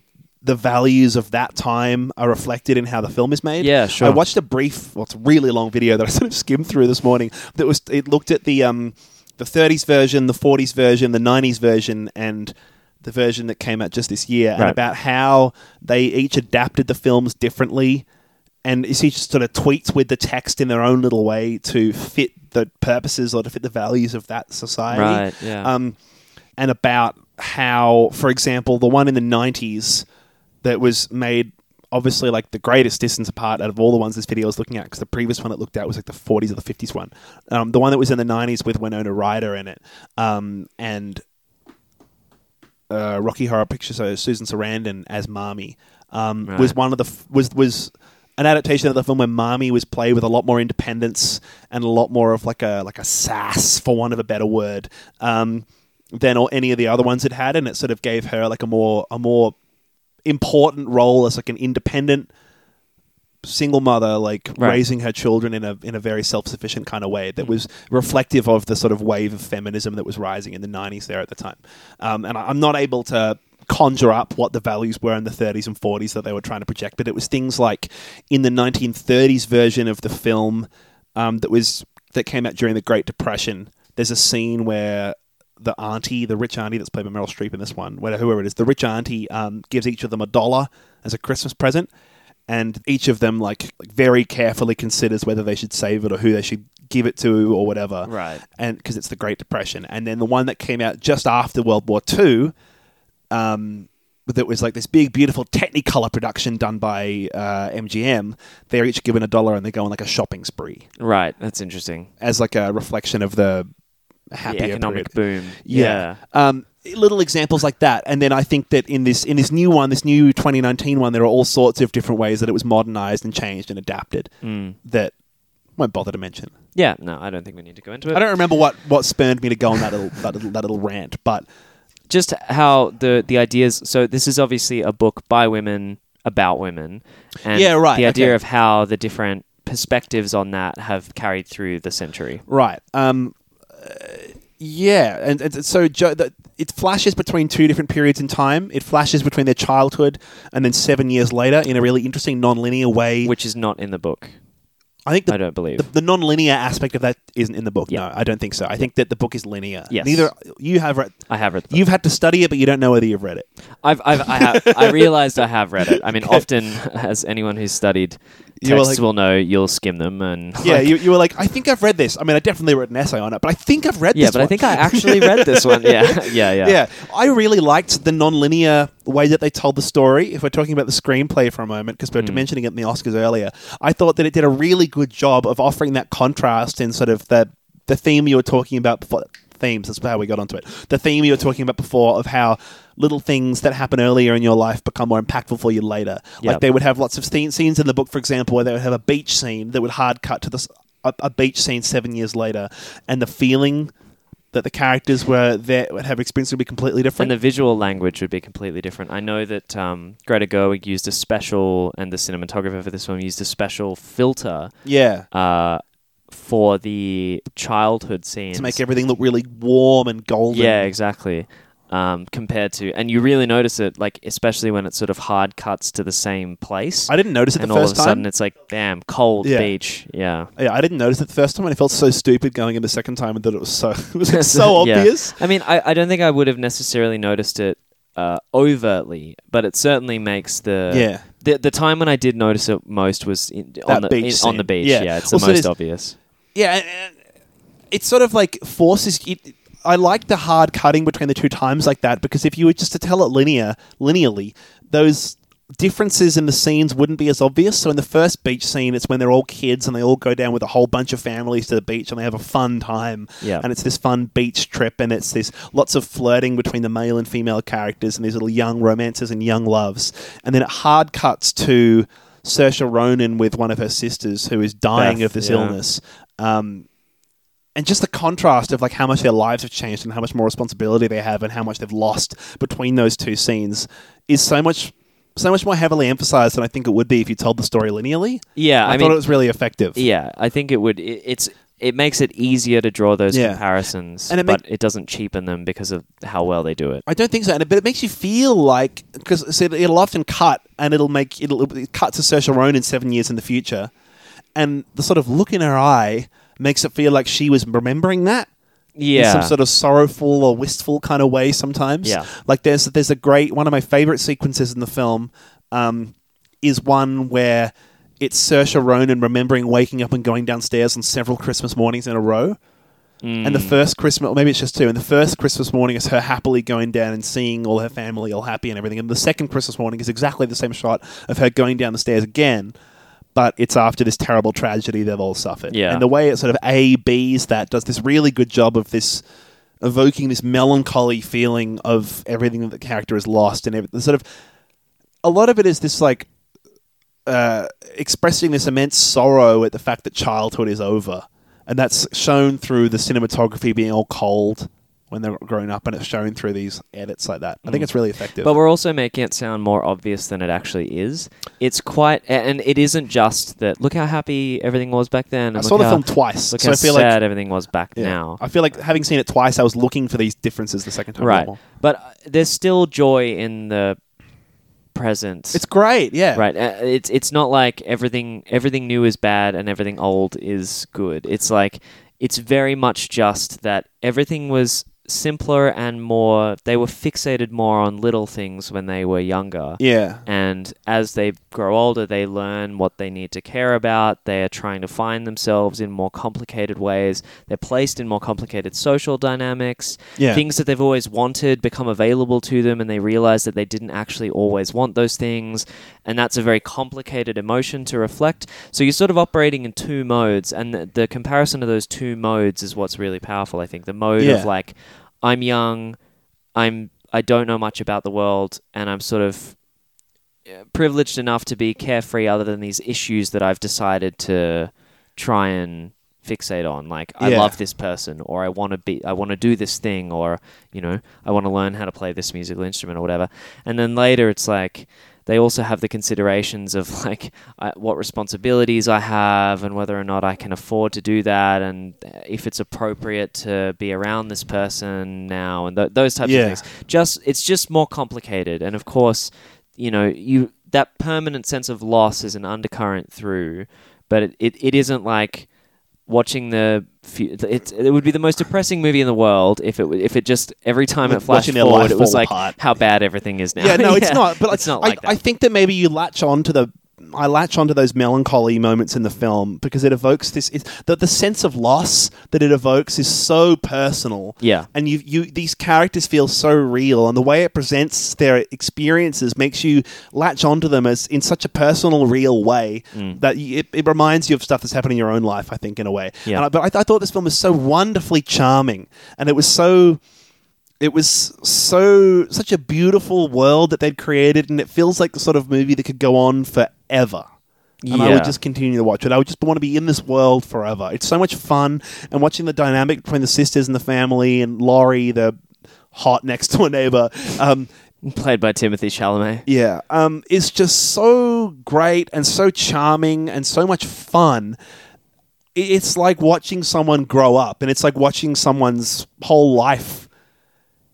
S1: the values of that time are reflected in how the film is made.
S2: Yeah, sure.
S1: I watched a brief, well, it's a really long video that I <laughs> sort of skimmed through this morning. That was it looked at the um, the 30s version, the 40s version, the 90s version, and the version that came out just this year, and
S2: Right.
S1: about how they each adapted the films differently, and it's each sort of tweets with the text in their own little way to fit the purposes or to fit the values of that society
S2: Right, yeah.
S1: um, and about how, for example, the one in the 90s that was made obviously like the greatest distance apart out of all the ones this video is looking at because the previous one it looked at was like the 40s or the 50s one. Um, the one that was in the 90s with Winona Ryder in it um, and uh, Rocky Horror Picture Show, Susan Sarandon as Marmy, um,
S2: Right.
S1: was one of the f- was was an adaptation of the film where Marmy was played with a lot more independence and a lot more of like a like a sass, for want of a better word, um, than or any of the other ones it had, and it sort of gave her like a more a more important role as like an independent single mother like
S2: Right.
S1: raising her children in a in a very self-sufficient kind of way that was reflective of the sort of wave of feminism that was rising in the 90s there at the time um, and I, i'm not able to conjure up what the values were in the 30s and 40s that they were trying to project but it was things like in the 1930s version of the film um, that was that came out during the great depression there's a scene where the auntie, the rich auntie that's played by Meryl Streep in this one, whatever- whoever it is, the rich auntie um, gives each of them a dollar as a Christmas present, and each of them like very carefully considers whether they should save it or who they should give it to or whatever,
S2: Right.
S1: And because it's the Great Depression, and then the one that came out just after World War Two, um, that was like this big, beautiful Technicolor production done by uh, MGM. They're each given a dollar and they go on like a shopping spree
S2: Right. That's interesting.
S1: as like a reflection of the
S2: The
S1: happier period.
S2: economic boom.
S1: Yeah. Um, little examples like that, and then I think that in this in this new one, this new 2019 one, there are all sorts of different ways that it was modernized and changed and adapted that won't bother to mention.
S2: Yeah. No, I don't think we need to go into it.
S1: I don't remember what what spurned me to go on that little that little, that little rant, but
S2: just how the the ideas. So this is obviously a book by women about women, and
S1: Yeah, right,
S2: The idea
S1: okay.
S2: of how the different perspectives on that have carried through the century.
S1: right. Um, uh, yeah, and, and so Joe, the, it flashes between two different periods in time. It flashes between their childhood and then seven years later in a really interesting non-linear way.
S2: which is not in the book.
S1: I think the
S2: I don't believe.
S1: the, the non-linear aspect of that isn't in the book.
S2: Yeah.
S1: No, I don't think so. I think that the book is linear.
S2: Yes.
S1: Neither you have read.
S2: I have read. The book.
S1: You've had to study it, but you don't know whether you've read it.
S2: I've, I've, I have.
S1: <laughs>
S2: I realized I have read it. I mean, often, as anyone who's studied
S1: You were
S2: texts
S1: like-
S2: will know, you'll skim them and
S1: Yeah,
S2: like-
S1: you, you were like, I think I've read this. I mean, I definitely wrote an essay on it, but I think I've read
S2: yeah.
S1: this.
S2: But I
S1: one.
S2: think I actually read
S1: <laughs>
S2: this one. Yeah, yeah, yeah.
S1: yeah, I really liked the non-linear way that they told the story. If we're talking about the screenplay for a moment, because we were mentioning it in the Oscars earlier, I thought that it did a really good job of offering that contrast and sort of the the theme you were talking about before, themes. That's how we got onto it. The theme you were talking about before of how little things that happen earlier in your life become more impactful for you later. Like
S2: Yep.
S1: they would have lots of scene- scenes in the book, for example, where they would have a beach scene that would hard cut to this a, a beach scene seven years later, and the feeling that the characters were there would have experienced would be completely different.
S2: And the visual language would be completely different. I know that um, Greta Gerwig used a special, and the cinematographer for this film used a special filter
S1: yeah.
S2: uh, for the childhood scenes.
S1: To make everything look really warm and golden.
S2: yeah, exactly. Um, compared to, and you really notice it, like especially when it sort of hard cuts to the same place,
S1: I didn't notice it
S2: and
S1: the
S2: all of
S1: first
S2: a sudden
S1: time.
S2: it's like, damn, cold
S1: Yeah.
S2: beach.
S1: <laughs>
S2: Yeah,
S1: Yeah, I didn't notice it the first time, and I felt so stupid going in the second time that it was so <laughs> it
S2: <laughs>
S1: was like, so
S2: Yeah.
S1: obvious.
S2: I mean, I, I don't think I would have necessarily noticed it uh, overtly, but it certainly makes the
S1: Yeah.
S2: the, the time when I did notice it most was in, on the
S1: beach
S2: in- on the
S1: scene.
S2: beach.
S1: Yeah.
S2: Yeah, it's the
S1: Also,
S2: most
S1: there's-
S2: obvious.
S1: Yeah, and- and it's sort of like forces. It, I like the hard cutting between the two times like that because if you were just to tell it linear, linearly, those differences in the scenes wouldn't be as obvious. So in the first beach scene, it's when they're all kids and they all go down with a whole bunch of families to the beach and they have a fun time.
S2: Yeah.
S1: and it's this fun beach trip and it's this lots of flirting between the male and female characters and these little young romances and young loves. And then it hard cuts to Saoirse Ronan with one of her sisters who is dying
S2: Beth,
S1: of this
S2: yeah.
S1: illness. Um, and just the contrast of like how much their lives have changed and how much more responsibility they have and how much they've lost between those two scenes is so much so much more heavily emphasized than I think it would be if you told the story linearly.
S2: Yeah,
S1: I,
S2: I,
S1: thought
S2: mean,
S1: it was really effective.
S2: yeah, I think it would. It, it's it makes it easier to draw those
S1: Yeah.
S2: comparisons,
S1: And it
S2: but it doesn't cheapen them because of how well they do it.
S1: I don't think so, and it, but it makes you feel like because it, it'll often cut and it'll make it'll it cut to Saoirse Ronan seven years in the future, and the sort of look in her eye makes it feel like she was remembering that. in
S2: Yeah,
S1: some sort of sorrowful or wistful kind of way sometimes.
S2: Yeah.
S1: Like there's there's a great one of my favorite sequences in the film um, is one where it's Saoirse Ronan remembering waking up and going downstairs on several Christmas mornings in a row. And the first Christmas, or maybe it's just two. And the first Christmas morning is her happily going down and seeing all her family all happy and everything. And the second Christmas morning is exactly the same shot of her going down the stairs again, but it's after this terrible tragedy they've all suffered.
S2: Yeah.
S1: And the way it sort of A B's that does this really good job of this evoking this melancholy feeling of everything that the character has lost and everything. Sort of a lot of it is this like uh, expressing this immense sorrow at the fact that childhood is over, and that's shown through the cinematography being all cold when they're grown up, and it's shown through these edits like that. I think it's really effective.
S2: Mm. But we're also making it sound more obvious than it actually is. It's quite, a- and it isn't just that. Look how happy everything was back then. And
S1: I
S2: look
S1: saw the
S2: how-
S1: film twice,
S2: Look
S1: so
S2: how
S1: I feel
S2: sad
S1: like
S2: everything was back
S1: yeah.
S2: now.
S1: I feel like having seen it twice, I was looking for these differences the second time.
S2: Right,
S1: More.
S2: but uh, there's still joy in the present.
S1: It's great, yeah.
S2: right. Uh, it's it's not like everything everything new is bad and everything old is good. It's like it's very much just that everything was simpler and more. They were fixated more on little things when they were younger.
S1: Yeah.
S2: And as they grow older, they learn what they need to care about. They are trying to find themselves in more complicated ways. They're placed in more complicated social dynamics.
S1: Yeah.
S2: Things that they've always wanted become available to them, and they realize that they didn't actually always want those things. And that's a very complicated emotion to reflect. So you're sort of operating in two modes, and the, the comparison of those two modes is what's really powerful, I think. The mode
S1: Yeah.
S2: of like, I'm young, I'm. I don't know much about the world, and I'm sort of privileged enough to be carefree other than these issues that I've decided to try and fixate on like I
S1: Yeah.
S2: love this person or I want to be I want to do this thing or you know I want to learn how to play this musical instrument or whatever and then later it's like they also have the considerations of <laughs> like I, what responsibilities I have and whether or not I can afford to do that and uh, if it's appropriate to be around this person now and th- those types
S1: Yeah.
S2: of things just it's just more complicated and of course you know you that permanent sense of loss is an undercurrent through but it, it, it isn't like watching the fu- it, it would be the most depressing movie in the world if it w- if it just every time it flashed
S1: Watching their life
S2: forward it was
S1: fall
S2: like
S1: apart.
S2: how bad everything is now <laughs>
S1: Yeah, no, it's not. But
S2: it's not
S1: I,
S2: like that
S1: I think that maybe you latch on to the I latch onto those melancholy moments in the film because it evokes this it, the, the sense of loss that it evokes is so personal.
S2: Yeah.
S1: and you you these characters feel so real, and the way it presents their experiences makes you latch onto them as in such a personal, real way
S2: Mm.
S1: that you, it, it reminds you of stuff that's happened in your own life. I think in a way.
S2: Yeah.
S1: And I, but I, I thought this film was so wonderfully charming, and it was so it was so such a beautiful world that they'd created, and it feels like the sort of movie that could go on forever. And I
S2: Yeah.
S1: would just continue to watch it. I would just want to be in this world forever. It's so much fun, and watching the dynamic between the sisters and the family, and Laurie, the hot next door neighbor. Um,
S2: Played by Timothy Chalamet.
S1: yeah, um, is just so great and so charming and so much fun. I- It's like watching someone grow up, and it's like watching someone's whole life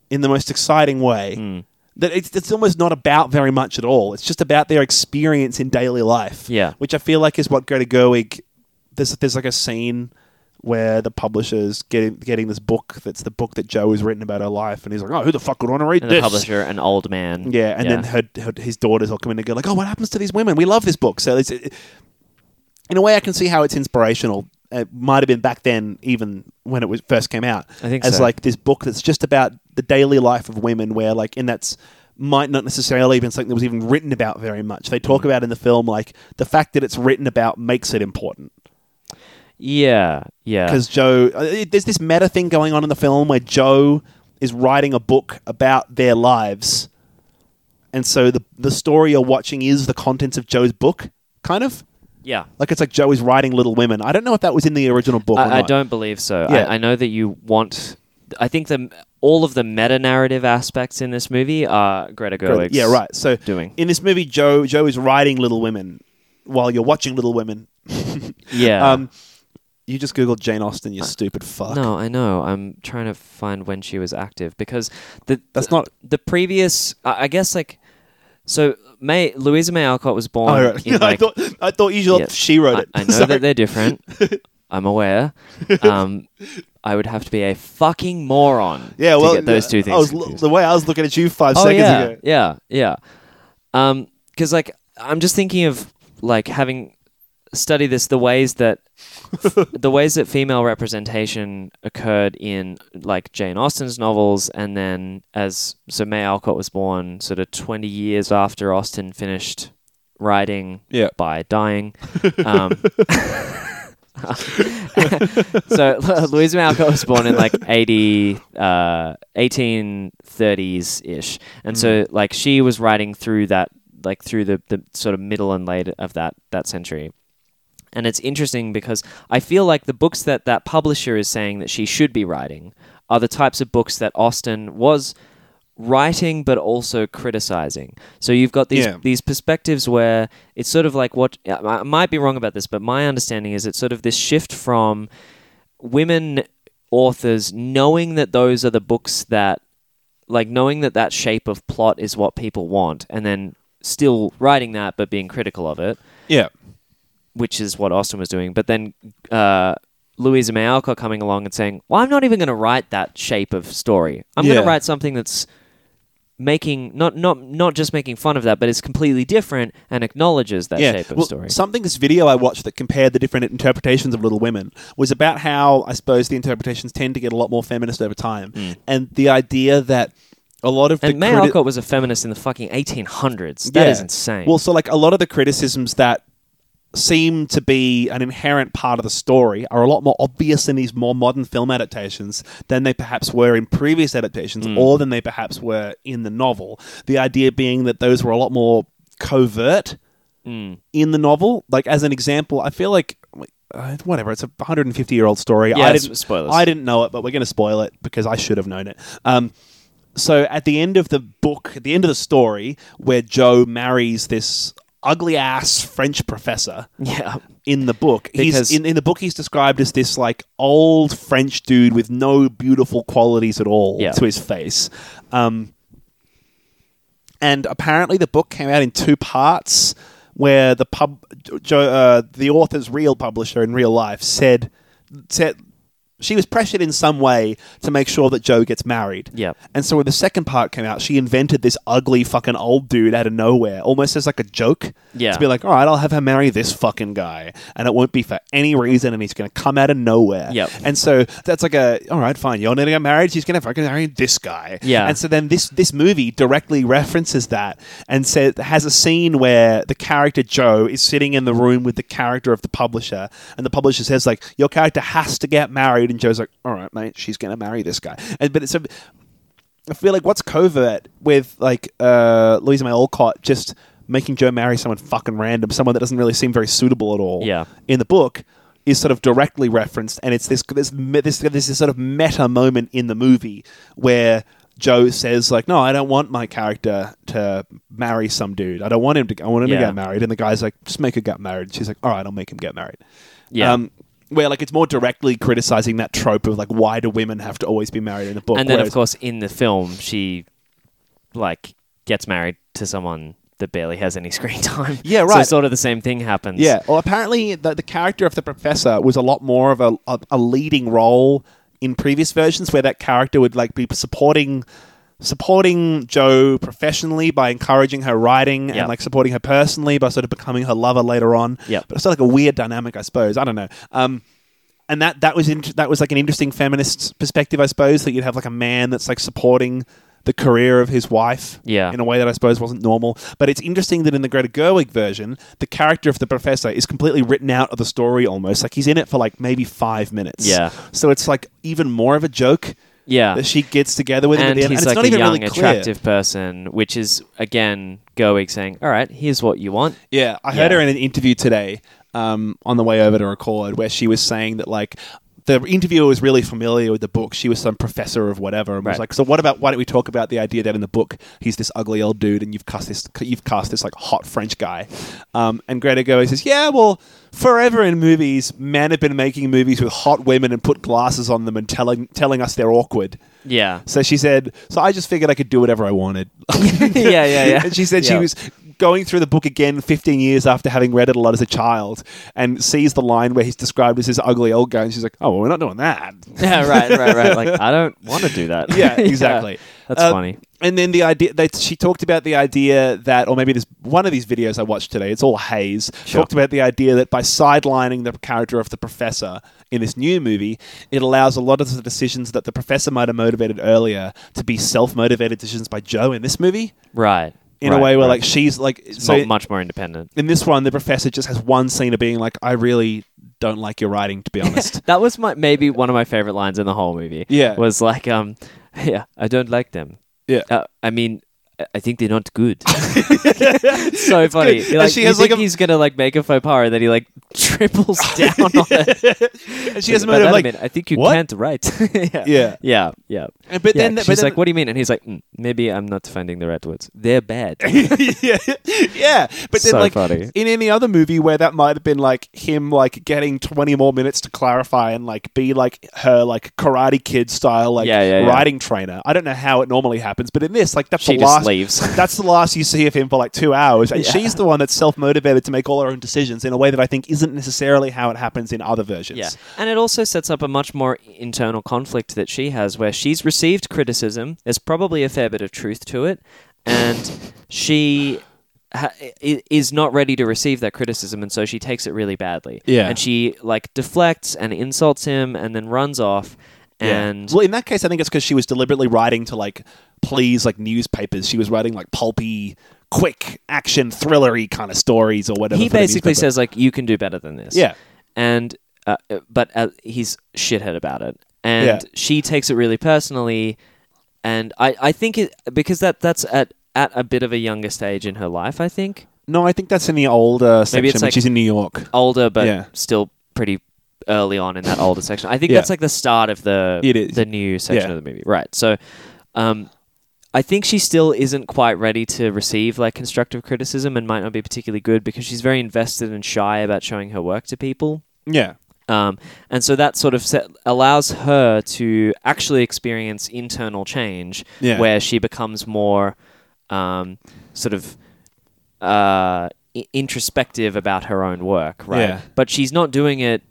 S1: in the most exciting way.
S2: Hmm.
S1: That it's, it's almost not about very much at all. It's just about their experience in daily life.
S2: Yeah.
S1: which I feel like is what Greta Gerwig. There's there's like a scene where the publisher's getting getting this book that's the book that Joe has written about her life, and he's like, "Oh, who the fuck would want to read
S2: And the
S1: this?"
S2: publisher, an old man.
S1: Yeah, and then her, her his daughters all come in and go like, "Oh, what happens to these women? We love this book." So it's, it, in a way, I can see how it's inspirational. It might have been back then, even when it was first came out,
S2: I think
S1: as
S2: so.
S1: like this book that's just about the daily life of women, where like, and that's might not necessarily have been something that was even written about very much. They
S2: Mm.
S1: talk about in the film like the fact that it's written about makes it important
S2: Yeah, yeah.
S1: because Joe, uh, it- there's this meta thing going on in the film where Joe is writing a book about their lives, and so the the story you're watching is the contents of Joe's book, kind of
S2: yeah.
S1: like it's like Joe is writing Little Women. I don't know if that was in the original book. or
S2: I, I
S1: not.
S2: don't believe so.
S1: Yeah.
S2: I, I know that you want. I think the all of the meta narrative aspects in this movie are Greta Gerwig's.
S1: Yeah, right. So
S2: Doing.
S1: in this movie, Joe Joe is writing Little Women while you're watching Little Women.
S2: Yeah. Uh,
S1: Um, you just googled Jane Austen, you stupid fuck.
S2: no, I know. I'm trying to find when she was active because the
S1: That's not-
S2: the previous. I, I guess like so. May Louisa May Alcott was born.
S1: Oh, right.
S2: in,
S1: <laughs> <laughs> I
S2: like,
S1: thought I thought you thought
S2: Yeah.
S1: she wrote it.
S2: I, I know
S1: Sorry.
S2: that they're different. I'm aware. Um, I would have to be a fucking moron.
S1: <laughs> yeah, well,
S2: to get those two
S1: I was
S2: things.
S1: l-
S2: confused. Oh,
S1: the way I was looking at you five seconds
S2: yeah,
S1: ago.
S2: Yeah, yeah. Um, because like I'm just thinking of like having studied this, the
S1: <laughs>
S2: ways that the ways that female representation occurred in like Jane Austen's novels, and then as so May Alcott was born, sort of 20 years after Austen finished writing
S1: Yeah.
S2: by dying. Um, <laughs> so Louisa May Alcott was born in like 80, uh, 1830s ish. And so like she was writing through that, like through the, the sort of middle and late of that, that century. And it's interesting because I feel like the books that that publisher is saying that she should be writing are the types of books that Austen was writing but also criticizing. So you've got these
S1: Yeah.
S2: these perspectives where it's sort of like what I I might be wrong about this, but my understanding is it's sort of this shift from women authors knowing that those are the books that like knowing that that shape of plot is what people want and then still writing that but being critical of it
S1: Yeah.
S2: which is what Austin was doing. But then uh, Louisa May Alcott coming along and saying, "Well, I'm not even going to write that shape of story. I'm going
S1: Yeah.
S2: to write something that's making not not not just making fun of that, but it's completely different and acknowledges that
S1: yeah.
S2: shape of
S1: Well,
S2: story."
S1: Something this video I watched that compared the different interpretations of Little Women was about how I suppose the interpretations tend to get a lot more feminist over time, and the idea that a lot of the
S2: Mm. and May
S1: criti-
S2: Alcott was a feminist in the fucking 1800s. That is insane.
S1: Well, so like a lot of the criticisms that seem to be an inherent part of the story are a lot more obvious in these more modern film adaptations than they perhaps were in previous adaptations
S2: Mm.
S1: or than they perhaps were in the novel. The idea being that those were a lot more covert in the novel. Like as an example, I feel like uh, whatever it's a 150 year old story.
S2: Yeah,
S1: I
S2: it's-
S1: didn't
S2: spoilers.
S1: I didn't know it, but we're going to spoil it because I should have known it. Um, so at the end of the book, at the end of the story, where Joe marries this ugly ass French professor
S2: <laughs> yeah.
S1: in the book.
S2: Because-
S1: he's in, in the book he's described as this like old French dude with no beautiful qualities at all
S2: Yeah.
S1: to his face. Um, and apparently the book came out in two parts where the pub jo, uh, the author's real publisher in real life said said she was pressured in some way to make sure that Joe gets married.
S2: Yep.
S1: And so when the second part came out, she invented this ugly fucking old dude out of nowhere, almost as like a joke.
S2: Yeah.
S1: To be like, all right, I'll have her marry this fucking guy, and it won't be for any reason, and he's going to come out of nowhere.
S2: Yep.
S1: And so that's like a, all right, fine, you're going to get married, she's going to fucking marry this guy.
S2: Yeah.
S1: And so then this this movie directly references that and said has a scene where the character Joe is sitting in the room with the character of the publisher, and the publisher says like, your character has to get married, and Joe's like, all right, mate, she's going to marry this guy. And but it's a I feel like what's covert with like uh, Louisa May Alcott just making Joe marry someone fucking random, someone that doesn't really seem very suitable at all.
S2: Yeah.
S1: In the book, is sort of directly referenced, and it's this this me- this this, this sort of meta moment in the movie where. Joe says, like, no, I don't want my character to marry some dude. I don't want him to. I want him
S2: Yeah.
S1: to get married. And the guy's like, just make her get married. She's like, all right, I'll make him get married. Um,
S2: Yeah.
S1: where like it's more directly criticizing that trope of like, why do women have to always be married in a book?
S2: and then of
S1: Whereas-
S2: course in the film she like gets married to someone that barely has any screen <laughs> time.
S1: Yeah,
S2: So
S1: right.
S2: sort of the same thing happens.
S1: Yeah. Well, apparently the, the character of the professor was a lot more of a, a, a leading role in previous versions, where that character would like be supporting supporting Joe professionally by encouraging her writing
S2: Yeah.
S1: and like supporting her personally by sort of becoming her lover later on.
S2: Yeah.
S1: But it's sort of like a weird dynamic, I suppose. I don't know. Um, and that that was int- that was like an interesting feminist perspective, I suppose, that you'd have like a man that's like supporting the career of his wife,
S2: Yeah.
S1: in a way that I suppose wasn't normal. But it's interesting that in the Greta Gerwig version, the character of the professor is completely written out of the story almost. Like he's in it for like maybe five minutes.
S2: Yeah.
S1: So it's like even more of a joke
S2: Yeah.
S1: that she gets together with him at
S2: and
S1: the end.
S2: he's
S1: and it's
S2: like
S1: not
S2: a
S1: even
S2: young,
S1: really clear.
S2: attractive person, which is again Goig saying, "All right, here's what you want."
S1: Yeah, I heard
S2: Yeah.
S1: her in an interview today um, on the way over to record where she was saying that like the interviewer was really familiar with the book. She was some professor of whatever, and was
S2: Right.
S1: like, "So what about why don't we talk about the idea that in the book he's this ugly old dude, and you've cast this you've cast this like hot French guy?" Um, and Greta Gerwig says, "Yeah, well." Forever in movies, men have been making movies with hot women and put glasses on them and telling telling us they're awkward.
S2: <laughs> Yeah.
S1: So she said, so I just figured I could do whatever I wanted. yeah,
S2: <laughs> yeah, yeah.
S1: And she said she
S2: Yeah.
S1: was going through the book again 15 years after having read it a lot as a child and sees the line where he's described as this ugly old guy. And she's like, oh, well, we're not doing that.
S2: yeah, right, right, right. Like I don't want to do
S1: <laughs>
S2: that. <laughs>
S1: Yeah, exactly.
S2: That's
S1: Uh,
S2: funny.
S1: And then the idea that she talked about the idea that, or maybe this one of these videos I watched today, it's all haze,
S2: Sure.
S1: talked about the idea that by sidelining the character of the professor in this new movie, it allows a lot of the decisions that the professor might have motivated earlier to be self motivated decisions by Joe in this movie.
S2: Right.
S1: In a
S2: right,
S1: way where,
S2: right.
S1: like, she's like,
S2: Mu-
S1: so
S2: much
S1: <laughs>
S2: more independent.
S1: in this one, the professor just has one scene of being like, I really don't like your writing, to be honest.
S2: <laughs> That was my maybe one of my favorite lines in the whole movie.
S1: Yeah.
S2: was like, um, <laughs> yeah, I don't like them.
S1: Yeah.
S2: uh, I mean, I- I think they're
S1: <laughs>
S2: not good. <laughs> so funny.
S1: good.
S2: You're Like,
S1: And she
S2: you
S1: has, like,
S2: think
S1: a-
S2: he's gonna like make a faux pas, and then he like <laughs> triples down on it.
S1: and she has a
S2: But
S1: moment of
S2: that
S1: like,
S2: meant, I think you
S1: "What?"
S2: can't write. <laughs> yeah.
S1: Yeah.
S2: yeah, yeah.
S1: And- but
S2: Yeah,
S1: then- but
S2: she's
S1: then-
S2: like, "What do you mean?" And he's like, "Mm, "Maybe I'm not finding the right words. They're bad."
S1: <laughs> yeah, yeah. But then,
S2: So
S1: like
S2: funny.
S1: in any other movie where that might have been like him, like getting twenty more minutes to clarify and like be like her, like Karate Kid style, like
S2: Yeah, yeah, yeah.
S1: riding trainer. I don't know how it normally happens, but in this, like that's
S2: She
S1: the
S2: just
S1: last.
S2: leaves.
S1: <laughs> That's the last you see of him for like two hours, and
S2: Yeah.
S1: she's the one that's self motivated to make all her own decisions in a way that I think isn't necessarily how it happens in other versions.
S2: Yeah. And it also sets up a much more internal conflict that she has where she's received criticism. There's probably a fair bit of truth to it. And she ha- i- is not ready to receive that criticism. And so she takes it really badly.
S1: Yeah.
S2: And she, like, deflects and insults him and then runs off. And
S1: well, in that case, I think it's because she was deliberately writing to like please like newspapers. She was writing like pulpy, quick action, thrillery kind of stories or whatever.
S2: he
S1: for the
S2: basically
S1: newspaper.
S2: says, like, you can do better than this.
S1: Yeah.
S2: And, uh, uh, but uh, he's shithead about it. And
S1: Yeah.
S2: she takes it really personally. And I, I think it, because that that's at, at a bit of a younger stage in her life, I think.
S1: "No, I think that's in the older section.
S2: it's
S1: when
S2: like-
S1: she's in New York."
S2: Older, but
S1: Yeah.
S2: still pretty early on in that older section. I think
S1: Yeah.
S2: that's like the start of the,
S1: It is.
S2: the new section
S1: Yeah.
S2: of the movie. Right. So, um, I think she still isn't quite ready to receive like constructive criticism and might not be particularly good because she's very invested and shy about showing her work to people.
S1: Yeah,
S2: Um, and so that sort of set, allows her to actually experience internal change
S1: Yeah.
S2: where she becomes more um, sort of uh, I- introspective about her own work, right?
S1: Yeah.
S2: But she's not doing it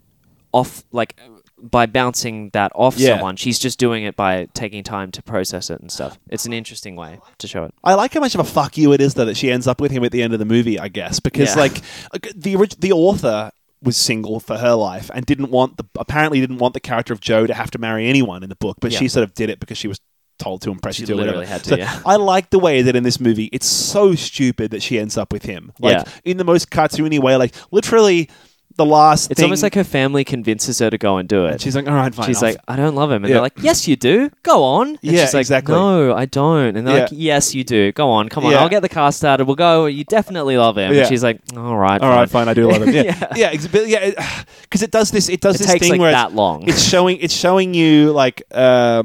S2: off like by bouncing that off
S1: Yeah.
S2: someone. She's just doing it by taking time to process it and stuff. It's an interesting way to show it.
S1: I like how much of a fuck you it is that she ends up with him at the end of the movie, I guess, because
S2: Yeah.
S1: like like, the orig- the author was single for her life and didn't want the apparently didn't want the character of Joe to have to marry anyone in the book, but
S2: Yeah.
S1: she sort of did it because she was told to impress
S2: She
S1: you to or whatever.
S2: literally had to,
S1: So
S2: yeah.
S1: I like the way that in this movie it's so stupid that she ends up with him. Like
S2: Yeah.
S1: in the most cartoony way, like literally the last
S2: It's
S1: thing
S2: almost like her family convinces her to go and do it.
S1: she's like, All right, fine.
S2: She's
S1: I'll
S2: like, I don't love him. And
S1: Yeah.
S2: they're like, Yes, you do. Go on. And
S1: Yeah,
S2: she's like,
S1: exactly.
S2: No, I don't. And they're
S1: Yeah.
S2: like, Yes, you do. Go on. Come on.
S1: Yeah.
S2: I'll get the car started. We'll go. You definitely love him.
S1: Yeah.
S2: And she's like, All right.
S1: All
S2: fine."
S1: right, fine. I do love
S2: <laughs>
S1: him. Yeah, yeah,
S2: Yeah.
S1: ex- but yeah, because it, does this. It does
S2: It
S1: this
S2: takes
S1: thing
S2: like
S1: where it's-
S2: that long.
S1: <laughs> it's showing. It's showing you like uh,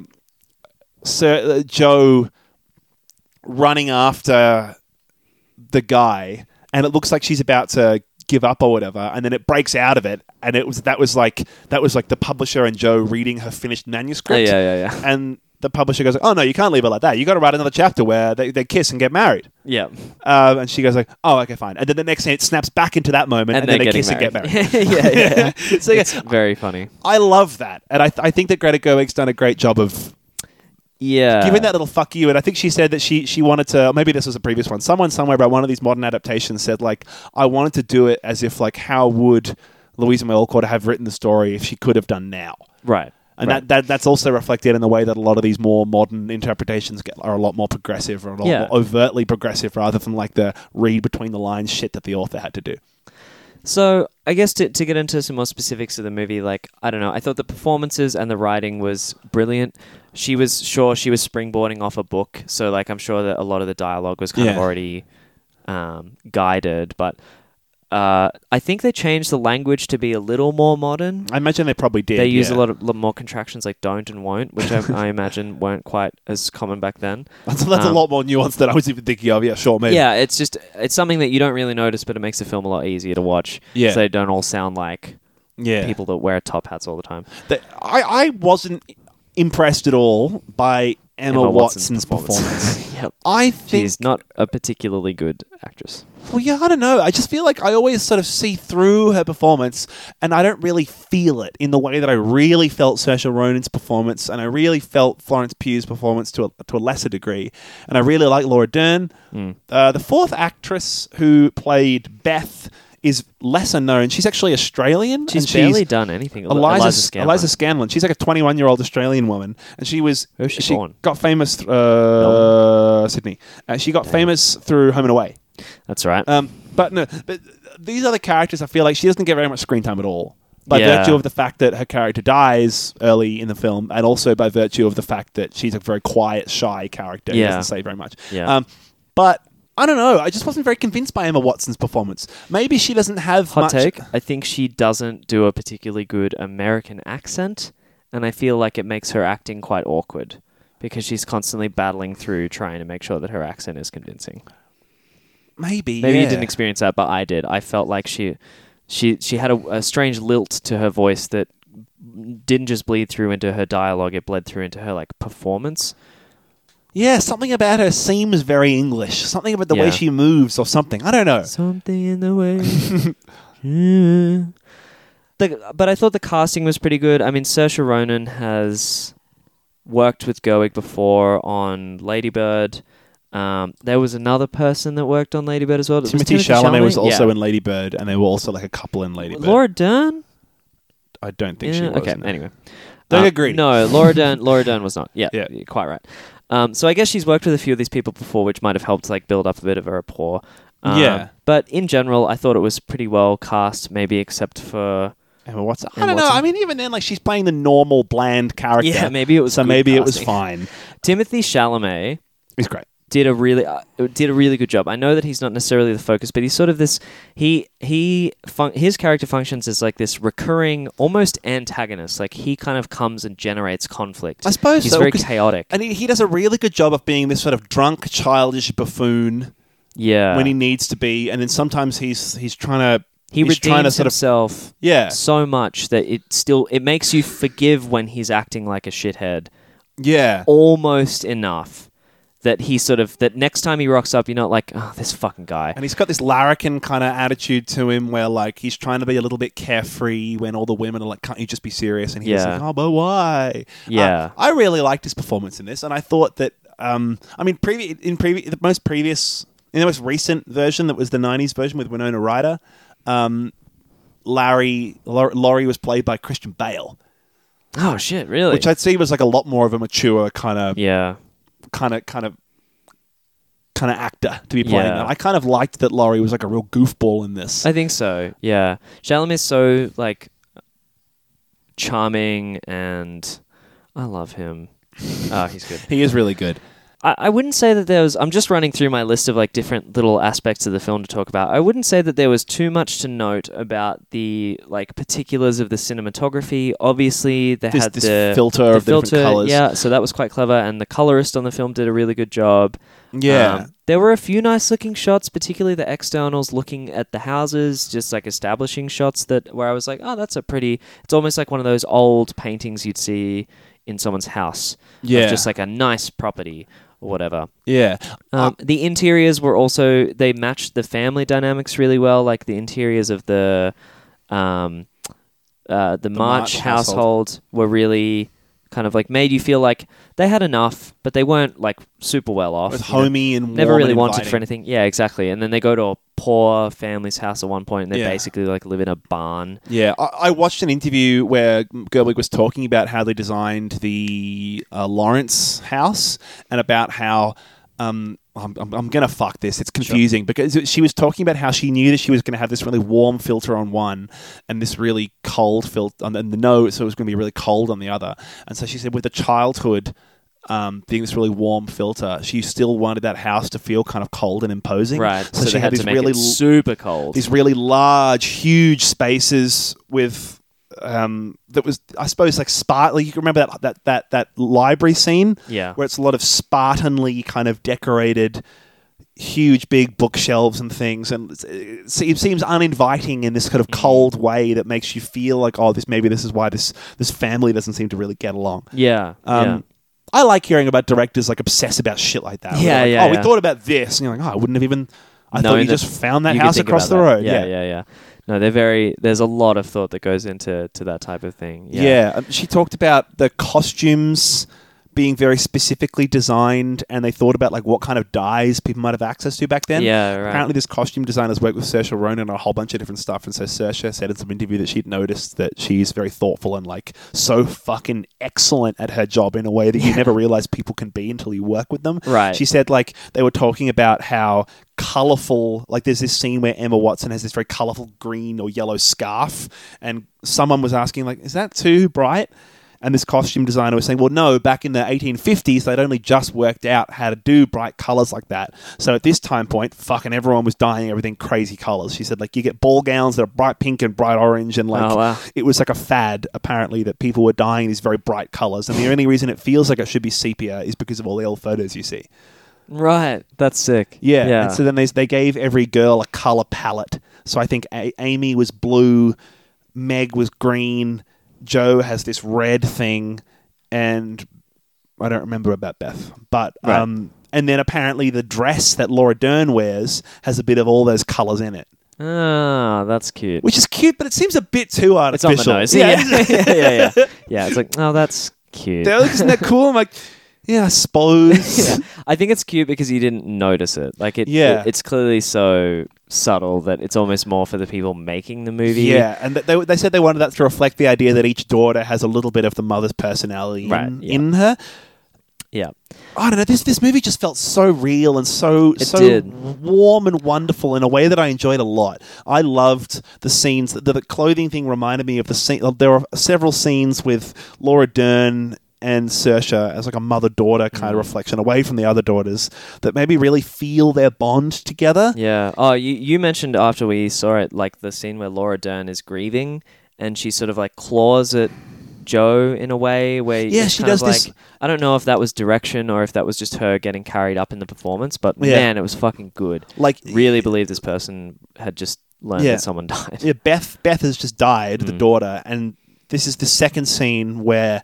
S1: Sir uh, Joe running after the guy, and it looks like she's about to give up or whatever, and then it breaks out of it, and it was that was like that was like the publisher and Joe reading her finished
S2: yeah,
S1: manuscript,
S2: yeah, yeah, yeah.
S1: and the publisher goes, "Oh no, you can't leave it like that. You got to write another chapter where they, they kiss and get married."
S2: Yeah.
S1: Um, and she goes like, "Oh, okay, fine." And then the next scene, it snaps back into that moment, and, then they
S2: they're
S1: kiss
S2: getting
S1: and get married. <laughs>
S2: yeah, yeah, yeah.
S1: so yeah,
S2: It's very funny.
S1: I love that, and I, th- I think that Greta Gerwig's done a great job of
S2: Yeah.
S1: giving that little fuck you. And I think she said that she she wanted to. Maybe this was a previous one. Someone somewhere about one of these modern adaptations said like, "I wanted to do it as if like how would Louisa May Alcott have written the story if she could have done now."
S2: Right.
S1: And
S2: right.
S1: that, that that's also reflected in the way that a lot of these more modern interpretations get, are a lot more progressive or a lot
S2: Yeah.
S1: more overtly progressive rather than like the read between the lines shit that the author had to do.
S2: So I guess to, to get into some more specifics of the movie, like I don't know, I thought the performances and the writing was brilliant. She was sure she was springboarding off a book, so like I'm sure that a lot of the dialogue was kind of
S1: Yeah.
S2: already um, guided. But uh, I think they changed the language to be a little more modern.
S1: I imagine they probably did.
S2: They use
S1: yeah.
S2: a lot of lot more contractions like "don't" and "won't," which I, I imagine weren't quite as common back then.
S1: <laughs> That's, that's a
S2: um,
S1: lot more nuanced than I was even thinking of. Yeah, sure, maybe.
S2: Yeah, it's just it's something that you don't really notice, but it makes the film a lot easier to watch.
S1: Yeah.
S2: so they don't all sound like
S1: yeah.
S2: people that wear top hats all the time.
S1: that I, I wasn't impressed at all by Emma, Watson's, performance.
S2: <laughs> yep.
S1: I think,
S2: She's not a particularly good actress.
S1: well, yeah, I don't know. I just feel like I always sort of see through her performance, and I don't really feel it in the way that I really felt Saoirse Ronan's performance, and I really felt Florence Pugh's performance to a, to a lesser degree. And I really like Laura Dern. Uh, the fourth actress who played Beth is lesser known. She's actually Australian.
S2: She's
S1: and
S2: barely done anything. Eli-
S1: Eliza, Eliza,
S2: Scanlon.
S1: Scanlon. She's like a 21 year old Australian woman, and she was
S2: Where was she born?
S1: got famous th- uh, Sydney. Uh, she got famous through Home and Away.
S2: That's right.
S1: Um, but no, but these other characters, I feel like she doesn't get very much screen time at all. By
S2: Yeah.
S1: virtue of the fact that her character dies early in the film, and also by virtue of the fact that she's a very quiet, shy character who
S2: Yeah.
S1: doesn't say very much.
S2: Yeah.
S1: Um, but I don't know. I just wasn't very convinced by Emma Watson's performance. Maybe she doesn't have
S2: Hot
S1: much.
S2: take. I think she doesn't do a particularly good American accent, and I feel like it makes her acting quite awkward because she's constantly battling through trying to make sure that her accent is convincing.
S1: Maybe
S2: Maybe you
S1: yeah.
S2: didn't experience that, but I did. I felt like she, she, she had a, a strange lilt to her voice that didn't just bleed through into her dialogue; it bled through into her like performance.
S1: Yeah, something about her seems very English. Something about the way
S2: Yeah.
S1: she moves or something. I don't know.
S2: Something in
S1: <laughs>
S2: the way. Yeah. The- but I thought the casting was pretty good. I mean, Saoirse Ronan has worked with Gerwig before on Ladybird. Um, there was another person that worked on Ladybird as well. It was
S1: Timothy Chalamet was also
S2: Yeah.
S1: in Lady Bird, and they were also like a couple in Lady Bird.
S2: Laura Dern.
S1: I don't think she
S2: Yeah,
S1: was.
S2: Okay,
S1: no.
S2: anyway.
S1: Don't
S2: Uh,
S1: get greedy.
S2: No, Laura Dern, Laura Dern was not. Yeah,
S1: <laughs> Yeah.
S2: yeah. quite right. Um, so I guess she's worked with a few of these people before, which might have helped like build up a bit of a rapport. Um,
S1: Yeah.
S2: But in general, I thought it was pretty well cast, maybe except for
S1: Emma Watson. I
S2: Emma
S1: don't know.
S2: Watson.
S1: I mean, even then, like she's playing the normal, bland character.
S2: yeah, maybe it was
S1: so
S2: good
S1: maybe it was
S2: casting.
S1: fine.
S2: Timothy Chalamet
S1: It's great.
S2: did a really uh, did a really good job. I know that he's not necessarily the focus, but he's sort of this he he fun- his character functions as like this recurring almost antagonist. Like he kind of comes and generates conflict.
S1: I suppose
S2: he's
S1: so,
S2: very
S1: 'cause-
S2: chaotic.
S1: And he, he does a really good job of being this sort of drunk, childish buffoon
S2: yeah,
S1: when he needs to be, and then sometimes he's he's trying to
S2: he
S1: he's trying to
S2: redeems
S1: sort of
S2: himself
S1: yeah
S2: so much that it still it makes you forgive when he's acting like a shithead
S1: yeah
S2: almost enough that he sort of that next time he rocks up, you're not like, oh, this fucking guy.
S1: And he's got this larrikin kind of attitude to him where, like, he's trying to be a little bit carefree when all the women are like, can't you just be serious? And he's
S2: Yeah.
S1: like, oh, but why?
S2: Yeah.
S1: Uh, I really liked his performance in this, and I thought that, um, I mean, previ- in previ- the most previous, in the most recent version that was the 90s version with Winona Ryder, um, Larry, Lau- Laurie was played by Christian Bale,
S2: Oh shit, really?
S1: which I'd see was like a lot more of a mature kind of
S2: yeah.
S1: kind of kind of kind of actor to be playing
S2: Yeah.
S1: them. I kind of liked that Laurie was like a real goofball in this.
S2: I think so. Yeah, Shalom is so like charming, and I love him. Oh, he's good.
S1: he is really good.
S2: I, I wouldn't say that there was. I'm just running through my list of like different little aspects of the film to talk about. I wouldn't say that there was too much to note about the like particulars of the cinematography. Obviously, they
S1: This-
S2: had
S1: this
S2: the
S1: filter
S2: the
S1: of the different colours.
S2: Yeah, so that was quite clever, and the colorist on the film did a really good job. Um, there were a few nice looking shots, particularly the externals looking at the houses, just like establishing shots that where I was like, oh, that's a pretty. It's almost like one of those old paintings you'd see in someone's house. of
S1: Yeah.
S2: just like a nice property or whatever.
S1: yeah.
S2: Um, the interiors were also they matched the family dynamics really well, like the interiors of the um, uh, the, March,
S1: March household.
S2: household. were really kind of like made you feel like they had enough, but they weren't like super well off.
S1: With
S2: you know?
S1: homey and
S2: Never
S1: warm
S2: really
S1: and
S2: wanted for
S1: inviting.
S2: anything. Yeah, exactly. And then they go to a poor family's house at one point, and they
S1: Yeah.
S2: basically like live in a barn.
S1: Yeah, I, I watched an interview where Gerwig was talking about how they designed the uh, Lawrence house and about how. Um, I'm, I'm, I'm going to fuck this. It's confusing because she was talking about how she knew that she was going to have this really warm filter on one and this really cold filter on the, and the no, so it was going to be really cold on the other. And so she said, with the childhood um, being this really warm filter, she still wanted that house to feel kind of cold and imposing.
S2: Right.
S1: So, she
S2: they
S1: had,
S2: had,
S1: these
S2: to make
S1: really
S2: it super cold.
S1: these really large, huge spaces with um, that was, I suppose, like Spartan. You can remember that that that that library scene
S2: yeah.
S1: where it's a lot of Spartanly kind of decorated, huge, big bookshelves and things, and it's- it se- it seems uninviting in this kind of cold way that makes you feel like, oh, this maybe this is why this this family doesn't seem to really get along.
S2: Yeah.
S1: Um,
S2: yeah.
S1: I like hearing about directors like obsess about shit like that. where they're
S2: Yeah,
S1: like,
S2: yeah,
S1: Oh, we
S2: yeah.
S1: thought about this, and you're like, oh, I wouldn't have even. I thought
S2: Knowing
S1: you
S2: that
S1: just found that
S2: You could
S1: house
S2: think
S1: across the
S2: about that.
S1: road.
S2: Yeah, yeah, yeah. No, they're very. There's a lot of thought that goes into to that type of thing.
S1: Yeah. um, she talked about the costumes being very specifically designed, and they thought about like what kind of dyes people might have access to back then.
S2: Yeah, right.
S1: Apparently, this costume designer's worked with Saoirse Ronan on a whole bunch of different stuff, and so Saoirse said in some interview that she'd noticed that she's very thoughtful and like so fucking excellent at her job in a way that you never realize people can be until you work with them.
S2: Right.
S1: She said like they were talking about how colorful like there's this scene where Emma Watson has this very colorful green or yellow scarf and someone was asking like is that too bright? And this costume designer was saying, well, no, back in the 1850s, they'd only just worked out how to do bright colors like that. So at this time point, fucking everyone was dyeing everything crazy colors. She said, like, you get ball gowns that are bright pink and bright orange. And, like,
S2: Oh, wow.
S1: it was like a fad, apparently, that people were dyeing these very bright colors. And the only reason it feels like it should be sepia is because of all the old photos you see.
S2: Right. That's sick.
S1: Yeah.
S2: Yeah.
S1: And so then they, they gave every girl a color palette. So I think a- Amy was blue, Meg was green, Joe has this red thing, and I don't remember about Beth. But
S2: Right.
S1: um, and then apparently the dress that Laura Dern wears has a bit of all those colors in it,
S2: ah, that's cute.
S1: which is cute, but it seems a bit too
S2: it's on
S1: artificial.
S2: the nose. <laughs> Yeah.
S1: it <laughs>
S2: yeah.
S1: is.
S2: yeah. Yeah. Yeah. It's like, oh, that's cute.
S1: They're like, Isn't that cool? I'm like, yeah, I suppose.
S2: <laughs> yeah. I think it's cute because you didn't notice it. Like it,
S1: Yeah.
S2: it- it's clearly so subtle that it's almost more for the people making the movie.
S1: Yeah, and th- they, they said they wanted that to reflect the idea that each daughter has a little bit of the mother's personality
S2: Right,
S1: in,
S2: yeah.
S1: in her.
S2: Yeah.
S1: I don't know. This this movie just felt so real and so
S2: It
S1: so
S2: did.
S1: warm and wonderful in a way that I enjoyed a lot. I loved the scenes. The, the clothing thing reminded me of the scene. There were several scenes with Laura Dern and Saoirse as like a mother daughter kind
S2: Mm.
S1: of reflection away from the other daughters that made me really feel their bond together.
S2: Yeah. Oh, you, you mentioned after we saw it, like the scene where Laura Dern is grieving and she sort of like claws at Joe in a way where
S1: Yeah,
S2: it's
S1: she
S2: kind of
S1: does this-
S2: like- I don't know if that was direction or if that was just her getting carried up in the performance, but
S1: Yeah.
S2: man, it was fucking good.
S1: Like
S2: Really believe this person had just learned
S1: Yeah.
S2: that someone died.
S1: yeah, Beth Beth has just died,
S2: Hmm.
S1: the daughter, and this is the second scene where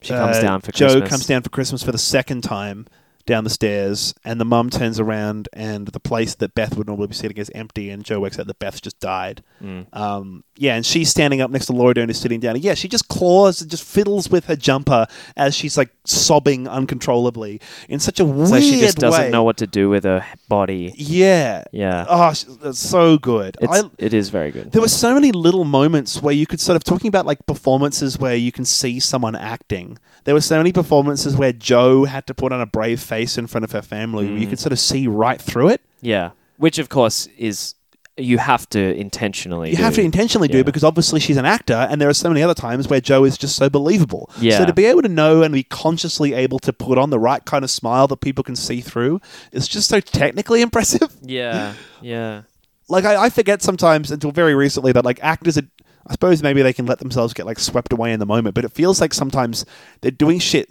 S2: She comes
S1: uh,
S2: down for
S1: Joe
S2: Christmas.
S1: comes down for Christmas for the second time, down the stairs, and the mum turns around, and the place that Beth would normally be sitting is empty, and Joe works out that Beth's just died.
S2: Mm.
S1: Um, yeah, and she's standing up next to Laura Dern, who's sitting down. And yeah, she just claws and just fiddles with her jumper as she's like sobbing uncontrollably in such a weird
S2: So she just doesn't
S1: way.
S2: know what to do with her body.
S1: Yeah.
S2: Yeah.
S1: Oh, sh- that's so good.
S2: It's,
S1: I,
S2: it is very good.
S1: there were so many little moments where you could sort of talking about like performances where you can see someone acting. There were so many performances where Joe had to put on a brave face in front of her family. where You
S2: Mm.
S1: could sort of see right through it.
S2: Yeah. Which, of course, is you have to intentionally.
S1: You
S2: do.
S1: have to intentionally
S2: Yeah.
S1: do because obviously she's an actor, and there are so many other times where Joe is just so believable.
S2: Yeah.
S1: So to be able to know and be consciously able to put on the right kind of smile that people can see through is just so technically <laughs> impressive.
S2: Yeah.
S1: <gasps>
S2: Yeah.
S1: like I, I forget sometimes until very recently that like actors are I suppose maybe they can let themselves get like swept away in the moment, but it feels like sometimes they're doing shit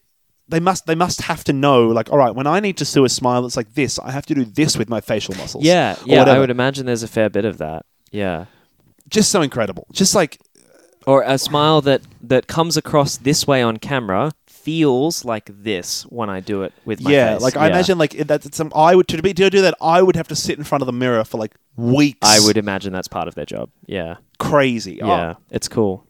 S1: they must they must have to know like all right when I need to do a smile that's like this I have to do this with my facial muscles
S2: Yeah.
S1: or
S2: Yeah. I
S1: whatever.
S2: would imagine there's a fair bit of that. Yeah.
S1: just so incredible just like
S2: Or a smile that, that comes across this way on camera feels like this when I do it with my
S1: yeah
S2: face.
S1: like I imagine like it- that's some I would to be to do that I would have to sit in front of the mirror for like weeks
S2: I would imagine that's part of their job. Yeah.
S1: crazy Oh,
S2: Yeah, it's cool.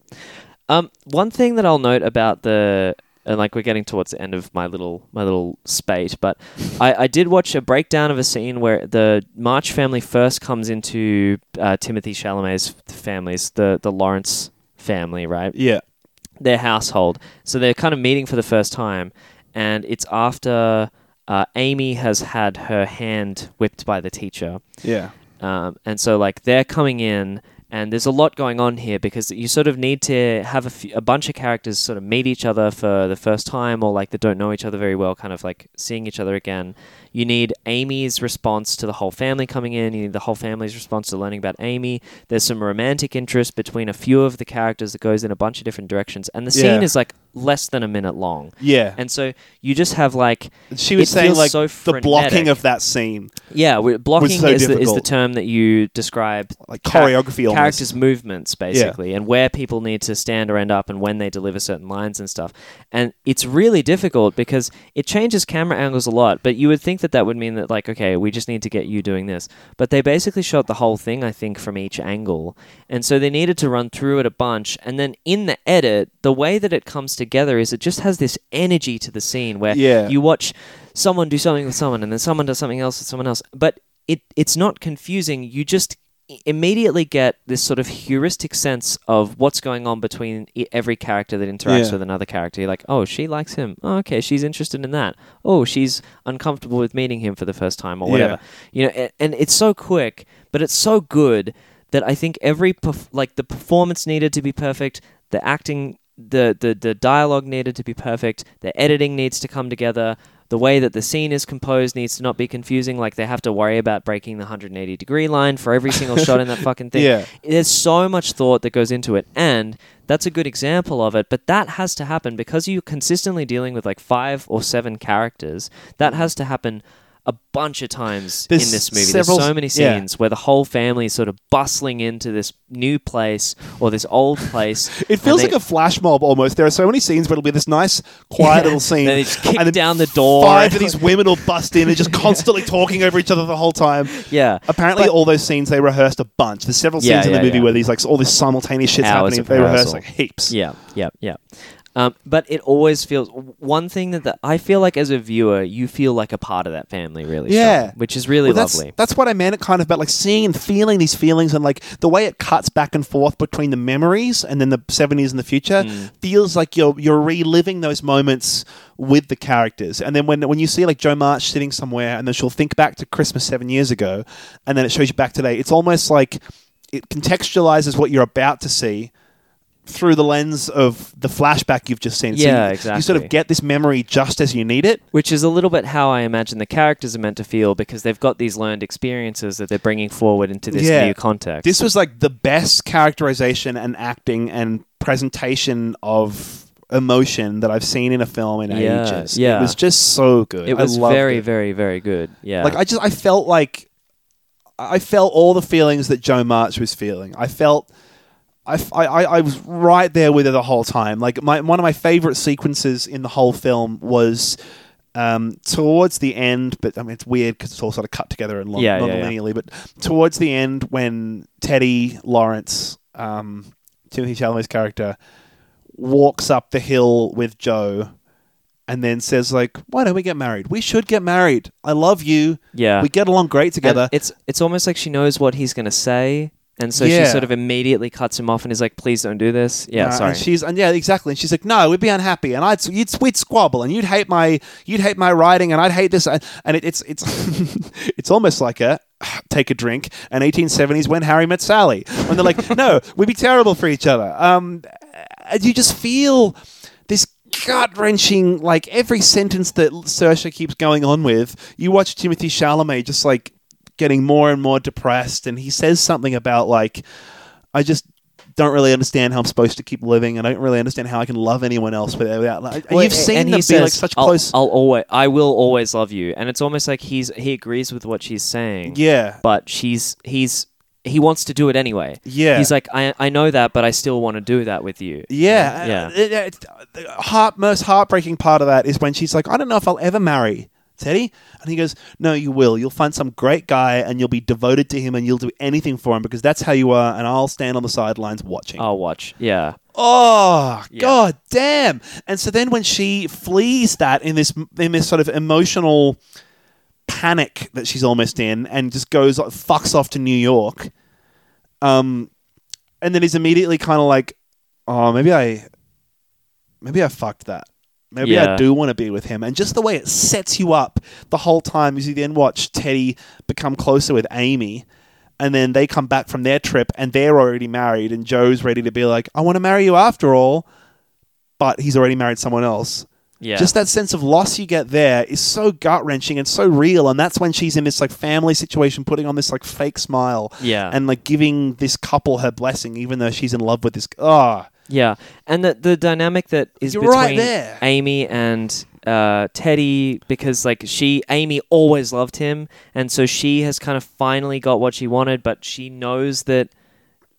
S2: Um, one thing that I'll note about the and like we're getting towards the end of my little my little spate, but I, I did watch a breakdown of a scene where the March family first comes into uh, Timothy Chalamet's families, the the Lawrence family, right?
S1: yeah
S2: their household. So they're kind of meeting for the first time, and it's after uh, Amy has had her hand whipped by the teacher.
S1: yeah
S2: Um, and so, like, they're coming in, and there's a lot going on here because you sort of need to have a, few, a bunch of characters sort of meet each other for the first time, or like that don't know each other very well, kind of like seeing each other again. You need Amy's response to the whole family coming in, you need the whole family's response to learning about Amy. There's some romantic interest between a few of the characters that goes in a bunch of different directions, and the scene
S1: Yeah.
S2: is like less than a minute long.
S1: yeah
S2: And so you just have like
S1: she was
S2: it
S1: saying
S2: feels
S1: like
S2: so
S1: the blocking
S2: frenetic.
S1: of that scene
S2: yeah, we blocking
S1: so
S2: is, the, is the
S1: difficult.
S2: term that you describe
S1: like choreography almost.
S2: characters' movements basically, and where people need to stand or end up, and when they deliver certain lines and stuff. And it's really difficult because it changes camera angles a lot. But you would think that that would mean that like, okay, we just need to get you doing this. But they basically shot the whole thing, I think, from each angle, and so they needed to run through it a bunch. And then in the edit, the way that it comes together is it just has this energy to the scene where
S1: Yeah.
S2: you watch someone do something with someone and then someone does something else with someone else but it it's not confusing you just i- immediately get this sort of heuristic sense of what's going on between i- every character that interacts
S1: Yeah.
S2: with another character You're like oh she likes him oh, okay she's interested in that oh she's uncomfortable with meeting him for the first time or
S1: Yeah.
S2: whatever you know a- and it's so quick but it's so good that i think every perf- like the performance needed to be perfect the acting the, the the dialogue needed to be perfect the editing needs to come together the way that the scene is composed needs to not be confusing like they have to worry about breaking the 180 degree line for every single shot
S1: <laughs>
S2: in that fucking thing
S1: Yeah.
S2: there's so much thought that goes into it and that's a good example of it but that has to happen because you're consistently dealing with like five or seven characters that has to happen a bunch of times
S1: There's
S2: in this movie
S1: several-
S2: there's so many
S1: yeah.
S2: scenes where the whole family is sort of bustling into this new place or this old place
S1: <laughs> It feels
S2: and
S1: like a flash mob almost. There are so many scenes where it'll be this nice, quiet little scene,
S2: Then they just kick down the door.
S1: Five of these women will bust in and
S2: <laughs>
S1: just constantly talking over each other the whole time.
S2: they- yeah
S1: Apparently,
S2: But-
S1: all those sings they rehearsed a bunch. There's several scenes
S2: Yeah,
S1: in the
S2: yeah,
S1: movie
S2: yeah.
S1: where these like all this simultaneous shit's
S2: Hours
S1: happening.
S2: of
S1: They rehearse
S2: rehearsal.
S1: like heaps.
S2: Yeah, yeah, yeah. Um, but it always feels one thing that the, I feel like as a viewer, you feel like a part of that family, really.
S1: Yeah.
S2: Sean, which is really
S1: Well, that's,
S2: lovely.
S1: That's what I meant. It kind of about like seeing and feeling these feelings, and like the way it cuts back and forth between the memories and then the seventies and the future
S2: Hmm.
S1: feels like you're you're reliving those moments with the characters. And then when when you see like Joe March sitting somewhere, and then she'll think back to Christmas seven years ago, and then it shows you back today. It's almost like it contextualizes what you're about to see. Through the lens of the flashback you've just seen, So
S2: Yeah,
S1: you- You sort
S2: exactly.
S1: of get this memory just as you need it,
S2: Which is a little bit how I imagine the characters are meant to feel because they've got these learned experiences that they're bringing forward into this
S1: Yeah.
S2: new context.
S1: This was like the best characterization and acting and presentation of emotion that I've seen in a film in
S2: Yeah,
S1: ages. It
S2: yeah.
S1: was just so good.
S2: it was
S1: I loved
S2: very,
S1: it.
S2: very, very good. Yeah.
S1: like I just I felt like I felt all the feelings that Joe March was feeling. I felt I, I, I- I was right there with her the whole time. Like my one of my favorite sequences in the whole film was um, towards the end, but I mean, it's weird because it's all sort of cut together and long,
S2: Yeah, yeah, yeah.
S1: non-linearly. But towards the end, when Teddy Lawrence, um, Timothy Chalamet's character, walks up the hill with Joe, and then says like, "Why don't we get married? We should get married. I love you.
S2: Yeah.
S1: we get along great
S2: And
S1: together."
S2: It's it's almost like she knows what he's gonna say, and so
S1: Yeah.
S2: she sort of immediately cuts him off and is like, "Please don't do this." Yeah,
S1: Uh,
S2: sorry.
S1: And she's and yeah, exactly. And she's like, no, we'd be unhappy, and I'd you'd we'd squabble, and you'd hate my you'd hate my writing, and I'd hate this, and, and it, it's <laughs> it's it's almost like a <sighs> take a drink and 1870s when Harry met Sally, when they're like, no, we'd be terrible for each other. Um, and you just feel this gut wrenching, like every sentence that Saoirse keeps going on with. You watch Timothy Chalamet just like getting more and more depressed, and he says something about like, I just don't really understand how I'm supposed to keep living, and I don't really understand how I can love anyone else without. without like,
S2: Well,
S1: you've
S2: a-
S1: seen
S2: and
S1: them
S2: he
S1: be
S2: says,
S1: like such
S2: I'll,
S1: close.
S2: I'll always, I will always love you, and it's almost like he's he agrees with what she's saying.
S1: yeah,
S2: but she's he's he wants to do it anyway.
S1: Yeah.
S2: he's like, I I know that, but I still want to do that with you.
S1: yeah,
S2: Yeah.
S1: Uh, it- it- the heart most heartbreaking part of that is when she's like, I don't know if I'll ever marry Teddy, and he goes, No, you will. You'll find some great guy, and you'll be devoted to him, and you'll do anything for him because that's how you are. And I'll stand on the sidelines watching.
S2: I'll watch. Yeah,
S1: Oh god damn! And so then when she flees that in this in this sort of emotional panic that she's almost in, and just goes fucks off to New York, um, and then is immediately kind of like, oh maybe I, maybe I fucked that. Maybe I
S2: Yeah.
S1: do want to be with him. And just the way it sets you up the whole time is you then watch Teddy become closer with Amy. And then they come back from their trip and they're already married. And Joe's ready to be like, I want to marry you after all. But he's already married someone else.
S2: yeah.
S1: Just that sense of loss you get there is so gut wrenching and so real. And that's when she's in this like family situation, putting on this like fake smile
S2: Yeah.
S1: and like giving this couple her blessing, even though she's in love with this. Ah,
S2: Yeah, and the the dynamic that is
S1: You're
S2: between
S1: right there.
S2: Amy and uh, Teddy because like she Amy always loved him, and so she has kind of finally got what she wanted, but she knows that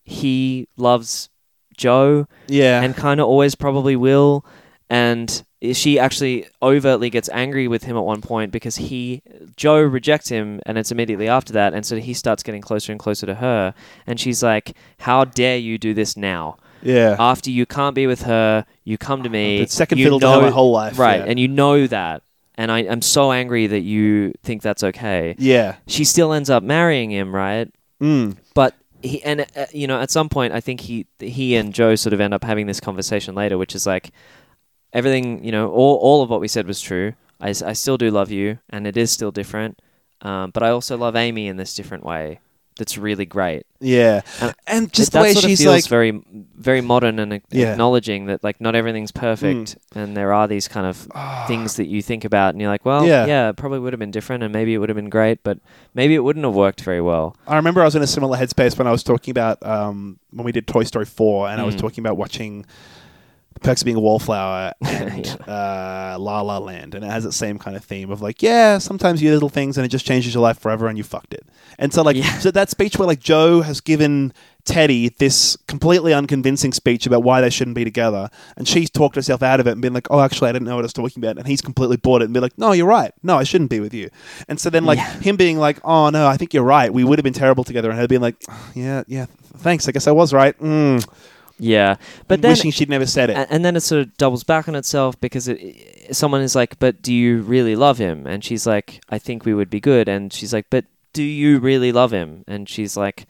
S2: he loves Joe
S1: yeah.
S2: and kind of always probably will, and she actually overtly gets angry with him at one point because he Joe rejects him and it's immediately after that and so he starts getting closer and closer to her and she's like how dare you do this now
S1: yeah.
S2: after you can't be with her, you come to me.
S1: It's second
S2: you
S1: fiddle to her my whole life,
S2: right?
S1: yeah.
S2: And you know that, and I, I'm so angry that you think that's okay.
S1: yeah.
S2: She still ends up marrying him, right?
S1: Mm.
S2: But he and uh, you know at some point, I think he he and Joe sort of end up having this conversation later, which is like everything you know, all all of what we said was true. I, s- I still do love you, and it is still different. Um, but I also love Amy in this different way. That's really great
S1: Yeah.
S2: And-
S1: And just
S2: that
S1: the way
S2: sort of
S1: she's
S2: feels
S1: like,
S2: very very modern and ac-
S1: Yeah. Mm.
S2: acknowledging that like not everything's perfect and there are these kind of things that you think about and you're like well
S1: Ah. Yeah.
S2: yeah, it probably would have been different and maybe it would have been great but maybe it wouldn't have worked very well
S1: I remember I was in a similar headspace when I was talking about um, when we did Toy Story 4, and I was
S2: Mm.
S1: talking about watching The Perks of Being a
S2: <laughs>
S1: Wallflower and uh, La La Land, and it has that same kind of theme of like, yeah, sometimes you do little things and it just changes your life forever, and you fucked it. And so like,
S2: Yeah.
S1: so that speech where like Joe has given Teddy this completely unconvincing speech about why they shouldn't be together, and she's talked herself out of it and been like, oh, actually, I didn't know what I was talking about, and he's completely bought it and be like, no, you're right, no, I shouldn't be with you. And so then like him being like, oh no, I think you're right, we would have been terrible together, and her being like, yeah, yeah, thanks, I guess I was right. Mm.
S2: yeah but then
S1: wishing she'd never said it.
S2: a- and then it sort of doubles back on itself because it, someone is like but do you really love him and she's like I think we would be good and she's like but do you really love him and she's like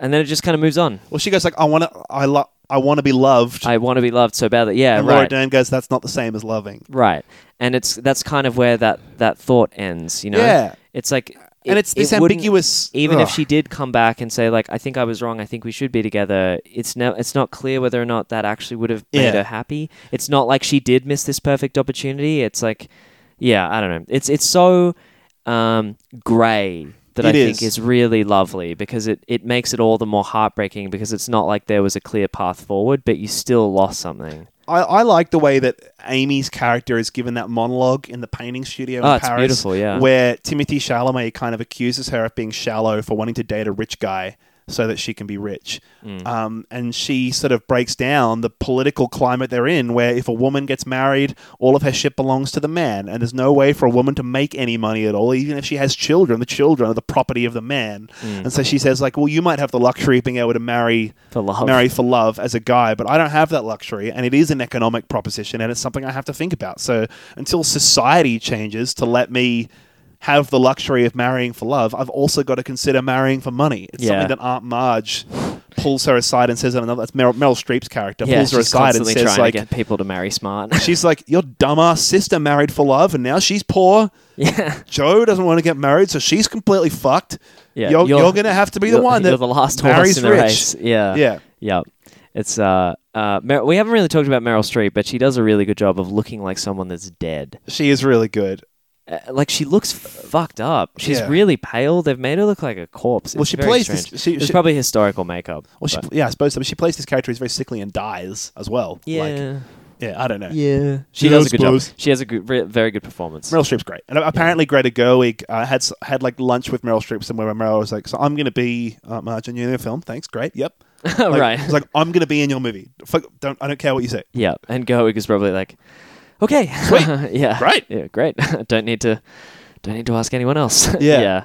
S2: and then it just kind of moves on
S1: Well, she goes like, "I want to, I love, I want to be loved."
S2: I want to be loved so badly yeah
S1: and
S2: right
S1: Laura Dern goes, "That's not the same as loving."
S2: Right. And it's that's kind of where that that thought ends, you know.
S1: Yeah.
S2: It's like
S1: and
S2: it-
S1: it's this
S2: it wouldn't-
S1: ambiguous.
S2: Even if
S1: Ugh.
S2: she did come back and say like I think I was wrong, I think we should be together, it's no it's not clear whether or not that actually would have made
S1: Yeah.
S2: her happy. It's not like she did miss this perfect opportunity. It's like yeah, I don't know. It's it's so um gray that
S1: It
S2: I
S1: is.
S2: think is really lovely because it, it makes it all the more heartbreaking because it's not like there was a clear path forward, but you still lost something.
S1: I, I like the way that Amy's character is given that monologue in the painting studio
S2: Oh,
S1: in
S2: it's
S1: Paris,
S2: beautiful, yeah.
S1: where Timothy Chalamet kind of accuses her of being shallow for wanting to date a rich guy, so that she can be rich.
S2: Mm.
S1: Um, and she sort of breaks down the political climate they're in, where if a woman gets married, all of her shit belongs to the man, and there's no way for a woman to make any money at all, even if she has children. The children are the property of the man.
S2: Mm.
S1: And so she says, like, well, you might have the luxury of being able to marry
S2: For love.
S1: marry for love as a guy, but I don't have that luxury, and it is an economic proposition, and it's something I have to think about. So until society changes to let me have the luxury of marrying for love, I've also got to consider marrying for money. It's
S2: Yeah.
S1: something that Aunt Marge pulls her aside and says, another that's Meryl, Meryl Streep's character
S2: <laughs> Yeah,
S1: pulls her
S2: she's
S1: aside and
S2: constantly
S1: says,
S2: trying
S1: like,
S2: to get people to
S1: <laughs>
S2: marry smart. <laughs>
S1: she's like, your dumbass sister married for love, and now she's poor.
S2: yeah,
S1: Joe doesn't want to get married, so she's completely fucked.
S2: yeah.
S1: you're, you're, gonna have to be the
S2: you're-
S1: one that
S2: <laughs> you're the last
S1: marries
S2: horse in the
S1: rich.
S2: race. Yeah,
S1: Yeah.
S2: Yep. It's uh, uh, Mer- we haven't really talked about Meryl Streep, but she does a really good job of looking like someone that's dead.
S1: She is really good.
S2: Uh, like she looks fucked up. She's
S1: Yeah.
S2: really pale. They've made her look like a corpse.
S1: Well,
S2: It's
S1: she
S2: very
S1: plays
S2: strange.
S1: this- she-
S2: It's
S1: she-
S2: probably historical makeup.
S1: Well, she,
S2: but-
S1: yeah, I suppose so. But she plays this character who's very sickly and dies as well. Like,
S2: yeah,
S1: yeah, I don't know.
S2: yeah. She
S1: Yeah, I
S2: does a good job.
S1: suppose.
S2: She has a good, re- very good performance.
S1: Meryl Streep's great, and apparently Greta Gerwig uh, had s- had like lunch with Meryl Streep somewhere. Where Meryl was like, "So I'm going to be uh, Marge in your film. Thanks, great.
S2: <laughs>
S1: Yep. Like,
S2: right.
S1: It's like I'm going to be in your movie. Fuck, don't I don't care what you say.
S2: Yeah, and Gerwig is probably like, okay,
S1: Sweet.
S2: <laughs> yeah,
S1: Great.
S2: yeah, great. <laughs> don't need to, don't need to ask anyone else. <laughs>
S1: Yeah.
S2: yeah,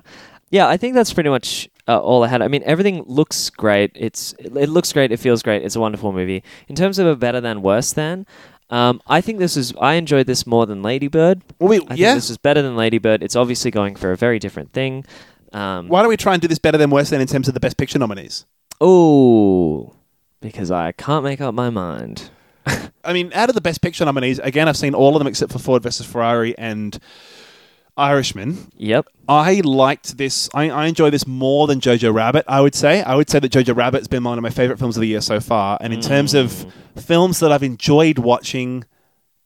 S2: Yeah, I think that's pretty much uh, all I had. I mean, everything looks great. It's it looks great. It feels great. It's a wonderful movie. In terms of a better than worse than, um, I think this is. I enjoyed this more than Ladybird.
S1: Well, we,
S2: I
S1: yeah.
S2: think this is better than Ladybird. It's obviously going for a very different thing. Um,
S1: Why don't we try and do this better than worse than in terms of the best picture nominees?
S2: Oh, because I can't make up my mind.
S1: I mean, out of the best picture nominees, again, I've seen all of them except for Ford versus Ferrari and Irishman.
S2: Yep.
S1: I liked this. I, I enjoy this more than Jojo Rabbit. I would say. I would say that Jojo Rabbit's been one of my favorite films of the year so far. And in terms of
S2: Mm.
S1: films that I've enjoyed watching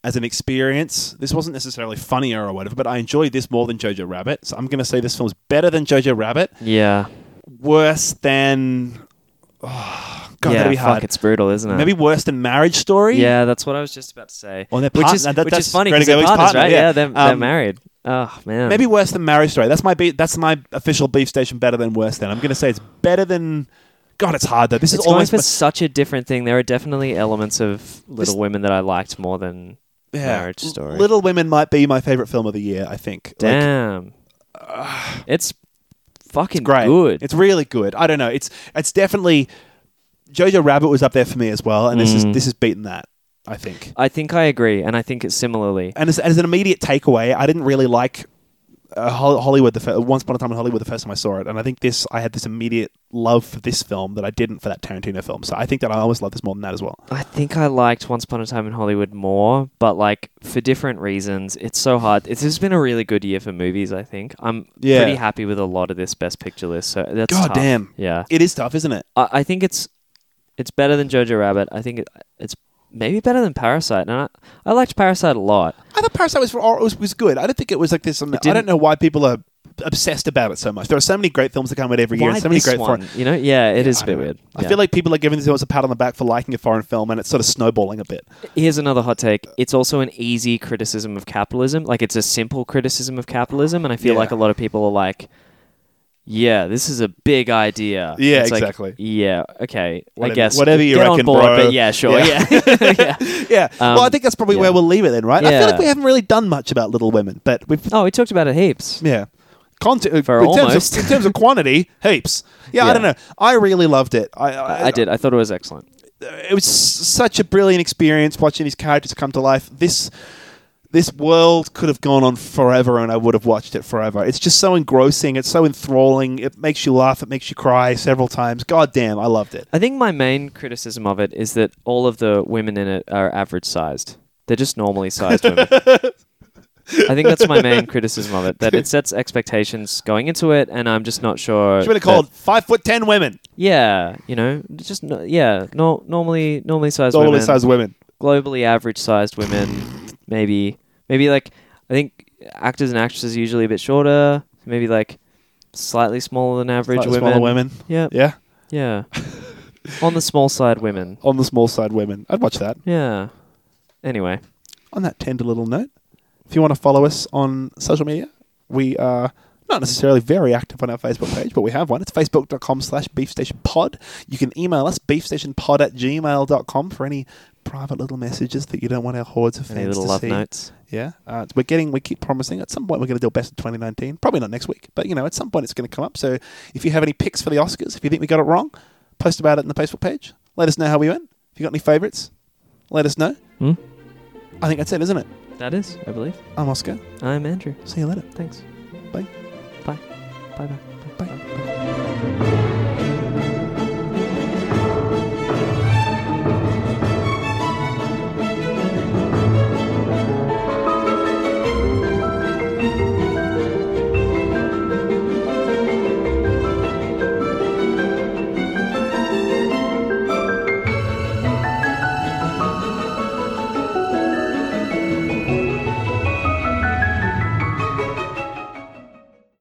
S1: as an experience, this wasn't necessarily funnier or whatever, but I enjoyed this more than Jojo Rabbit. So I'm going to say this film's better than Jojo Rabbit,
S2: Yeah.
S1: worse than. Oh, God,
S2: yeah.
S1: that'd be
S2: fuck,
S1: hard.
S2: it's brutal, isn't it?
S1: Maybe worse than Marriage Story.
S2: Yeah, that's what I was just about to say.
S1: Well, they're
S2: which is
S1: partner- that-
S2: which
S1: that's
S2: is funny
S1: Greta
S2: because they're
S1: Gerwig's
S2: partners,
S1: partner,
S2: right?
S1: yeah.
S2: Yeah, they're, they're
S1: Um,
S2: married. Oh man,
S1: Maybe worse than Marriage Story. That's my be- that's my official beef station. Better than worse than. I'm going to say it's better than. God, it's hard though. This
S2: it's
S1: is almost
S2: going for such a different thing. There are definitely elements of Little
S1: This-
S2: Women that I liked more than Marriage
S1: L-
S2: Story.
S1: Little Women might be my favorite film of the year. I think. Like,
S2: Damn, it's fucking
S1: great.
S2: good.
S1: It's really good. I don't know. It's it's definitely. Jojo Rabbit was up there for me as well, and this is
S2: Mm.
S1: this is beaten that. I think.
S2: I think I agree, and I think it's similarly.
S1: And as, as an immediate takeaway, I didn't really like uh, Hol- Hollywood. The fir- Once Upon a Time in Hollywood, the first time I saw it, and I think this, I had this immediate love for this film that I didn't for that Tarantino film. So I think that I almost love this more than that as well.
S2: I think I liked Once Upon a Time in Hollywood more, but like for different reasons. It's so hard. It's has been a really good year for movies. I think I'm
S1: Yeah.
S2: pretty happy with a lot of this Best Picture list. So that's
S1: God
S2: tough.
S1: damn.
S2: yeah.
S1: It is tough, isn't it?
S2: I, I think it's it's better than Jojo Rabbit. I think it, it's maybe better than Parasite, and I, I liked Parasite a lot.
S1: I thought Parasite was for, was, was good. I don't think it was like this. I don't
S2: didn't-
S1: know why people are obsessed about it so much. There are so many great films that come out every year.
S2: Why
S1: and So many
S2: this
S1: great
S2: one?
S1: foreign.
S2: You know, yeah, it is
S1: I
S2: a bit
S1: don't know.
S2: weird.
S1: I feel like people are giving themselves a pat on the back for liking a foreign film, and it's sort of snowballing a bit.
S2: here's another hot take. It's also an easy criticism of capitalism. Like it's a simple criticism of capitalism, and I feel
S1: Yeah.
S2: like a lot of people are like. Yeah, this is a big idea.
S1: Yeah,
S2: It's like,
S1: exactly.
S2: yeah, okay.
S1: Whatever-
S2: I guess
S1: whatever you
S2: get
S1: reckon,
S2: on board,
S1: bro.
S2: but yeah, sure,
S1: Yeah.
S2: yeah. <laughs> Yeah.
S1: <laughs> Yeah. well, I
S2: Um,
S1: think that's probably
S2: yeah.
S1: where we'll leave it then, right? I feel
S2: Yeah.
S1: like we haven't really done much about Little Women, but we've
S2: Oh, we talked about
S1: <laughs>
S2: it heaps.
S1: Yeah. Content
S2: For
S1: in terms
S2: almost.
S1: of in terms of quantity, heaps. Yeah, I
S2: Yeah.
S1: don't know. I really loved it. I, I,
S2: I, I did. I thought it was excellent.
S1: It was such a brilliant experience watching these characters come to life. This this world could have gone on forever, and I would have watched it forever. It's just so engrossing. It's so enthralling. It makes you laugh. It makes you cry several times. God damn, I loved it.
S2: I think my main criticism of it is that all of the women in it are average sized. They're just normally sized women. I think that's
S1: <laughs>
S2: my main criticism of it. That it sets expectations going into it, and I'm just not sure.
S1: Should have been
S2: that-
S1: called five foot ten women,
S2: Yeah, you know, just no, yeah, no, normally normally sized
S1: normally
S2: women,
S1: sized women.
S2: globally average sized women, maybe maybe like I think actors and actresses are usually a bit shorter, maybe like slightly smaller than average
S1: Slightly
S2: women.
S1: smaller women.
S2: Yeah,
S1: Yeah,
S2: yeah. On the small side, women.
S1: on the small side, women. I'd watch that.
S2: Yeah. Anyway,
S1: on that tender little note, if you want to follow us on social media, we are not necessarily very active on our Facebook page, but we have one. It's facebook.com slash beefstationpod. You can email us, beefstationpod at gmail.com for any private little messages that you don't want our hordes of fans
S2: Any little
S1: to
S2: love
S1: see.
S2: notes?
S1: Yeah, uh, we're getting. We keep promising. At some point, we're going to do a best of 2019. Probably not next week, but you know, at some point, it's going to come up. So, if you have any picks for the Oscars, if you think we got it wrong, post about it in the Facebook page. Let us know how we went. If you got any favourites, let us know.
S2: Hmm?
S1: I think that's it, isn't it?
S2: That is, I believe.
S1: I'm Oscar.
S2: I'm Andrew.
S1: See you later.
S2: Thanks.
S1: Bye.
S2: Bye. Bye. Bye.
S1: Bye.